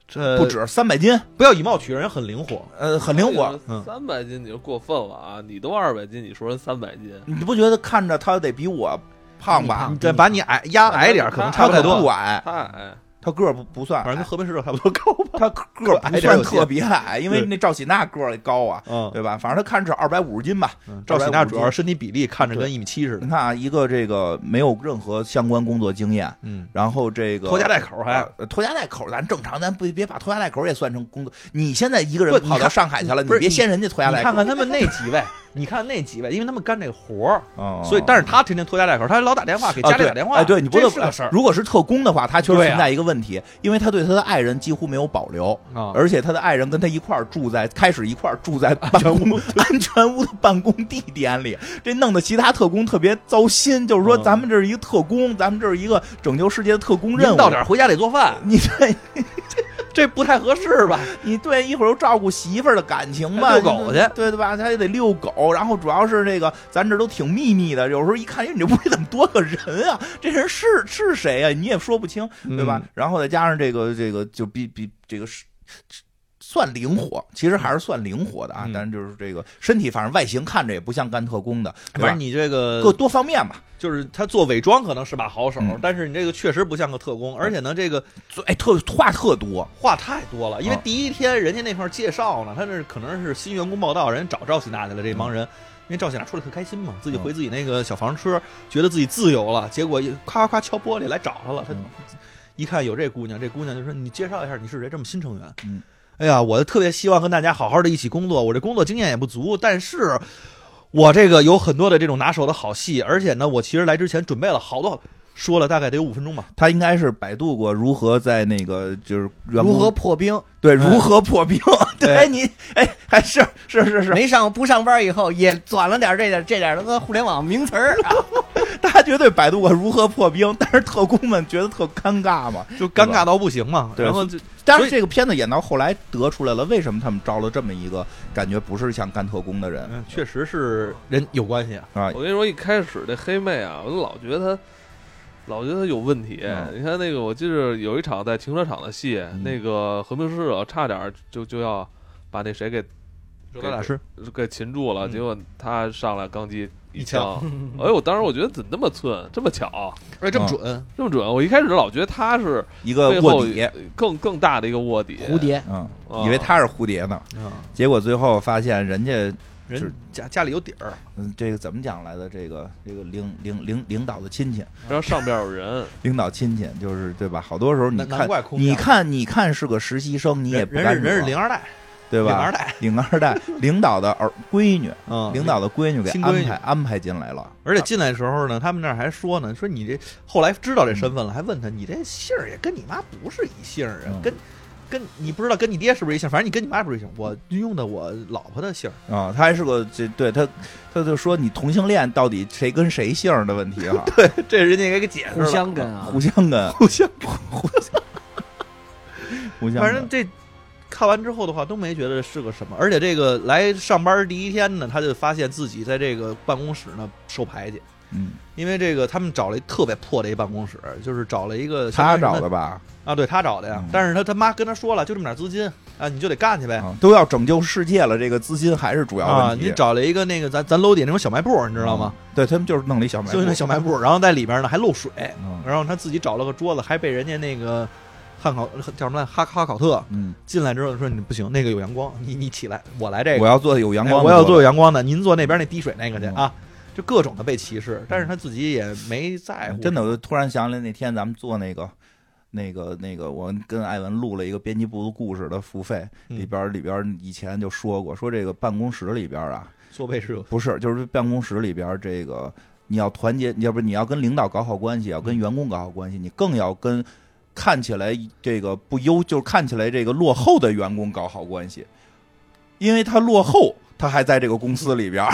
Speaker 4: 这
Speaker 1: 不止三百斤，
Speaker 4: 不要以貌取人，很灵活。
Speaker 1: 呃，很灵活。
Speaker 4: 嗯
Speaker 2: 哎三百斤你就过分了啊！你都二百斤，你说人三百斤，
Speaker 1: 你不觉得看着他得比我胖吧
Speaker 4: 你？再把你矮压矮点儿，可能差
Speaker 1: 他
Speaker 4: 不太
Speaker 1: 可不
Speaker 4: 多，
Speaker 1: 矮，
Speaker 2: 太矮。
Speaker 1: 他个儿不不算
Speaker 4: 反正跟
Speaker 1: 矮，
Speaker 4: 河北市政差不多高吧。
Speaker 1: 他个儿
Speaker 4: 矮
Speaker 1: 不
Speaker 4: 点儿
Speaker 1: 算
Speaker 4: 有
Speaker 1: 特
Speaker 4: 劲
Speaker 1: 别矮，因为
Speaker 4: 对
Speaker 1: 那赵喜娜个儿高啊，
Speaker 4: 嗯，
Speaker 1: 对吧？反正他看着二百五十斤吧。
Speaker 4: 赵喜娜主要是身体比例看着跟一米七似的
Speaker 1: 你，看啊，一个这个没有任何相关工作经验，
Speaker 4: 嗯，
Speaker 1: 然后这个
Speaker 4: 拖家带口啊还
Speaker 1: 呃拖家带口，咱正常，咱不别把拖家带口也算成工作。你现在一个人
Speaker 4: 不你
Speaker 1: 跑到
Speaker 4: 看
Speaker 1: 上海去了，你
Speaker 4: 不是
Speaker 1: 别
Speaker 4: 你
Speaker 1: 嫌人家拖家
Speaker 4: 你
Speaker 1: 带口
Speaker 4: 看。看他们那几位， 你看那几位，因为他们干这个活儿，
Speaker 1: 哦
Speaker 4: 所以但是他天天拖家带口，他还老打电话给
Speaker 1: 啊
Speaker 4: 家里
Speaker 1: 对
Speaker 4: 打电话，
Speaker 1: 哎，对你不
Speaker 4: 这
Speaker 1: 得
Speaker 4: 是个事儿
Speaker 1: 如果是特工的话，他确实
Speaker 4: 对啊
Speaker 1: 存在一个问题，因为他对他的爱人几乎没有保留，
Speaker 4: 啊。
Speaker 1: 而且他的爱人跟他一块儿住在开始一块儿住在办 公安全屋的办公地点里，这弄得其他特工特别糟心。就是说，
Speaker 4: 嗯
Speaker 1: 咱们这是一个特工，咱们这是一个拯救世界的特工任
Speaker 4: 您
Speaker 1: 务。
Speaker 4: 到点儿回家得做饭，
Speaker 1: 你这
Speaker 4: 这不太合适吧？
Speaker 1: 你对一会儿又照顾媳妇儿的感情吧，
Speaker 4: 还遛狗去
Speaker 1: 对对吧？他也得遛狗，然后主要是这个咱这都挺秘密的，有时候一看，哎，你这屋里怎么多个人啊？这人是是啊谁呀、你也说不清，对吧？
Speaker 4: 嗯
Speaker 1: 然后再加上这个这个，就比比这个是。算灵活，其实还是算灵活的啊。
Speaker 4: 嗯
Speaker 1: 但是就是这个身体，反正外形看着也不像干特工的，
Speaker 4: 反
Speaker 1: 对吧
Speaker 4: 正？你这个
Speaker 1: 各多方面吧，
Speaker 4: 就是他做伪装可能是把好手
Speaker 1: 嗯，
Speaker 4: 但是你这个确实不像个特工，而且呢，这个
Speaker 1: 最哎特话特多，
Speaker 4: 话太多了，因为
Speaker 1: 啊
Speaker 4: 第一天人家那块儿介绍呢，他那是可能是新员工报道，人家找赵喜娜去了，这
Speaker 1: 嗯
Speaker 4: 帮人。因为赵喜娜出来特开心嘛，自己回自己那个小房车，觉得自己自由了，结果一咔咔咔敲玻璃来找他了。他
Speaker 1: 嗯
Speaker 4: 一看有这姑娘，这姑娘就说：“你介绍一下你是谁？这么新成员？”
Speaker 1: 嗯，
Speaker 4: 哎呀，我特别希望跟大家好好的一起工作，我这工作经验也不足，但是我这个有很多的这种拿手的好戏，而且呢，我其实来之前准备了好多，说了大概得有五分钟吧。
Speaker 1: 他应该是百度过如何在那个就是员工
Speaker 5: 如何破冰？
Speaker 4: 嗯
Speaker 1: 对如何破冰，
Speaker 4: 对
Speaker 1: 对你哎还是是是是，
Speaker 5: 没上不上班以后也转了点这点这点的互联网名词 儿，
Speaker 1: 他绝对百度过如何破冰，但是特工们觉得特尴尬嘛。
Speaker 4: 就尴尬到不行嘛。
Speaker 1: 哎对
Speaker 4: 然后就
Speaker 1: 但是
Speaker 4: 所以
Speaker 1: 这个片子演到后来得出来了，为什么他们招了这么一个感觉不是像干特工的人
Speaker 4: 嗯，确实是人有关系啊。
Speaker 1: 啊？
Speaker 2: 我跟你说，一开始这黑妹啊，我就老觉得她，老觉得她有问题。
Speaker 1: 嗯
Speaker 2: 你看那个，我记得有一场在停车场的戏，
Speaker 1: 嗯
Speaker 2: 那个和平使者差点就就要把那谁给
Speaker 4: 刘老师，
Speaker 2: 给擒住了，
Speaker 4: 嗯
Speaker 2: 结果他上来钢击
Speaker 4: 一
Speaker 2: 枪。 哎呦，我当时我觉得怎么那么寸，这么巧，
Speaker 4: 哎，这么准，
Speaker 2: 这么准？啊我一开始老觉得他是
Speaker 1: 一个
Speaker 2: 背后
Speaker 1: 卧底，
Speaker 2: 更更大的一个卧底，
Speaker 5: 蝴蝶
Speaker 1: 嗯，
Speaker 2: 啊
Speaker 4: 哦
Speaker 1: 以为他是蝴蝶呢，
Speaker 4: 嗯，
Speaker 1: 结果最后发现人家，是
Speaker 4: 人家家里有底儿，
Speaker 1: 嗯，这个怎么讲来的？这个这个领领领领导的亲戚，
Speaker 2: 然后上边 有人，
Speaker 1: 领导亲戚就是对吧？好多时候你
Speaker 4: 难
Speaker 1: 看
Speaker 4: 难，怪空降
Speaker 1: 你看你看是个实习生，你也
Speaker 4: 人
Speaker 1: 不
Speaker 4: 人
Speaker 1: 敢
Speaker 4: 是人是
Speaker 1: 惹
Speaker 4: 零二代，
Speaker 1: 对吧？
Speaker 4: 零二代，
Speaker 1: 领 二代，领导的儿闺女，
Speaker 4: 嗯
Speaker 1: 领导的闺女给
Speaker 4: 亲闺
Speaker 1: 安
Speaker 4: 女
Speaker 1: 排安排进来了，
Speaker 4: 而且进来的时候呢，他们那儿还说呢，说你这后来知道这身份了，还问他你这姓儿也跟你妈不是一姓儿啊
Speaker 1: 嗯，
Speaker 4: 跟跟你不知道跟你爹是不是一姓儿，反正你跟你妈不是一姓儿，我用的我老婆的姓儿。
Speaker 1: 啊，他还是个这对他，他就说你同性恋到底谁跟谁姓儿的问 题哈，对，
Speaker 4: 这人家给给解释
Speaker 5: 互
Speaker 4: 了，
Speaker 5: 相跟啊，
Speaker 1: 互相跟
Speaker 4: 互相，
Speaker 1: 互相跟，
Speaker 4: 反正这看完之后的话，都没觉得是个什么。而且这个来上班第一天呢，他就发现自己在这个办公室呢受排挤，
Speaker 1: 嗯，
Speaker 4: 因为这个他们找了一特别破的一办公室，就是找了一个
Speaker 1: 他找
Speaker 4: 相当于什么
Speaker 1: 的吧，
Speaker 4: 啊，对他找的呀。
Speaker 1: 嗯
Speaker 4: 但是他他妈跟他说了，就这么点资金啊，你就得干去呗。
Speaker 1: 啊都要拯救世界了，这个资金还是主要
Speaker 4: 啊，
Speaker 1: 问题。嗯
Speaker 4: 你找了一个那个咱咱楼底那种小卖部，你知道吗？
Speaker 1: 对他们就是弄了一小卖部，
Speaker 4: 就那小卖部，然后在里边呢还漏水，
Speaker 1: 嗯
Speaker 4: 然后他自己找了个桌子，还被人家那个汉考叫什么来哈哈考特
Speaker 1: 嗯，
Speaker 4: 进来之后说你不行，那个有阳光，你你起来，我来这个
Speaker 1: 我。要做有阳光
Speaker 4: 哎
Speaker 1: 的，
Speaker 4: 我要做有阳光的，您坐那边那滴水那个去
Speaker 1: 嗯
Speaker 4: 啊，就各种的被歧视，但是他自己也没在乎，
Speaker 1: 真的，我就突然想起来那天咱们做那个。那个那个，我跟艾文录了一个编辑部的故事的付费，
Speaker 4: 嗯
Speaker 1: 里边里边以前就说过，说这个办公室里边啊，
Speaker 4: 做被是有
Speaker 1: 不是，就是办公室里边儿这个，你要团结，要不你要跟领导搞好关系，要跟员工搞好关系，你更要跟看起来这个不优，就是看起来这个落后的员工搞好关系，因为他落后，他还在这个公司里边儿，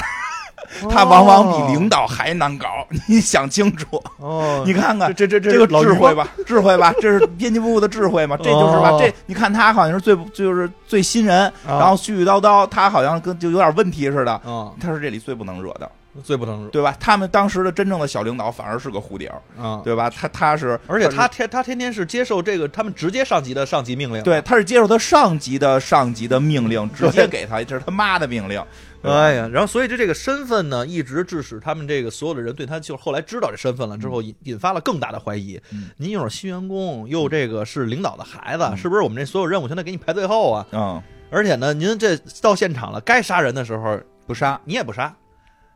Speaker 4: 哦
Speaker 1: 他往往比领导还难搞。你想清楚，
Speaker 4: 哦
Speaker 1: 你看看。
Speaker 4: 这这这
Speaker 1: 这个
Speaker 4: 老
Speaker 1: 智
Speaker 4: 于
Speaker 1: 慧
Speaker 4: 说
Speaker 1: 吧，智慧吧，这是编辑部的智慧嘛，这就是吧，
Speaker 4: 哦
Speaker 1: 这你看他好像是最不就是最新人，
Speaker 4: 啊
Speaker 1: 然后絮絮叨叨，他好像跟就有点问题似的，
Speaker 4: 啊，
Speaker 1: 他是这里最不能惹的。
Speaker 4: 最不能
Speaker 1: 对吧？他们当时的真正的小领导反而是个蝴蝶儿，
Speaker 4: 惹啊，
Speaker 1: 对吧？他他是，
Speaker 4: 而且他天他天天是接受这个他们直接上级的上级命令，
Speaker 1: 对，他是接受他上级的上级的命令，直接给他，这是他妈的命令。对吧
Speaker 4: 哎呀，然后所以这这个身份呢，一直致使他们这个所有的人对他，就是后来知道这身份了之后，引引发了更大的怀疑。
Speaker 1: 嗯
Speaker 4: 您又是新员工，又这个是领导的孩子，是不是我们这所有任务全都给你排最后啊？
Speaker 1: 嗯，
Speaker 4: 而且呢，您这到现场了，该杀人的时候
Speaker 1: 不杀。
Speaker 4: 你也不杀，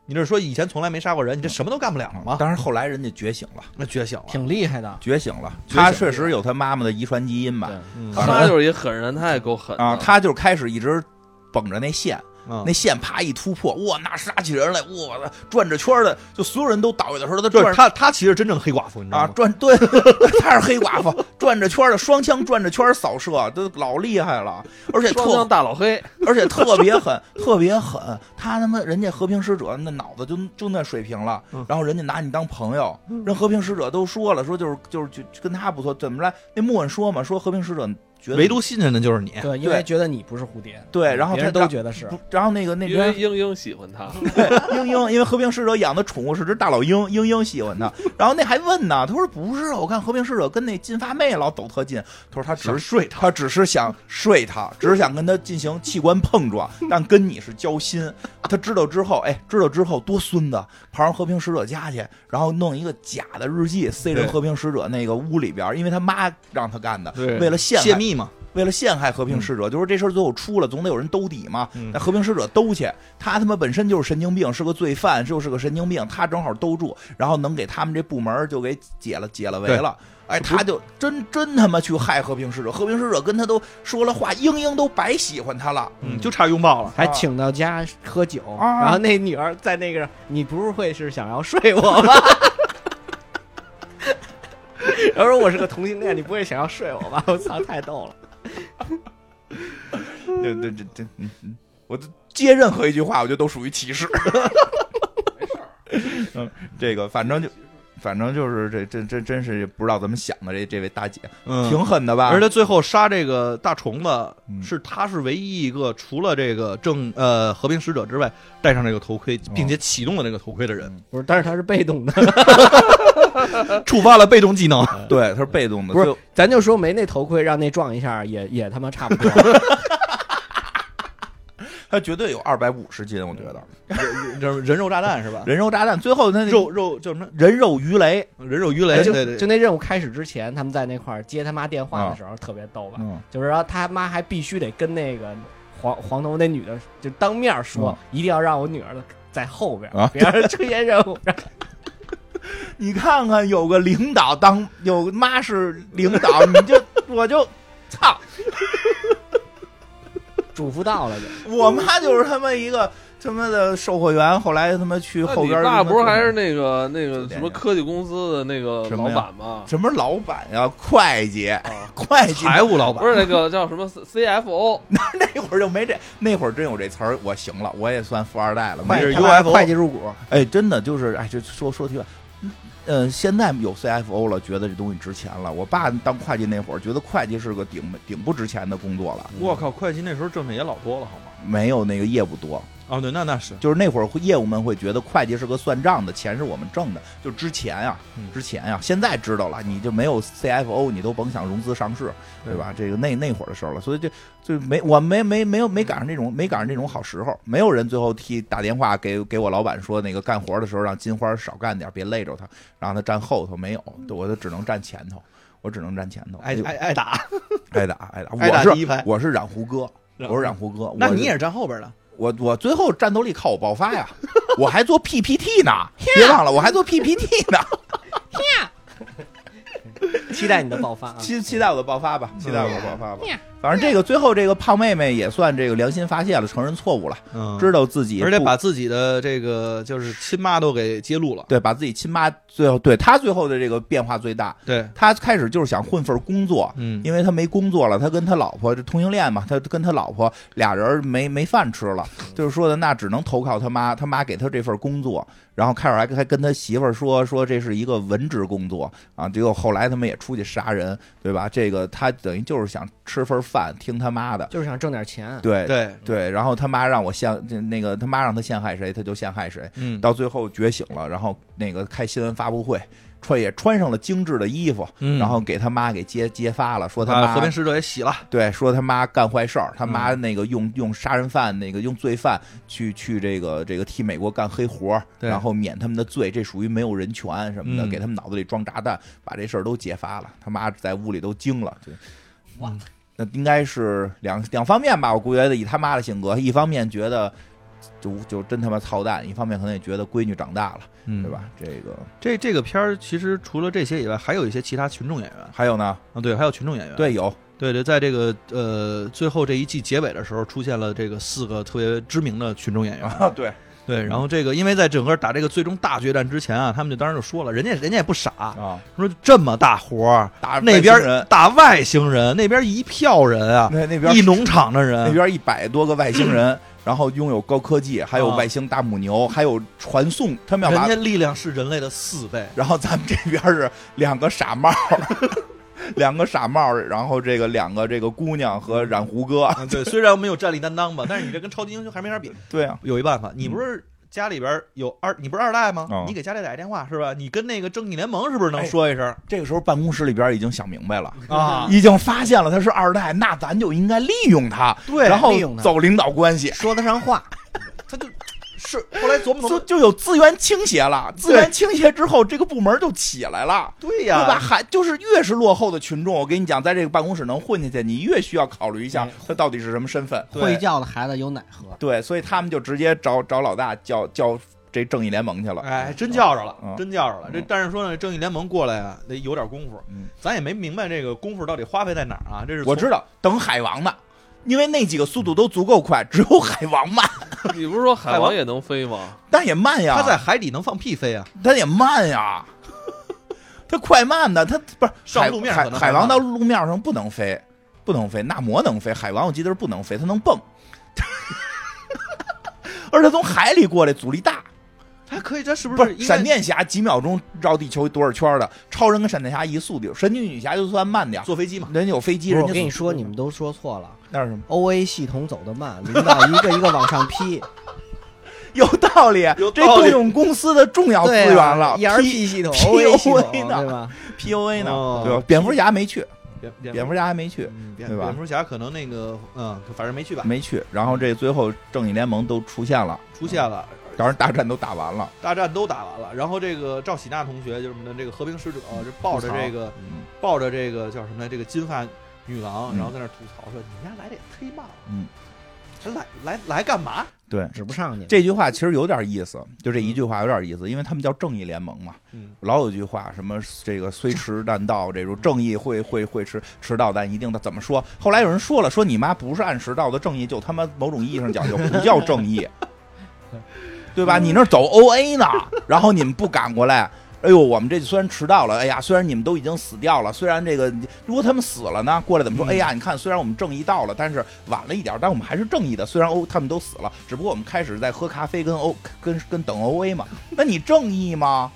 Speaker 4: 你这是说以前从来没杀过人，你这什么都干不了了吗？
Speaker 1: 当然后来人家觉醒了，
Speaker 4: 那觉醒了，
Speaker 5: 挺厉害的。
Speaker 1: 觉醒了，
Speaker 4: 觉醒
Speaker 1: 他
Speaker 4: 了
Speaker 1: 确实有他妈妈的遗传基因吧？
Speaker 4: 嗯
Speaker 1: 反
Speaker 2: 他
Speaker 1: 正
Speaker 2: 就是一狠人，他也够狠的
Speaker 1: 啊，他就开始一直绷着那线，
Speaker 4: 嗯
Speaker 1: 那线啪一突破，哇，那杀起人来，哇，转着圈儿的，就所有人都倒下的时候，他
Speaker 4: 就
Speaker 1: 转
Speaker 4: 是他，他其实真正黑寡妇，你知道
Speaker 1: 啊，
Speaker 4: 吗？
Speaker 1: 转对， 他是黑寡妇，转着圈儿的双枪转着圈儿扫射，都老厉害了，而且
Speaker 2: 双
Speaker 1: 特
Speaker 2: 枪大老黑，
Speaker 1: 而且特别狠，特别狠。他他妈人家和平使者那脑子就就那水平了，然后人家拿你当朋友，人和平使者都说了，说就是就是就就跟他不错，怎么来？那莫文说嘛，说和平使者觉得
Speaker 4: 唯独信任的就是你。
Speaker 5: 对，因为觉得你不是蝴蝶，
Speaker 1: 对然后
Speaker 5: 别
Speaker 1: 他
Speaker 5: 人都觉得是
Speaker 1: 不，然后那个那
Speaker 2: 因为
Speaker 1: 边
Speaker 2: 英英喜欢他，
Speaker 1: 英英，因为和平使者养的宠物是只大老鹰， 英英喜欢它。然后那还问呢，他说不是，我看和平使者跟那金发妹老走特近。他说他只
Speaker 4: 想
Speaker 1: 是睡他，只是想睡他， 只是想跟他进行器官碰撞，但跟你是交心。他知道之后，哎，知道之后多孙子，跑上和平使者家去，然后弄一个假的日记塞进
Speaker 4: 对
Speaker 1: 和平使者那个屋里边，因为他妈让他干的，
Speaker 4: 对
Speaker 1: 为了陷害
Speaker 4: 泄密嘛，
Speaker 1: 为了陷害和平使者，就是这事儿最后出了，总得有人兜底嘛
Speaker 4: 嗯。
Speaker 1: 那和平使者兜去，他他妈本身就是神经病，是个罪犯，就是个神经病，他正好兜住，然后能给他们这部门就给解了解了围了。哎，
Speaker 4: 不是
Speaker 1: 他就真真他妈去害和平使者，和平使者跟他都说了话，英英都白喜欢他了。
Speaker 4: 嗯，就差拥抱了。
Speaker 5: 还请到家喝酒，
Speaker 1: 啊
Speaker 5: 然后那女儿在那个，你不是会是想要睡我 吧？然后说我是个同性恋，你不会想要睡我吧？ 我操，太逗了！
Speaker 1: 对对对对，嗯嗯我接任何一句话，我觉得都属于歧视。 嗯，这个反正就。反正就是这这这真是不知道怎么想的，这这位大姐
Speaker 4: 嗯，
Speaker 1: 挺狠的吧？
Speaker 4: 而且最后杀这个大虫子
Speaker 1: 嗯
Speaker 4: 是他是唯一一个除了这个正呃和平使者之外戴上这个头盔，并且启动了这个头盔的人，
Speaker 5: 不是，但是他是被动的，
Speaker 4: 触发了被动技能。
Speaker 1: 对，他是被动的，
Speaker 5: 不是
Speaker 1: 所以
Speaker 5: 咱就说没那头盔，让那撞一下也也他妈差不多。
Speaker 1: 他绝对有二百五十斤，我觉得
Speaker 4: 人人肉炸弹是 吧？
Speaker 1: 人肉炸弹最后那
Speaker 4: 肉肉叫什么？
Speaker 1: 人肉鱼雷，
Speaker 4: 人肉鱼雷？
Speaker 5: 哎就
Speaker 4: 对对
Speaker 5: 就那任务开始之前，他们在那块儿接他妈电话的时候特别逗吧，
Speaker 1: 嗯，
Speaker 5: 就是说他妈还必须得跟那个黄黄头那女的就当面说，一定要让我女儿在后边
Speaker 1: 啊，
Speaker 5: 别让人出现任务。然后
Speaker 1: 你看看有个领导当有妈是领导，你就我就操，
Speaker 5: 嘱咐到了就，
Speaker 1: 我妈就是他妈一个他妈的售货员，后来他妈去
Speaker 2: 那
Speaker 1: 后
Speaker 2: 你
Speaker 1: 边儿
Speaker 2: 爸
Speaker 1: 他妈
Speaker 2: 不是
Speaker 1: 做
Speaker 2: 还是那个那
Speaker 1: 酒
Speaker 2: 个
Speaker 1: 店
Speaker 2: 什么
Speaker 1: 呀
Speaker 2: 科技公司的那个
Speaker 1: 什
Speaker 2: 老
Speaker 1: 么呀
Speaker 2: 板吗？啊
Speaker 1: 什么老板呀，会计，会计
Speaker 4: 财务老板
Speaker 2: 不是那个叫什么 CFO，
Speaker 1: 那会儿就没这，那会儿真有这词儿，我行了，我也算富二代了，没
Speaker 4: 是
Speaker 1: 人
Speaker 5: 他妈
Speaker 4: UFO
Speaker 5: 会计入股，
Speaker 1: 哎，真的就是，哎，这说说题外，嗯、呃，现在有 CFO 了，觉得这东西值钱了。我爸当会计那会儿，觉得会计是个顶顶不值钱的工作了，
Speaker 4: 我靠，会计那时候挣的也老多了，好吗？
Speaker 1: 没有那个业务多。
Speaker 4: 哦，对，那那是
Speaker 1: 就是那会儿会业务们会觉得会计是个算账的，钱是我们挣的。就之前呀、
Speaker 4: 嗯
Speaker 1: 之前呀、现在知道了，你就没有 CFO，你都甭想融资上市，
Speaker 4: 嗯
Speaker 1: 对吧？这个那那会儿的事儿了，所以这就没我没没没有没赶上这种没赶上这种好时候，没有人最后替打电话给给我老板说那个干活的时候让金花少干点，别累着他，让他站后头，没有，我就只能站前头。我只能站前头，
Speaker 4: 挨
Speaker 1: 哎呦
Speaker 4: 挨挨打，
Speaker 1: 挨打挨打，
Speaker 4: 挨打
Speaker 1: 我
Speaker 4: 第一
Speaker 1: 是
Speaker 4: 排
Speaker 1: 我是染胡哥，我是染胡哥，
Speaker 4: 那
Speaker 1: 我
Speaker 4: 你也是站后边的，
Speaker 1: 我我最后战斗力靠我爆发呀，我还做 PPT 呢，别忘了我还做 PPT 呢，
Speaker 5: 期待你的爆发 啊！
Speaker 1: 期期待我的爆发吧，期待我的爆发吧。反正这个最后这个胖妹妹也算这个良心发泄了，承认错误了，
Speaker 4: 嗯
Speaker 1: 知道自己不
Speaker 4: 而且把自己的这个就是亲妈都给揭露了。
Speaker 1: 对把自己亲妈最后对她最后的这个变化最大，
Speaker 4: 对，
Speaker 1: 她开始就是想混份工作。
Speaker 4: 嗯，
Speaker 1: 因为她没工作了，她跟她老婆这同性恋嘛，她跟她老婆俩人没没饭吃了，
Speaker 4: 嗯
Speaker 1: 就是说的那只能投靠他妈，他妈给他这份工作，然后开始还还跟他媳妇儿说说这是一个文职工作啊，结果后来他们也出去杀人，对吧？这个他等于就是想吃份饭，听他妈的，
Speaker 5: 就是想挣点钱，啊
Speaker 1: 对
Speaker 4: 对，
Speaker 1: 对，然后他妈让我陷这那个他妈让他陷害谁，他就陷害谁，
Speaker 4: 嗯，
Speaker 1: 到最后觉醒了，然后那个开新闻发布会。穿也穿上了精致的衣服，
Speaker 4: 嗯
Speaker 1: 然后给他妈给揭揭发了，说他
Speaker 4: 把
Speaker 1: 妈
Speaker 4: 和平使者也洗了。
Speaker 1: 对，说他妈干坏事儿，他妈
Speaker 4: 嗯
Speaker 1: 那个用用杀人犯那个用罪犯去去这个这个替美国干黑活儿，
Speaker 4: 对
Speaker 1: 然后免他们的罪，这属于没有人权什么的，
Speaker 4: 嗯
Speaker 1: 给他们脑子里装炸弹，把这事儿都揭发了，他妈在屋里都惊了，对，
Speaker 5: 哇
Speaker 4: 嗯
Speaker 1: 那应该是两两方面吧，我估觉得以他妈的性格，一方面觉得就就真他妈操蛋，一方面可能也觉得闺女长大了，
Speaker 4: 嗯
Speaker 1: 对吧？这个
Speaker 4: 这这个片儿其实除了这些以外，还有一些其他群众演员
Speaker 1: 还有呢，
Speaker 4: 啊，对，还有群众演员。
Speaker 1: 对，有
Speaker 4: 对对，在这个呃最后这一季结尾的时候，出现了这个四个特别知名的群众演员。
Speaker 1: 啊，对
Speaker 4: 对，然后这个因为在整个打这个最终大决战之前啊，他们就当时就说了，人家人家也不傻，
Speaker 1: 啊，
Speaker 4: 说这么大活儿，
Speaker 1: 打
Speaker 4: 那
Speaker 1: 外
Speaker 4: 边
Speaker 1: 星人
Speaker 4: 打外星人，那边一票人啊，
Speaker 1: 那那边
Speaker 4: 一农场的
Speaker 1: 那
Speaker 4: 人，
Speaker 1: 边一百多个外星人，然后拥有高科技，还有
Speaker 5: 啊
Speaker 1: 外星大母牛，还有传送，他们要
Speaker 4: 人
Speaker 1: 把
Speaker 4: 家。力量是人类的四倍。
Speaker 1: 然后咱们这边是两个傻帽， 两个傻帽，然后这个两个这个姑娘和染胡歌，啊
Speaker 4: 嗯对，虽然没有战力担当吧，但是你这跟超级英雄还没法比。
Speaker 1: 对啊，
Speaker 4: 有一办法，你不是家里边有二，你不是二代吗？
Speaker 1: 嗯
Speaker 4: 你给家里打一电话是吧？你跟那个正义联盟是不是
Speaker 1: 哎
Speaker 4: 能说一声、
Speaker 1: 这个时候办公室里边已经想明白了，
Speaker 4: 啊？
Speaker 1: 已经发现了他是二代，那咱就应该利用他，
Speaker 4: 对
Speaker 1: 然后
Speaker 5: 哎利用他
Speaker 1: 走领导关系，
Speaker 5: 说得上 话，
Speaker 4: 他就是后来琢磨琢
Speaker 1: 就
Speaker 4: 磨，
Speaker 1: 就有资源倾斜了。资源倾斜之后，这个部门就起来了。
Speaker 4: 对
Speaker 1: 对
Speaker 4: 呀、
Speaker 1: 吧？还就是越是落后的群众，我跟你讲，在这个办公室能混下去，你越需要考虑一下
Speaker 5: 哎
Speaker 1: 他到底是什么身份。
Speaker 4: 对
Speaker 5: 会叫的孩子有奶喝。
Speaker 1: 对，所以他们就直接找找老大叫叫这正义联盟去了。
Speaker 4: 哎，还真叫着了，
Speaker 1: 嗯
Speaker 4: 真叫着了。这
Speaker 1: 嗯
Speaker 4: 但是说呢，正义联盟过来啊，得有点功夫。
Speaker 1: 嗯
Speaker 4: 咱也没明白这个功夫到底花费在哪儿啊？这是
Speaker 1: 我
Speaker 4: 从
Speaker 1: 知道等海王呢，因为那几个速度都足够快，只有海王慢，
Speaker 2: 你不是说海
Speaker 4: 海
Speaker 2: 王
Speaker 4: 王
Speaker 2: 也能飞吗？
Speaker 1: 但也慢呀，
Speaker 4: 他在海底能放屁飞啊？
Speaker 1: 他也慢呀， 他快慢的，他不是
Speaker 4: 上
Speaker 1: 海
Speaker 4: 路面
Speaker 1: 海
Speaker 4: 可能
Speaker 1: 海
Speaker 4: 还
Speaker 1: 王
Speaker 4: 慢
Speaker 1: 到路面上不能飞，不能飞，纳摩能飞，海王我记得是不能飞，他能蹦， 而他从海里过来阻力大，
Speaker 4: 他可以，他是不
Speaker 1: 不
Speaker 4: 是
Speaker 1: 是
Speaker 4: 应该
Speaker 1: 闪电侠几秒钟绕地球多少圈的，超人跟闪电侠一速度，神奇女侠就算慢点儿，
Speaker 4: 坐飞机嘛？
Speaker 1: 人家有飞机，
Speaker 5: 不是
Speaker 1: 人
Speaker 5: 我
Speaker 1: 家
Speaker 5: 跟你
Speaker 1: 速
Speaker 5: 说，你们都说错了。
Speaker 1: 那是什么？
Speaker 5: O A 系统走得慢，领导一个一个往上批，
Speaker 1: 有道理，
Speaker 4: 有
Speaker 1: 这
Speaker 4: 道理
Speaker 1: 动用公司的重要资
Speaker 5: 对
Speaker 1: 源了
Speaker 5: 啊、，ERP 系统、
Speaker 1: P-
Speaker 5: O A 系统，
Speaker 1: POA 呢
Speaker 5: 对吧？
Speaker 1: PUA 呢
Speaker 4: 哦，
Speaker 1: 对吧？蝙蝠侠没去，
Speaker 4: 蝙
Speaker 1: 蝙蝠侠还没去，
Speaker 5: 嗯
Speaker 4: 蝙
Speaker 1: 对吧
Speaker 4: 蝙蝠侠可能那个嗯，反正没去吧，
Speaker 1: 没去。然后这最后正义联盟都出现了，
Speaker 4: 出现了。
Speaker 1: 当然大战都打完了，
Speaker 4: 大战都打完了，然后这个赵喜娜同学就是我们的这个和平使者，就抱着这个
Speaker 1: 嗯
Speaker 4: 抱着这个叫什么来，这个金发女郎，
Speaker 1: 嗯
Speaker 4: 然后在那儿吐槽说：“你们家来的也忒慢了，
Speaker 1: 嗯，
Speaker 4: 还来来来干嘛
Speaker 1: 对。
Speaker 5: 指不上你。
Speaker 1: 这句话其实有点意思，就这一句话有点意思，因为他们叫正义联盟嘛，？”
Speaker 4: 嗯，
Speaker 1: 老有句话什么这个虽迟但到，这种正义会会会迟迟到，但一定的怎么说？后来有人说了，说你妈不是按时到的正义，就他妈某种意义上讲就不叫正义，对吧？你那儿走 O A 呢，然后你们不赶过来。哎呦，我们这虽然迟到了，哎呀，虽然你们都已经死掉了，虽然这个如果他们死了呢，过来怎么说？哎呀，你看，虽然我们正义到了，但是晚了一点，但我们还是正义的。虽然欧他们都死了，只不过我们开始在喝咖啡跟哦欧跟跟等 O A 嘛，那你正义吗？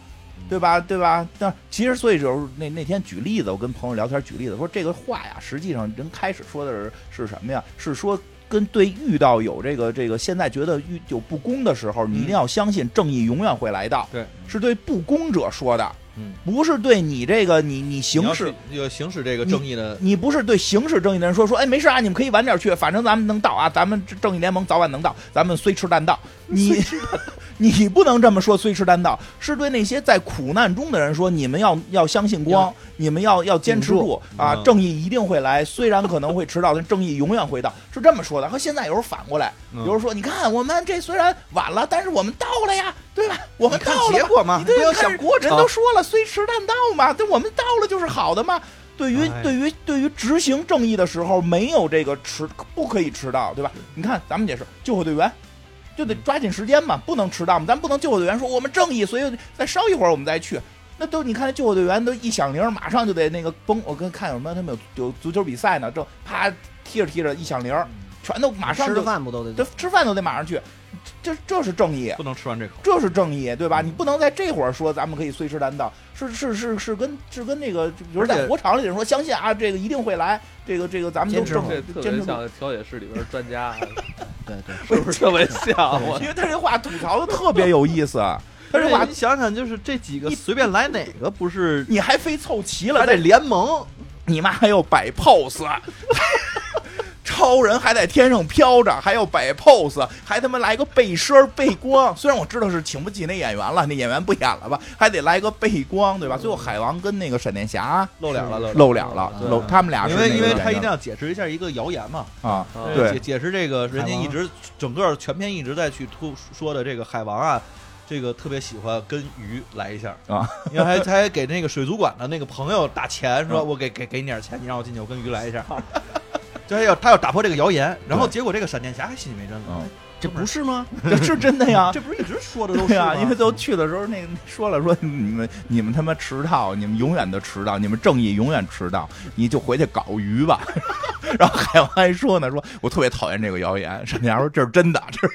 Speaker 1: 对吧？对吧？那其实所以就是那那天举例子，我跟朋友聊天举例子说这个话呀，实际上人开始说的是是什么呀？是说跟对遇到有这个这个现在觉得遇有不公的时候，你一定要相信正义永远会来到。
Speaker 4: 嗯对，
Speaker 1: 是对不公者说的，
Speaker 4: 嗯，
Speaker 1: 不是对你这个你你
Speaker 4: 你
Speaker 1: 行
Speaker 4: 要
Speaker 1: 事
Speaker 4: 是。要行使这个正义的，
Speaker 1: 你不是对刑事正义的人说说，哎，没事啊，你们可以晚点去，反正咱们能到啊，咱们正义联盟早晚能到，咱们虽迟但到。你 你不能这么说，虽迟但到，是对那些在苦难中的人说，你们要要相信光，你们要要坚持住啊，
Speaker 4: 嗯
Speaker 1: 正义一定会来，虽然可能会迟到，但正义永远会到，是这么说的。和现在有时候反过来，
Speaker 4: 嗯
Speaker 1: 有时候说，你看我们这虽然晚了，但是我们到了呀，对吧？我们
Speaker 4: 你
Speaker 1: 到
Speaker 4: 看
Speaker 1: 了
Speaker 4: 结果嘛，
Speaker 1: 你
Speaker 4: 啊不
Speaker 1: 对
Speaker 4: 要
Speaker 1: 你看
Speaker 4: 想过
Speaker 1: 人
Speaker 4: 程
Speaker 1: 都。说了，虽迟但到嘛，但我们到了就是好的嘛。对于
Speaker 4: 哎
Speaker 1: 对于对于执行正义的时候，没有这个迟不可以迟到，对吧？你看咱们也是救火队员，就
Speaker 4: 嗯
Speaker 1: 得抓紧时间嘛，不能迟到嘛，咱不能救火队员说我们正义，所以再稍一会儿我们再去。那都你看，那救火队员都一响铃，马上就得那个崩。我跟看有什么他们有有足球比赛呢，正啪踢着踢着一响铃，
Speaker 4: 嗯
Speaker 1: 全都马上
Speaker 5: 吃
Speaker 1: 就
Speaker 5: 的饭不都得
Speaker 1: 这吃饭都得马上去，这这是正义。
Speaker 4: 不能吃完这口，
Speaker 1: 这是正义，对吧？
Speaker 5: 嗯
Speaker 1: 你不能在这会儿说咱们可以虽迟但到，是是是是跟是跟那个，就比如
Speaker 4: 而且
Speaker 1: 在火场里的人说相信啊，这个一定会来，这个这个咱们都
Speaker 5: 坚持
Speaker 1: 正
Speaker 5: 嘛
Speaker 2: 这特别
Speaker 1: 坚持不
Speaker 2: 像调解室里边专家，啊
Speaker 5: 对对，
Speaker 2: 是不是特别像？我
Speaker 1: 因为他这话吐槽的特别有意思，啊 他这
Speaker 4: 话
Speaker 1: 话
Speaker 4: 你想想，就是这几个
Speaker 1: 一
Speaker 4: 随便来哪个不是
Speaker 1: 你还非凑齐了，
Speaker 4: 还得
Speaker 1: 这
Speaker 4: 联盟，
Speaker 1: 你妈还要摆 pose。超人还在天上飘着，还要摆 pose，还他妈来个背身儿背光。虽然我知道是请不起那演员了，那演员不演了吧，还得来个背光，
Speaker 5: 嗯
Speaker 1: 对吧？最后海王跟那个闪电侠
Speaker 4: 露脸了，
Speaker 1: 露脸了，
Speaker 5: 对
Speaker 1: 露他们俩是
Speaker 4: 因为
Speaker 1: 那个
Speaker 4: 因为
Speaker 1: 演
Speaker 4: 他一定
Speaker 1: 员
Speaker 4: 要解释一下一个谣言嘛，
Speaker 1: 啊，
Speaker 2: 啊
Speaker 1: 对
Speaker 4: 呃解解释这个人家一直整个全篇一直在去突说的这个海王啊，这个特别喜欢跟鱼来一下
Speaker 1: 啊，
Speaker 4: 因为还还给那个水族馆的那个朋友打钱，说
Speaker 1: 嗯
Speaker 4: 我给给给你点钱，你让我进去，我跟鱼来一下。 就是要他要打破这个谣言，然后
Speaker 1: 对
Speaker 4: 结果这个闪电侠还信以为真了
Speaker 1: 嗯，
Speaker 5: 这不是吗？
Speaker 1: 这是真的呀
Speaker 4: 这。不是一直 说的都是
Speaker 1: 对
Speaker 4: 吗
Speaker 1: 啊，因为都去的时候，那说了说你们你们他妈迟到，你们永远的迟到，你们正义永远迟到，你就回去搞鱼吧。 然后海王还说呢，说我特别讨厌这个谣言。闪电侠说这是真的，这是。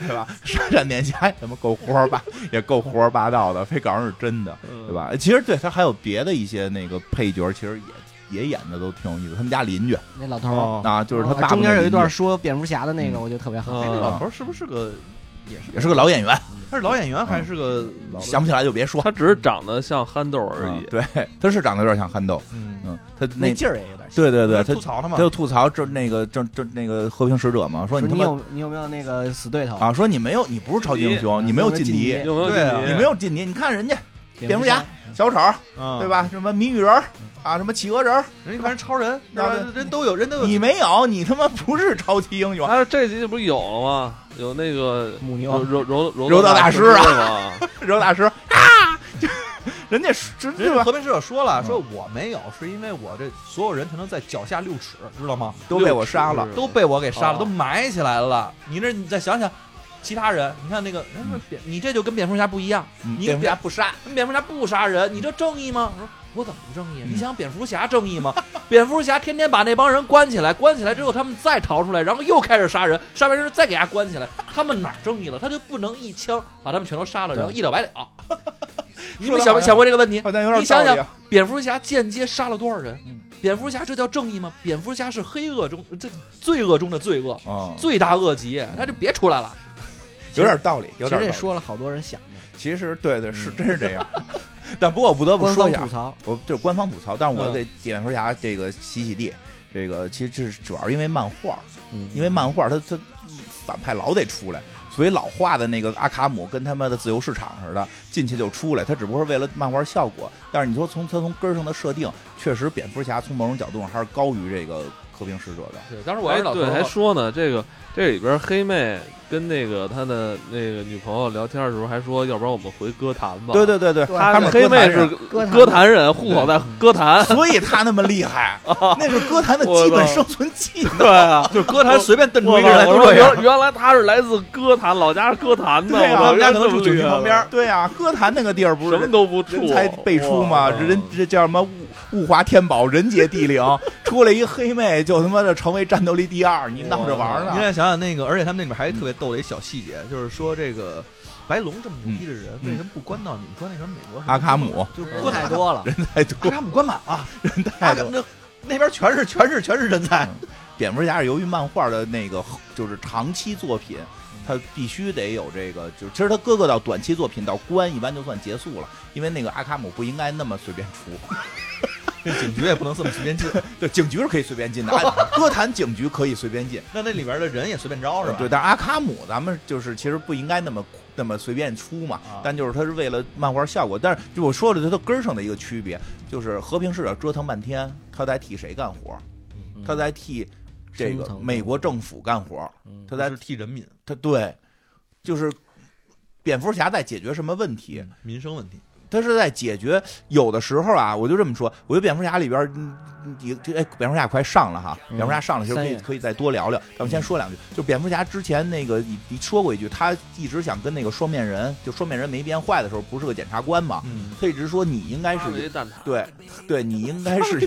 Speaker 1: 对吧？闪闪电侠也他妈够胡说八，也够胡说八道的，非告诉是真的。
Speaker 2: 嗯
Speaker 1: 对吧？其实对他还有别的一些那个配角，其实也也演的都挺有意思。他们家邻居
Speaker 5: 那老头儿，
Speaker 1: 啊，就是他爸爸
Speaker 5: 哦中间有一段
Speaker 1: 是
Speaker 5: 说蝙蝠侠的
Speaker 1: 嗯
Speaker 5: 那个，我觉得特别好。
Speaker 1: 哦
Speaker 4: 那
Speaker 2: 啊
Speaker 4: 老头儿是不是个也是
Speaker 1: 也是个嗯老演员，
Speaker 4: 他是老演员还是个老
Speaker 1: 想不起来就别说
Speaker 2: 他只是长得像憨豆而
Speaker 1: 嗯
Speaker 2: 已。
Speaker 1: 对，他是长得有点像憨豆，
Speaker 4: 嗯，
Speaker 1: 嗯，他
Speaker 5: 那
Speaker 1: 那
Speaker 5: 劲儿也有点像。
Speaker 1: 对对对，他
Speaker 4: 吐槽他嘛
Speaker 1: 他，就吐槽这那个这这那个和平使者嘛，说
Speaker 5: 说
Speaker 1: 你他
Speaker 5: 你
Speaker 1: 妈
Speaker 5: 有你有没有那个死对头？
Speaker 1: 啊，说你没有你不是超级英雄，你没有
Speaker 5: 晋
Speaker 1: 劲
Speaker 5: 级
Speaker 1: 敌，
Speaker 2: 有没有
Speaker 4: 对啊
Speaker 2: 劲敌
Speaker 1: 你没有劲敌，你看人家蝙蝠侠、小丑，
Speaker 4: 嗯
Speaker 1: 对？吧？什么谜语人儿啊，什么企鹅人儿，
Speaker 4: 人家看人超人，对吧
Speaker 1: 啊对？
Speaker 4: 人都有，人都有。
Speaker 1: 你没有，你他妈不是超级英 雄，
Speaker 2: 哎，这集这不是有了吗？有那个
Speaker 5: 母
Speaker 2: 柔
Speaker 5: 牛，
Speaker 2: 柔柔柔
Speaker 1: 啊柔道大师啊
Speaker 2: 啊，
Speaker 1: 热大师啊，就人家是
Speaker 4: 人
Speaker 1: 对
Speaker 4: 家
Speaker 1: 吧？嗯
Speaker 4: 和平使者说了，说我没有，是因为我这所有人全都在脚下六尺，知道吗？
Speaker 1: 都 被我杀了
Speaker 2: 六，尺
Speaker 4: 都被我给杀了，
Speaker 2: 哦
Speaker 4: 都埋起来了。你这你再想想，其他人，你看那个，人说蝙你这就跟蝙蝠侠不一样，
Speaker 1: 嗯
Speaker 4: 你
Speaker 1: 蝙蝠侠
Speaker 4: 蝙
Speaker 1: 不杀，
Speaker 4: 跟蝙蝠侠不杀人，你这正义吗？我说我怎么不正义？啊
Speaker 1: 嗯
Speaker 4: 你想蝙蝠侠正义吗？蝙蝠侠天天把那帮人关起来，关起来之后他们再逃出来，然后又开始杀人，杀完人再给他关起来，他们哪儿正义了？他就不能一枪把他们全都杀了，然后一了 百了。你们
Speaker 1: 说得
Speaker 4: 想
Speaker 1: 好
Speaker 4: 没
Speaker 1: 像
Speaker 4: 想过这个问题？
Speaker 1: 好像有点
Speaker 4: 你想
Speaker 1: 道理
Speaker 4: 想
Speaker 1: 啊。
Speaker 4: 蝙蝠侠间接杀了多少人
Speaker 1: 嗯？
Speaker 4: 蝙蝠侠这叫正义吗？蝙蝠侠是黑恶中这罪恶中的罪恶，
Speaker 1: 嗯，
Speaker 4: 罪大恶极，他就别出来了。
Speaker 1: 有点道理，有
Speaker 5: 其
Speaker 1: 点
Speaker 5: 实也
Speaker 1: 道理
Speaker 5: 说了好多人想的，
Speaker 1: 其实对对是真是这样， 但不过我不得不
Speaker 5: 官
Speaker 1: 说
Speaker 5: 方
Speaker 1: 一下
Speaker 5: 吐，槽，
Speaker 1: 我就是官方吐槽，但是我
Speaker 4: 嗯
Speaker 1: 给蝙蝠侠这个洗洗地，这个其实这是主要是因为漫画，
Speaker 5: 嗯
Speaker 1: 因为漫画它它反派老得出来，所以老画的那个阿卡姆跟他妈的自由市场似的，进去就出来，他只不过是为了漫画效果。但是你说从他从根儿上的设定，确实蝙蝠侠从某种角度上还是高于这个和平使者的。
Speaker 4: 对，当时
Speaker 2: 哎，
Speaker 4: 头
Speaker 2: 对，还说呢，这个这里边黑妹跟那个他的那个女朋友聊天的时候还说，要不然我们回歌坛吧。
Speaker 1: 对，对对对，
Speaker 5: 对
Speaker 1: 他们
Speaker 2: 黑
Speaker 1: 歌坛
Speaker 2: 妹是
Speaker 1: 人
Speaker 5: 歌坛
Speaker 2: 歌坛人，户口在歌坛。
Speaker 1: 所以他那么 厉害，那是歌坛的基本生存技能。
Speaker 2: 对啊，
Speaker 4: 就是歌坛随便瞪出
Speaker 2: 我
Speaker 4: 一个人来
Speaker 2: 操！
Speaker 4: 都
Speaker 2: 我说
Speaker 4: 这样。
Speaker 2: 原原来他是来自歌坛，老家是歌 坛的，
Speaker 1: 啊对啊
Speaker 2: 我
Speaker 1: 我
Speaker 2: 操
Speaker 1: 们家可
Speaker 2: 这
Speaker 1: 能
Speaker 2: 么
Speaker 1: 住酒
Speaker 2: 厉
Speaker 1: 店
Speaker 2: 害
Speaker 1: 旁边儿。对啊，歌坛那个地儿不是
Speaker 2: 什么都不
Speaker 1: 人
Speaker 2: 出，
Speaker 1: 才辈出嘛，
Speaker 2: 哇
Speaker 1: 人这叫什么物物华天宝，人杰地灵， 出来一黑妹就他妈的成为战斗力第二，你闹着玩儿
Speaker 4: 你
Speaker 1: 呢？
Speaker 4: 再想想那个，而且他们那里面还有特别逗的一小细节，就是说这个白龙这么牛逼的人，
Speaker 1: 嗯
Speaker 4: 为什么不关到你们关那什么美国什么
Speaker 1: 阿卡姆
Speaker 4: 就是
Speaker 5: 人
Speaker 4: 关
Speaker 5: 太
Speaker 4: 阿卡，
Speaker 5: 多了，
Speaker 1: 太多
Speaker 4: 阿卡姆关满了，
Speaker 1: 人
Speaker 4: 阿
Speaker 1: 太
Speaker 4: 卡
Speaker 1: 多。
Speaker 4: 那那边全是全是全是人才，
Speaker 1: 蝙蝠侠是由于漫画的那个就是长期作品，他必须得有这个，就其实他哥哥到短期作品到关一般就算结束了，因为那个阿卡姆不应该那么随便出。
Speaker 4: 警局也不能这么随便进，
Speaker 1: 对，警局是可以随便进的，啊歌坛警局可以随便进。
Speaker 4: 那那里边的人也随便招是啊吧？
Speaker 1: 对，但阿卡姆咱们就是其实不应该那么那么随便出嘛，
Speaker 4: 啊
Speaker 1: 但就是它是为了漫画效果。但是就我说了，它的根儿上的一个区别，就是和平使者折腾半天，他在替谁干活？嗯他在替这
Speaker 5: 深
Speaker 1: 个
Speaker 5: 嗯层
Speaker 1: 美国政府干活，
Speaker 5: 嗯
Speaker 1: 他
Speaker 4: 他
Speaker 1: 在
Speaker 4: 是替人民
Speaker 1: 他对，就是蝙蝠侠在解决什么问题？
Speaker 4: 民生问题，
Speaker 1: 他是在解决有的时候啊，我就这么说，我觉得蝙蝠侠里边儿，嗯你这哎，蝙蝠侠快上了哈，
Speaker 5: 嗯
Speaker 1: 蝙蝠侠上了，其实可
Speaker 5: 三
Speaker 1: 以
Speaker 5: 月
Speaker 1: 可以再多聊聊。咱们先说两句，就蝙蝠侠之前那个，你你说过一句，他一直想跟那个双面人，就双面人没变坏的时候，不是个检察官嘛，
Speaker 4: 嗯，
Speaker 1: 他一直说你应该
Speaker 2: 哈维
Speaker 1: 是
Speaker 2: 蛋挞，
Speaker 1: 对对，你应该是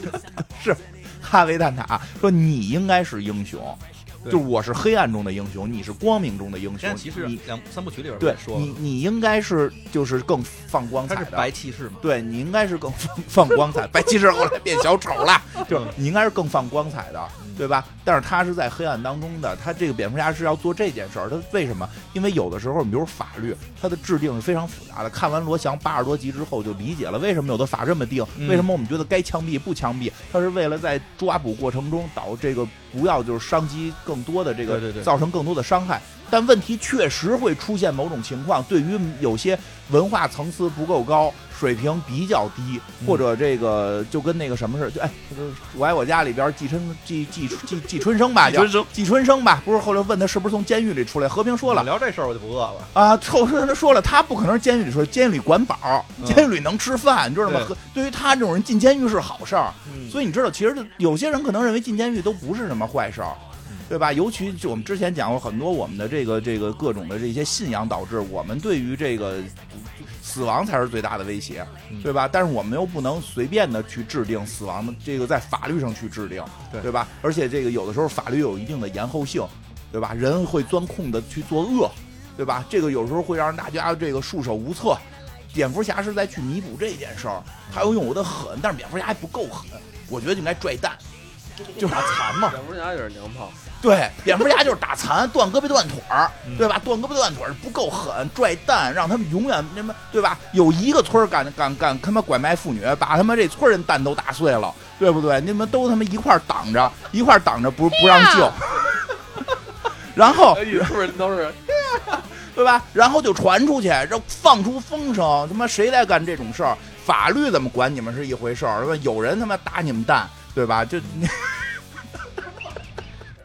Speaker 1: 是哈维蛋挞说你应该是英雄，
Speaker 4: 对
Speaker 1: 就我是黑暗中的英雄，你是光明中的英
Speaker 4: 现
Speaker 1: 雄
Speaker 4: 在骑士，
Speaker 1: 你
Speaker 4: 两三部曲里边
Speaker 1: 对
Speaker 4: 也说了
Speaker 1: 你你应该是就是更放光
Speaker 4: 他
Speaker 1: 彩
Speaker 4: 是
Speaker 1: 的。
Speaker 4: 白骑士嘛，
Speaker 1: 对你应该是更放放光彩，白骑士后来变小丑了，嗯就是 你应该是更放光彩的，对吧？但是他是在黑暗当中的，他这个蝙蝠侠是要做这件事儿，他为什么？因为有的时候，比如法律，它的制定是非常复杂的。看完罗翔八十多集之后，就理解了为什么有的法这么定，
Speaker 4: 嗯
Speaker 1: 为什么我们觉得该枪毙不枪毙，他是为了在抓捕过程中导这个不要就是伤及更多的这个
Speaker 4: 对对对
Speaker 1: 造成更多的伤害。但问题确实会出现某种情况，对于有些文化层次不够高、水平比较低，或者这个就跟那个什么似的，就哎，就是我爱我家里边季春季季季季春生吧，
Speaker 2: 李春
Speaker 1: 叫
Speaker 2: 生
Speaker 1: 季春生吧，不是后来问他是不是从监狱里出来，和平说了
Speaker 4: 你聊这事儿我就不饿了，
Speaker 1: 啊，后来他说了，他不可能是监狱里说监狱里管饱，
Speaker 4: 嗯
Speaker 1: 监狱里能吃饭，你知道吗
Speaker 4: 对？
Speaker 1: 和对于他这种人进监狱是好事儿，
Speaker 4: 嗯
Speaker 1: 所以你知道，其实有些人可能认为进监狱都不是什么坏事儿。对吧？尤其就我们之前讲过很多我们的这个这个各种的这些信仰导致我们对于这个死亡才是最大的威胁，
Speaker 4: 嗯
Speaker 1: 对吧？但是我们又不能随便的去制定死亡的这个在法律上去制定，
Speaker 4: 对
Speaker 1: 吧？而且这个有的时候法律有一定的延后性，对吧？人会钻空子去作恶，对吧？这个有时候会让大家这个束手无策，蝙蝠侠是在去弥补这件事儿，他要用我的狠，但是蝙蝠侠还不够狠，我觉得就应该拽蛋，就是打残嘛。
Speaker 2: 蝙蝠侠也是娘 炮，
Speaker 1: 对，蝙蝠侠就是打残，断胳膊断腿儿，对吧？断胳膊断腿儿不够狠，拽蛋，让他们永远他妈对吧？有一个村儿敢敢敢他妈拐卖妇女，把他妈这村儿人蛋都打碎了，对不对？你们都他妈一块儿挡着，一块儿挡着不不让救， 然后
Speaker 2: 哎，是不是都是
Speaker 1: 对吧？然后就传出去，让放出风声，他妈谁来干这种事儿？法律怎么管你们是一回事儿，对吧？有人他妈打你们蛋，对吧？就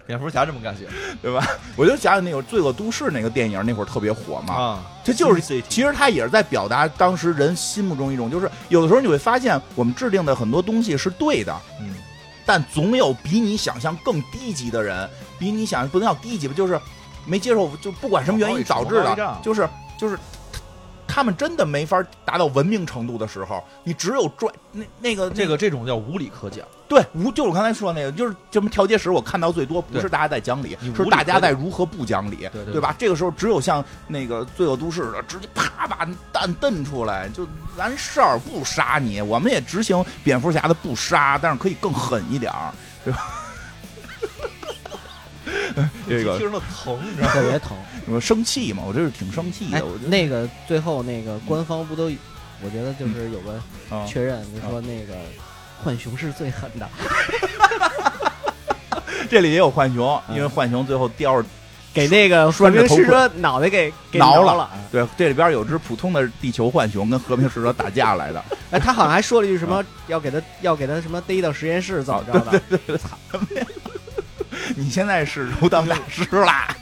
Speaker 4: 蝙蝠侠这么干行
Speaker 1: 对吧？我就想起那个《罪恶都市》那个电影，那会儿特别火嘛。
Speaker 4: 啊？
Speaker 1: 这就是
Speaker 4: Sin City
Speaker 1: 其实他也是在表达当时人心目中一种，就是有的时候你会发现，我们制定的很多东西是对的，
Speaker 4: 嗯，
Speaker 1: 但总有比你想象更低级的人，比你想不能叫低级吧，就是没接受，就不管什么原因导致
Speaker 4: 毛毛一
Speaker 1: 哦的
Speaker 4: 丈，
Speaker 1: 就是就是他他们真的没法达到文明程度的时候，你只有拽那那个
Speaker 4: 这个这种叫无理可讲，
Speaker 1: 对无，就是我刚才说的那个，就是什么调节时，我看到最多不是大家在讲理
Speaker 4: 你，无
Speaker 1: 是
Speaker 4: 理
Speaker 1: 大家
Speaker 4: 可
Speaker 1: 在如何不讲理，
Speaker 4: 对对
Speaker 1: 吧？这个时候只有像那个《罪恶都市》的，直接啪把蛋瞪出来，就完事儿，不杀你。我们也执行蝙蝠侠的不杀，但是可以更狠一点儿，对吧？这个
Speaker 4: 听着疼，你知道吗？
Speaker 5: 嗯特 别疼。
Speaker 1: 我生气嘛，我这是挺生气
Speaker 5: 哎
Speaker 1: 的，我，
Speaker 5: 那个最后那个官方不都，我觉得
Speaker 1: 嗯
Speaker 5: 就是有个
Speaker 1: 就啊，
Speaker 5: 确认，就说那个浣熊是最狠的，
Speaker 1: 这里也有浣熊，因
Speaker 4: 嗯
Speaker 1: 为浣熊最后叼着，
Speaker 5: 给那个
Speaker 1: 拴着
Speaker 5: 明
Speaker 1: 头
Speaker 5: 是
Speaker 1: 盔
Speaker 5: 说脑袋给给
Speaker 1: 挠
Speaker 5: 了
Speaker 1: 了对，这里边有只普通的地球浣熊跟和平使者打架来的，
Speaker 5: 哎，他好像还说了一句什么，要给他要给他什么逮到实验室怎么着的？
Speaker 1: 你现在是柔道大师啦。